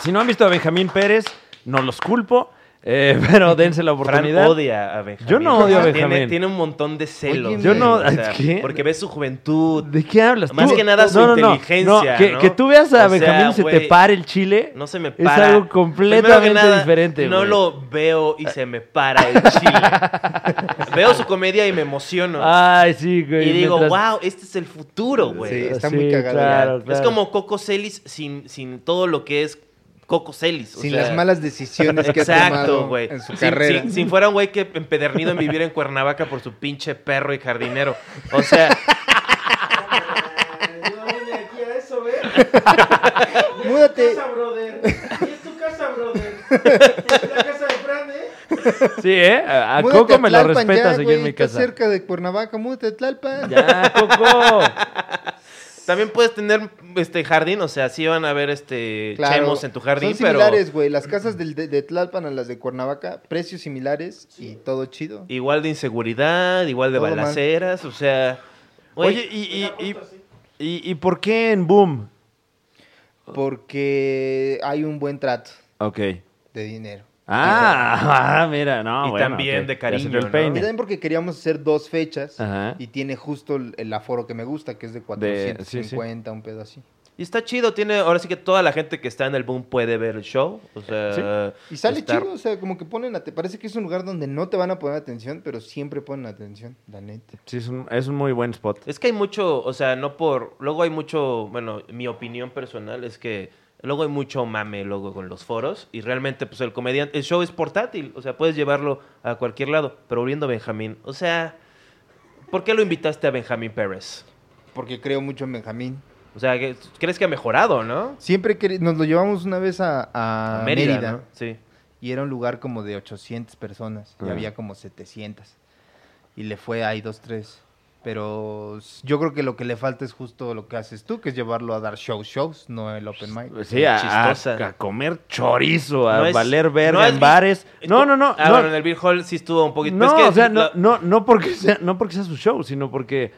[SPEAKER 3] Si no han visto a Benjamín Pérez, no los culpo, eh, <laughs> pero dense la
[SPEAKER 1] Fran
[SPEAKER 3] oportunidad.
[SPEAKER 1] odia a Benjamín.
[SPEAKER 3] Yo no odio a
[SPEAKER 1] Tiene-
[SPEAKER 3] Benjamín.
[SPEAKER 1] Tiene, un montón de celos.
[SPEAKER 4] Oye, Yo
[SPEAKER 1] güey,
[SPEAKER 3] no-
[SPEAKER 1] o sea,
[SPEAKER 3] ¿qué?
[SPEAKER 1] Porque ves su juventud.
[SPEAKER 3] ¿De qué hablas?
[SPEAKER 1] Más
[SPEAKER 3] Tú-
[SPEAKER 1] que nada su
[SPEAKER 3] no, no, no,
[SPEAKER 1] inteligencia,
[SPEAKER 3] no, que,
[SPEAKER 1] ¿no?
[SPEAKER 3] que tú veas a
[SPEAKER 1] O sea,
[SPEAKER 3] Benjamín y se te
[SPEAKER 1] güey,
[SPEAKER 3] pare el chile.
[SPEAKER 1] No se me
[SPEAKER 3] Es
[SPEAKER 1] para.
[SPEAKER 3] algo completamente
[SPEAKER 1] Primero que
[SPEAKER 3] diferente,
[SPEAKER 1] No
[SPEAKER 3] güey.
[SPEAKER 1] lo veo y se me para el
[SPEAKER 3] <laughs>
[SPEAKER 1] chile. veo su comedia y me emociono.
[SPEAKER 3] Ay, sí, güey.
[SPEAKER 1] y digo,
[SPEAKER 3] Ah, mientras-
[SPEAKER 1] wow, este es el futuro, güey.
[SPEAKER 4] Sí, está muy cagado,
[SPEAKER 3] Claro,
[SPEAKER 1] Es
[SPEAKER 3] claro.
[SPEAKER 1] como Coco Celis sin, sin todo lo que es Coco Celis. o
[SPEAKER 4] Sin
[SPEAKER 1] sea,
[SPEAKER 4] las malas decisiones que ha
[SPEAKER 1] Exacto,
[SPEAKER 4] tomado
[SPEAKER 1] güey.
[SPEAKER 4] en su
[SPEAKER 1] Si-
[SPEAKER 4] carrera.
[SPEAKER 1] Si, si fuera un güey que empedernido en vivir en Cuernavaca por su pinche perro y jardinero. O
[SPEAKER 4] <laughs>
[SPEAKER 1] sea,
[SPEAKER 2] Ay, No vine aquí a eso,
[SPEAKER 1] <laughs>
[SPEAKER 2] ¿ves?
[SPEAKER 4] Múdate.
[SPEAKER 2] Es tu casa, brother. Y es tu casa, brother.
[SPEAKER 1] <laughs>
[SPEAKER 2] Es la casa de Fran, ¿eh?
[SPEAKER 3] Sí, ¿eh? A, a
[SPEAKER 4] Múdate
[SPEAKER 3] Coco
[SPEAKER 4] a
[SPEAKER 3] me lo
[SPEAKER 4] Tlalpan ya,
[SPEAKER 3] respetas aquí
[SPEAKER 4] güey,
[SPEAKER 3] en mi
[SPEAKER 4] estás
[SPEAKER 3] casa.
[SPEAKER 4] cerca de Cuernavaca, múdate a Tlalpan.
[SPEAKER 3] Ya, Coco.
[SPEAKER 1] también puedes tener este jardín. O sea, sí van a ver este
[SPEAKER 4] Claro.
[SPEAKER 1] chemos en tu jardín,
[SPEAKER 4] Son
[SPEAKER 1] pero
[SPEAKER 4] similares, güey. Las casas del- de, de Tlalpan a las de Cuernavaca, precios similares y todo chido.
[SPEAKER 1] igual de inseguridad, igual de
[SPEAKER 4] Todo mal.
[SPEAKER 1] balaceras. O sea, güey,
[SPEAKER 3] Oye, y, y, y, y- y por qué en Boom?
[SPEAKER 4] Porque hay un buen trato
[SPEAKER 3] Ok.
[SPEAKER 4] de dinero.
[SPEAKER 3] Ah, <laughs> ah, mira, no,
[SPEAKER 1] Y
[SPEAKER 3] bueno,
[SPEAKER 1] también
[SPEAKER 3] ok,
[SPEAKER 1] de
[SPEAKER 3] ya se
[SPEAKER 1] cariño,
[SPEAKER 3] vio el
[SPEAKER 1] ¿no?
[SPEAKER 4] Y
[SPEAKER 3] peine.
[SPEAKER 4] también porque queríamos hacer dos fechas
[SPEAKER 3] Ajá.
[SPEAKER 4] y tiene justo el, el aforo que me gusta, que es de 450, un pedo así.
[SPEAKER 1] y está chido. Tiene ahora sí que toda la gente que está en el boom puede ver el show. O sea,
[SPEAKER 4] Y sale
[SPEAKER 1] está-
[SPEAKER 4] chido, o sea, como que ponen, te parece que es un lugar donde no te van a poner atención, pero siempre ponen atención, la neta.
[SPEAKER 3] Sí, es un, es un muy buen spot.
[SPEAKER 1] Es que hay mucho, o sea, no por. Luego hay mucho. Bueno, mi opinión personal es que. Luego hay mucho mame luego con los foros. Y realmente, pues el comediante. El show es portátil. O sea, puedes llevarlo a cualquier lado. Pero volviendo a Benjamín. O sea. ¿Por qué lo invitaste a Benjamín Pérez?
[SPEAKER 4] Porque creo mucho en Benjamín.
[SPEAKER 1] O sea, que- crees que ha mejorado, ¿no?
[SPEAKER 4] Siempre quer- nos lo llevamos una vez a, a Mérida,
[SPEAKER 1] ¿no? Sí.
[SPEAKER 4] y era un lugar como de 800 personas y
[SPEAKER 3] Ah.
[SPEAKER 4] había como 700. Y le fue ahí dos, tres. Pero s- yo creo que lo que le falta es justo lo que haces tú, que es llevarlo a dar shows, shows, no el open
[SPEAKER 1] Pues,
[SPEAKER 4] mic.
[SPEAKER 3] Sí, a,
[SPEAKER 1] Chistosa.
[SPEAKER 3] a- a comer chorizo, a
[SPEAKER 1] No es-
[SPEAKER 3] valer
[SPEAKER 1] no
[SPEAKER 3] verga
[SPEAKER 1] has
[SPEAKER 3] en
[SPEAKER 1] vi-
[SPEAKER 3] bares. No, no, no.
[SPEAKER 1] Ah,
[SPEAKER 3] no,
[SPEAKER 1] bueno, en el Beer Hall sí estuvo un poquito.
[SPEAKER 3] no,
[SPEAKER 1] es que
[SPEAKER 3] o sea, no,
[SPEAKER 1] la-
[SPEAKER 3] no, no, porque sea, no porque sea su show, sino porque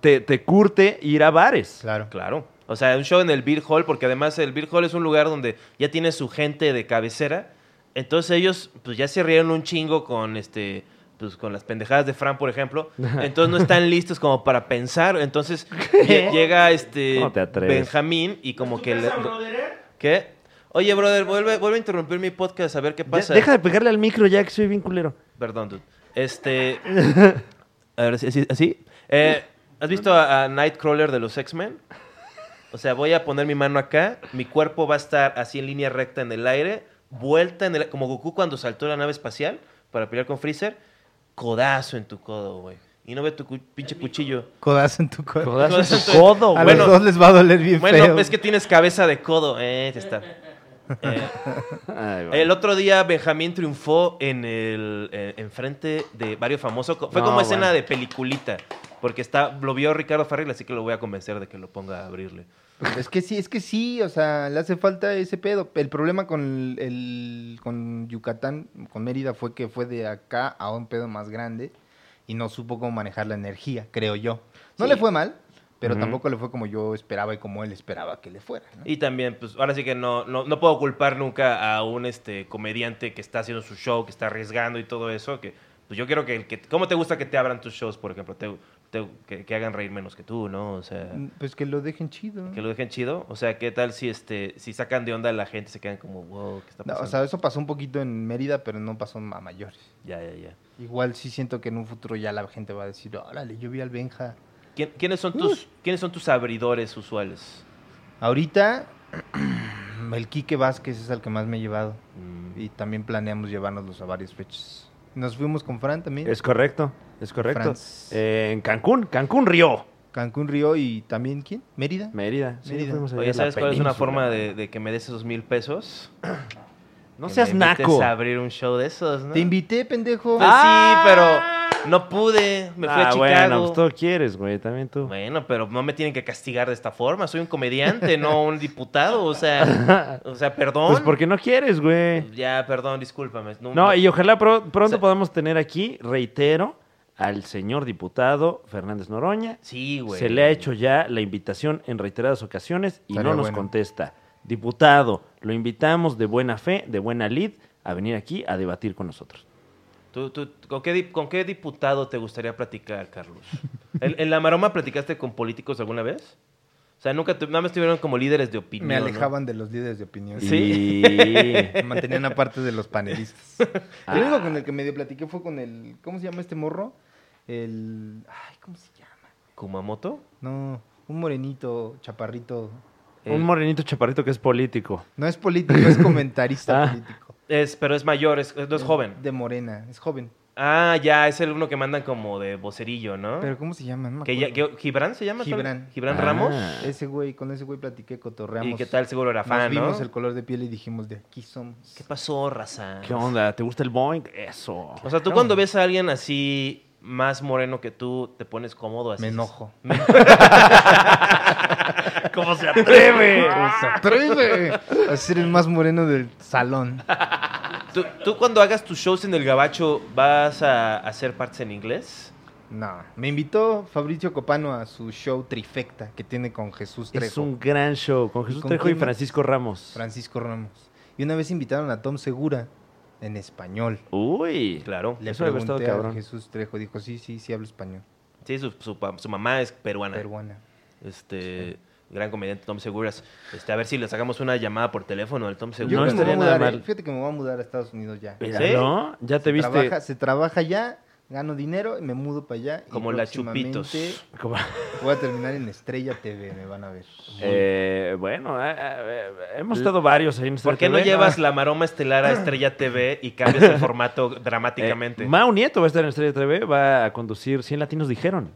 [SPEAKER 3] te, te curte ir a bares.
[SPEAKER 4] Claro.
[SPEAKER 1] Ah, Claro. O sea, un show en el Beer Hall, porque además el Beer Hall es un lugar donde ya tiene su gente de cabecera. Entonces ellos, pues ya se rieron un chingo con este. Pues con las pendejadas de Fran, por
[SPEAKER 3] <laughs>
[SPEAKER 1] ejemplo. Entonces no están listos como para pensar. Entonces lle- llega este
[SPEAKER 3] ¿Cómo te atreves?
[SPEAKER 1] Benjamín y como que le-
[SPEAKER 2] casa, brother? ¿eh?
[SPEAKER 1] ¿Qué? Oye, brother, vuelve, vuelve a interrumpir mi podcast a ver qué pasa.
[SPEAKER 3] Deja de pegarle al micro ya que soy bien culero.
[SPEAKER 1] Perdón, dude. Este. A ver, así. así. Eh, ¿Has visto a, a Nightcrawler de los X-Men? O sea, voy a poner mi mano acá, mi cuerpo va a estar así en línea recta en el aire, vuelta en el. Como Goku cuando saltó de la nave espacial para pelear con Freezer, codazo en tu codo, güey. Y no ve tu cu- pinche cuchillo.
[SPEAKER 4] Codazo
[SPEAKER 1] <laughs>
[SPEAKER 4] en tu codo.
[SPEAKER 3] Codazo en tu
[SPEAKER 1] Entonces-
[SPEAKER 3] codo, güey.
[SPEAKER 4] A
[SPEAKER 1] Bueno,
[SPEAKER 4] los dos les va a doler bien
[SPEAKER 1] Bueno, pues,
[SPEAKER 4] feo.
[SPEAKER 1] es que tienes cabeza de codo, eh, te está. Eh,
[SPEAKER 3] Ay, güey.
[SPEAKER 1] El otro día Benjamín triunfó en el eh, en frente de varios famosos. Co- Fue
[SPEAKER 3] No,
[SPEAKER 1] como escena
[SPEAKER 3] bueno.
[SPEAKER 1] de peliculita, porque está lo vio Ricardo Farrell, así que lo voy a convencer de que lo ponga a abrirle.
[SPEAKER 4] Pues Es que sí, es que sí, o sea, le hace falta ese pedo. El problema con el con Yucatán, con Mérida fue que fue de acá a un pedo más grande y no supo cómo manejar la energía, creo yo. No le fue mal, pero
[SPEAKER 3] Ujú.
[SPEAKER 4] tampoco le fue como yo esperaba y como él esperaba que le fuera, ¿no?
[SPEAKER 1] Y también, pues ahora sí que no, no, no puedo culpar nunca a un este comediante que está haciendo su show, que está arriesgando y todo eso. Que pues yo quiero que, el que cómo te gusta que te abran tus shows, por ejemplo, Te- te- que, que hagan reír menos que tú, ¿no? O sea.
[SPEAKER 4] Pues que lo dejen chido.
[SPEAKER 1] Que lo dejen chido. O sea, ¿qué tal si este si sacan de onda a la gente se quedan como, wow, ¿qué está
[SPEAKER 4] No,
[SPEAKER 1] pasando?
[SPEAKER 4] o sea, eso pasó un poquito en Mérida, pero no pasó a mayores.
[SPEAKER 1] ya, ya, ya.
[SPEAKER 4] Igual sí siento que en un futuro ya la gente va a decir, órale, yo vi al Benja.
[SPEAKER 1] ¿Quién- ¿Quiénes son tus
[SPEAKER 4] Uh.
[SPEAKER 1] quiénes son tus abridores usuales?
[SPEAKER 4] Ahorita <clears throat> el Quique Vázquez es el que más me he llevado.
[SPEAKER 1] Mm,
[SPEAKER 4] Y también planeamos llevárnoslos a varias fechas. Nos fuimos con Fran también.
[SPEAKER 3] Es correcto, es correcto.
[SPEAKER 4] France.
[SPEAKER 3] Eh, en Cancún, Cancún Río.
[SPEAKER 4] Cancún, Río y también, ¿quién? ¿Mérida?
[SPEAKER 3] Mérida. Sí,
[SPEAKER 4] Mérida.
[SPEAKER 3] fuimos allá
[SPEAKER 1] Oye,
[SPEAKER 3] a la
[SPEAKER 1] ¿sabes cuál es una
[SPEAKER 3] península.
[SPEAKER 1] forma de, de que me des esos mil pesos?
[SPEAKER 3] No
[SPEAKER 1] Que
[SPEAKER 3] seas
[SPEAKER 1] me invites
[SPEAKER 3] naco.
[SPEAKER 1] a abrir un show de esos, ¿no?
[SPEAKER 4] Te invité, pendejo.
[SPEAKER 1] Pues
[SPEAKER 3] ¡Ah!
[SPEAKER 1] sí, pero no pude. Me fui
[SPEAKER 3] ah,
[SPEAKER 1] a
[SPEAKER 3] bueno,
[SPEAKER 1] Chicago.
[SPEAKER 3] pues todo quieres, güey, también tú.
[SPEAKER 1] Bueno, pero no me tienen que castigar de esta forma. Soy un comediante, no un diputado. O
[SPEAKER 3] <laughs>
[SPEAKER 1] sea, o sea, perdón.
[SPEAKER 3] Pues porque no quieres, güey.
[SPEAKER 1] Ya, perdón, discúlpame. No,
[SPEAKER 3] No, y ojalá pro- pronto
[SPEAKER 1] Sí.
[SPEAKER 3] podamos tener aquí, reitero, al señor diputado Fernández Noroña.
[SPEAKER 1] Sí, güey.
[SPEAKER 3] Se le ha hecho ya la invitación en reiteradas ocasiones y
[SPEAKER 4] Estaría
[SPEAKER 3] no nos
[SPEAKER 4] bueno.
[SPEAKER 3] contesta. Diputado, lo invitamos de buena fe, de buena lid, a venir aquí a debatir con nosotros.
[SPEAKER 1] ¿Tú- tú- con, qué, dip- con qué diputado te gustaría platicar, Carlos? ¿En, en la maroma platicaste con políticos alguna vez? O sea, nunca tu- nada más tuvieron como líderes de opinión.
[SPEAKER 4] Me
[SPEAKER 1] ¿no?
[SPEAKER 4] alejaban de los líderes de opinión.
[SPEAKER 1] Sí.
[SPEAKER 3] Y-
[SPEAKER 1] <laughs>
[SPEAKER 4] Me mantenían aparte de los panelistas. El
[SPEAKER 1] Ah.
[SPEAKER 4] único con el que medio platiqué fue con el. ¿Cómo se llama este morro? El. Ay, ¿cómo se llama?
[SPEAKER 1] ¿Kumamoto?
[SPEAKER 4] No, un morenito, chaparrito.
[SPEAKER 3] Un morenito chaparrito que es político.
[SPEAKER 4] No es político,
[SPEAKER 1] <laughs>
[SPEAKER 4] es comentarista
[SPEAKER 3] Ah.
[SPEAKER 4] político.
[SPEAKER 1] Es, pero es mayor, es, no es joven.
[SPEAKER 4] De morena, es joven.
[SPEAKER 1] Ah, ya, es el uno que mandan como de vocerillo, ¿no?
[SPEAKER 4] Pero ¿cómo se llama? No me
[SPEAKER 1] que ya-
[SPEAKER 4] acuerdo.
[SPEAKER 1] que- ¿Gibran se llama?
[SPEAKER 4] Gibran.
[SPEAKER 1] ¿Gibran
[SPEAKER 3] Ah.
[SPEAKER 1] Ramos?
[SPEAKER 4] Ese güey, con ese güey platiqué, cotorreamos.
[SPEAKER 1] ¿Y qué tal? Seguro era
[SPEAKER 4] Nos
[SPEAKER 1] fan, ¿no?
[SPEAKER 4] vimos el color de piel y dijimos, de aquí somos.
[SPEAKER 1] ¿Qué pasó, raza?
[SPEAKER 3] ¿Qué onda? ¿Te gusta el Boeing? Eso.
[SPEAKER 1] O sea, <laughs> tú cuando ves a alguien así más moreno que tú, te pones cómodo así. <laughs>
[SPEAKER 3] <laughs>
[SPEAKER 4] Me enojo.
[SPEAKER 3] ¿Cómo se atreve?
[SPEAKER 4] ¡Se atreve a ser el más moreno del salón!
[SPEAKER 1] ¿Tú, tú cuando hagas tus shows en el Gabacho vas a hacer partes en inglés?
[SPEAKER 4] <laughs> No, me invitó Fabricio Copano a su show Trifecta que tiene con Jesús Trejo,
[SPEAKER 3] Es un gran show con Jesús
[SPEAKER 4] con
[SPEAKER 3] Trejo y
[SPEAKER 4] quién?
[SPEAKER 3] Francisco Ramos.
[SPEAKER 4] Francisco Ramos. Y una vez invitaron a Tom Segura en español.
[SPEAKER 3] Uy.
[SPEAKER 1] Claro.
[SPEAKER 4] Le
[SPEAKER 3] Eso debe haber estado
[SPEAKER 4] pregunté a
[SPEAKER 3] cabrón.
[SPEAKER 4] Jesús Trejo, dijo, sí, sí, sí hablo español,
[SPEAKER 1] Sí, su, su pa- su mamá es peruana.
[SPEAKER 4] peruana.
[SPEAKER 1] Este gran comediante Tom Seguras. Este, a ver si le sacamos una llamada por teléfono al Tom
[SPEAKER 4] Yo
[SPEAKER 1] Seguras.
[SPEAKER 4] creo que me
[SPEAKER 3] estaría
[SPEAKER 4] voy a
[SPEAKER 3] nada
[SPEAKER 4] mudar, eh.
[SPEAKER 3] mal.
[SPEAKER 4] Fíjate que me voy a mudar a Estados Unidos ya.
[SPEAKER 3] Mira,
[SPEAKER 1] ¿Sí?
[SPEAKER 3] ¿no? Ya te viste.
[SPEAKER 4] Trabaja- se trabaja allá, gano dinero, y me mudo para allá. y
[SPEAKER 1] Como la
[SPEAKER 4] próximamente
[SPEAKER 1] Chupitos.
[SPEAKER 3] como-
[SPEAKER 4] Voy a terminar en Estrella TV, me van a ver.
[SPEAKER 3] Eh, bueno, eh, eh, hemos estado varios ahí en
[SPEAKER 1] ¿Por qué no
[SPEAKER 3] Ah,
[SPEAKER 1] llevas la maroma estelar a Estrella TV y cambias el formato dramáticamente?
[SPEAKER 3] Mao eh, Nieto va a estar en Estrella TV, va a conducir 100 latinos dijeron.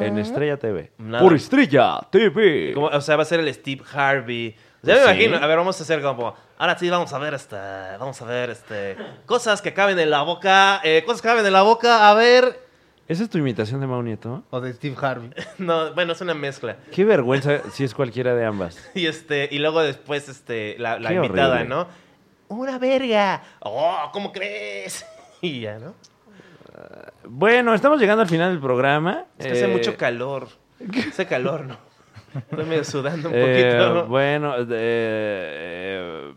[SPEAKER 3] En Estrella TV.
[SPEAKER 1] Nada.
[SPEAKER 3] Por Estrella TV.
[SPEAKER 1] Como- o sea, va a ser el Steve Harvey. O sea, me
[SPEAKER 3] Sí.
[SPEAKER 1] imagino. A ver, vamos a hacer como. Ahora sí, vamos a ver este. Vamos a ver este. Cosas que caben en la boca. eh, cosas que caben en la boca. A ver. <laughs>
[SPEAKER 3] ¿Esa es tu imitación de Mao Nieto?
[SPEAKER 4] O de Steve Harvey.
[SPEAKER 1] No, bueno, es una mezcla.
[SPEAKER 3] Qué vergüenza si es cualquiera de ambas.
[SPEAKER 1] Y este, y luego después, este, la, la
[SPEAKER 3] Qué
[SPEAKER 1] invitada,
[SPEAKER 3] horrible.
[SPEAKER 1] ¿no? ¡Una verga! ¡Oh, cómo crees! <laughs> Y ya, ¿no?
[SPEAKER 3] Bueno, estamos llegando al final del programa.
[SPEAKER 1] Es que hace
[SPEAKER 3] Eh,
[SPEAKER 1] mucho calor. Hace calor, ¿no? Estoy medio sudando un
[SPEAKER 3] Eh,
[SPEAKER 1] poquito.
[SPEAKER 3] bueno, eh,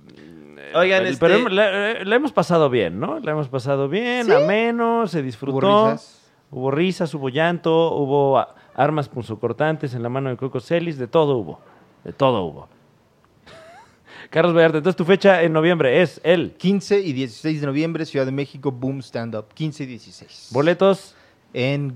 [SPEAKER 3] eh,
[SPEAKER 1] Oigan,
[SPEAKER 3] el-
[SPEAKER 1] este-
[SPEAKER 3] pero la, la hemos pasado bien, ¿no? La hemos pasado bien, ameno, se disfrutó.
[SPEAKER 4] Hubo risas.
[SPEAKER 3] Hubo risas, hubo llanto, hubo a- armas punzocortantes en la mano de Coco Celis, de todo hubo. De todo hubo. <laughs> Carlos Vallarta, entonces tu fecha en noviembre es el
[SPEAKER 4] 15 y 16 de noviembre, Ciudad de México, Boom Stand Up. 15 y 16.
[SPEAKER 3] boletos
[SPEAKER 4] en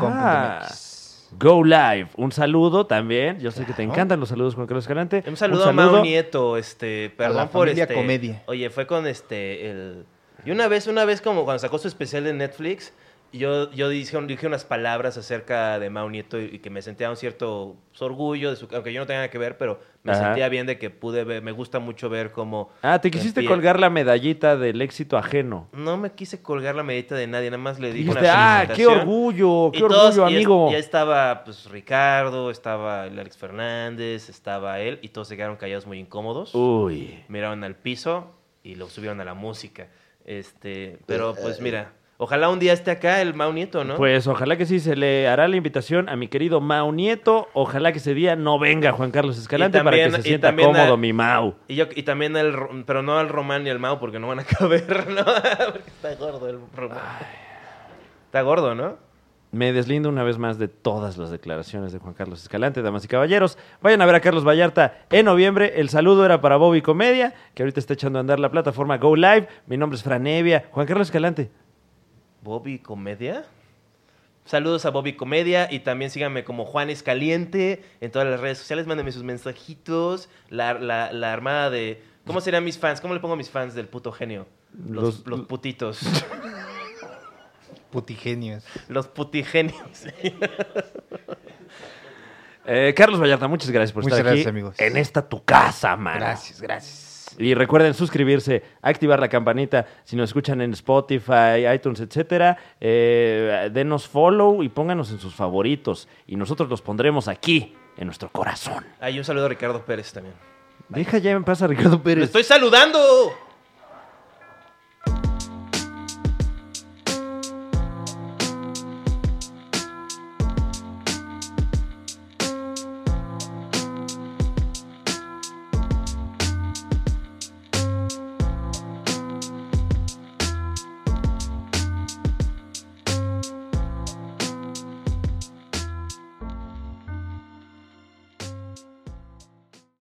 [SPEAKER 4] golive.com.mx.
[SPEAKER 3] Go Live. Un saludo también. Yo sé que te encantan los saludos, Juan Carlos Escalante.
[SPEAKER 1] Un saludo, a Mau Nieto, este, perdón
[SPEAKER 4] la
[SPEAKER 1] por
[SPEAKER 4] familia
[SPEAKER 1] este.
[SPEAKER 4] Comedia.
[SPEAKER 1] Oye, fue con este el y una vez, una vez como cuando sacó su especial de Netflix, yo, yo dije, dije unas palabras acerca de Mau Nieto y, y que me sentía un cierto pues, orgullo, de su, aunque yo no tenía nada que ver, pero me
[SPEAKER 3] Ajá.
[SPEAKER 1] sentía bien de que pude ver, me gusta mucho ver cómo...
[SPEAKER 3] Ah, te quisiste
[SPEAKER 1] empie-
[SPEAKER 3] colgar la medallita del éxito ajeno.
[SPEAKER 1] No me quise colgar la medita de nadie, nada más le dije una
[SPEAKER 3] Dijiste, ah, qué
[SPEAKER 1] felicitación".
[SPEAKER 3] orgullo,
[SPEAKER 1] Y
[SPEAKER 3] qué orgullo,
[SPEAKER 1] todos- y es-
[SPEAKER 3] amigo.
[SPEAKER 1] Ya estaba pues Ricardo, estaba el Alex Fernández, estaba él, y todos se quedaron callados muy incómodos.
[SPEAKER 3] Uh. Uy.
[SPEAKER 1] miraron al piso y lo subieron a la música. Este, pero pues mira, ojalá un día esté acá el Mau Nieto, ¿no?
[SPEAKER 3] Pues ojalá que sí, se le hará la invitación a mi querido Mau Nieto. Ojalá que ese día no venga Juan Carlos Escalante
[SPEAKER 1] también-
[SPEAKER 3] para que se
[SPEAKER 1] y
[SPEAKER 3] sienta
[SPEAKER 1] también
[SPEAKER 3] cómodo
[SPEAKER 1] a-
[SPEAKER 3] mi Mau.
[SPEAKER 1] y, yo, y también el, Ro- pero no al Román y al Mau porque no van a <laughs> caber, ¿no? Porque está gordo el Román. Está gordo, ¿no?
[SPEAKER 3] Me deslindo una vez más de todas las declaraciones de Juan Carlos Escalante, damas y caballeros. Vayan a ver a Carlos Vallarta en noviembre. El saludo era para Bobby Comedia, que ahorita está echando a andar la plataforma Go Live. Mi nombre es Fran Evia. Juan Carlos Escalante.
[SPEAKER 1] Bobby Comedia. Saludos a Bobby Comedia y también síganme como Juanes Caliente en todas las redes sociales. Mándenme sus mensajitos. La, la- la armada de. ¿Cómo serían mis fans? ¿Cómo le pongo a mis fans del puto genio? Los,
[SPEAKER 3] Los-
[SPEAKER 1] los putitos. <laughs>
[SPEAKER 4] Putigenios.
[SPEAKER 1] los putigenios.
[SPEAKER 3] Eh, Carlos Vallarta, muchas gracias por
[SPEAKER 4] Muchas
[SPEAKER 3] estar
[SPEAKER 4] gracias,
[SPEAKER 3] aquí
[SPEAKER 4] amigos.
[SPEAKER 3] en esta tu casa, man.
[SPEAKER 4] Gracias, gracias.
[SPEAKER 3] Y recuerden suscribirse, activar la campanita si nos escuchan en Spotify, iTunes, etcétera. Eh, denos follow y pónganos en sus favoritos. Y nosotros los pondremos aquí, en nuestro corazón.
[SPEAKER 1] Hay un saludo a Ricardo Pérez también.
[SPEAKER 3] Deja ya en paz a Ricardo
[SPEAKER 1] ¡Me
[SPEAKER 3] Pérez.
[SPEAKER 1] estoy saludando!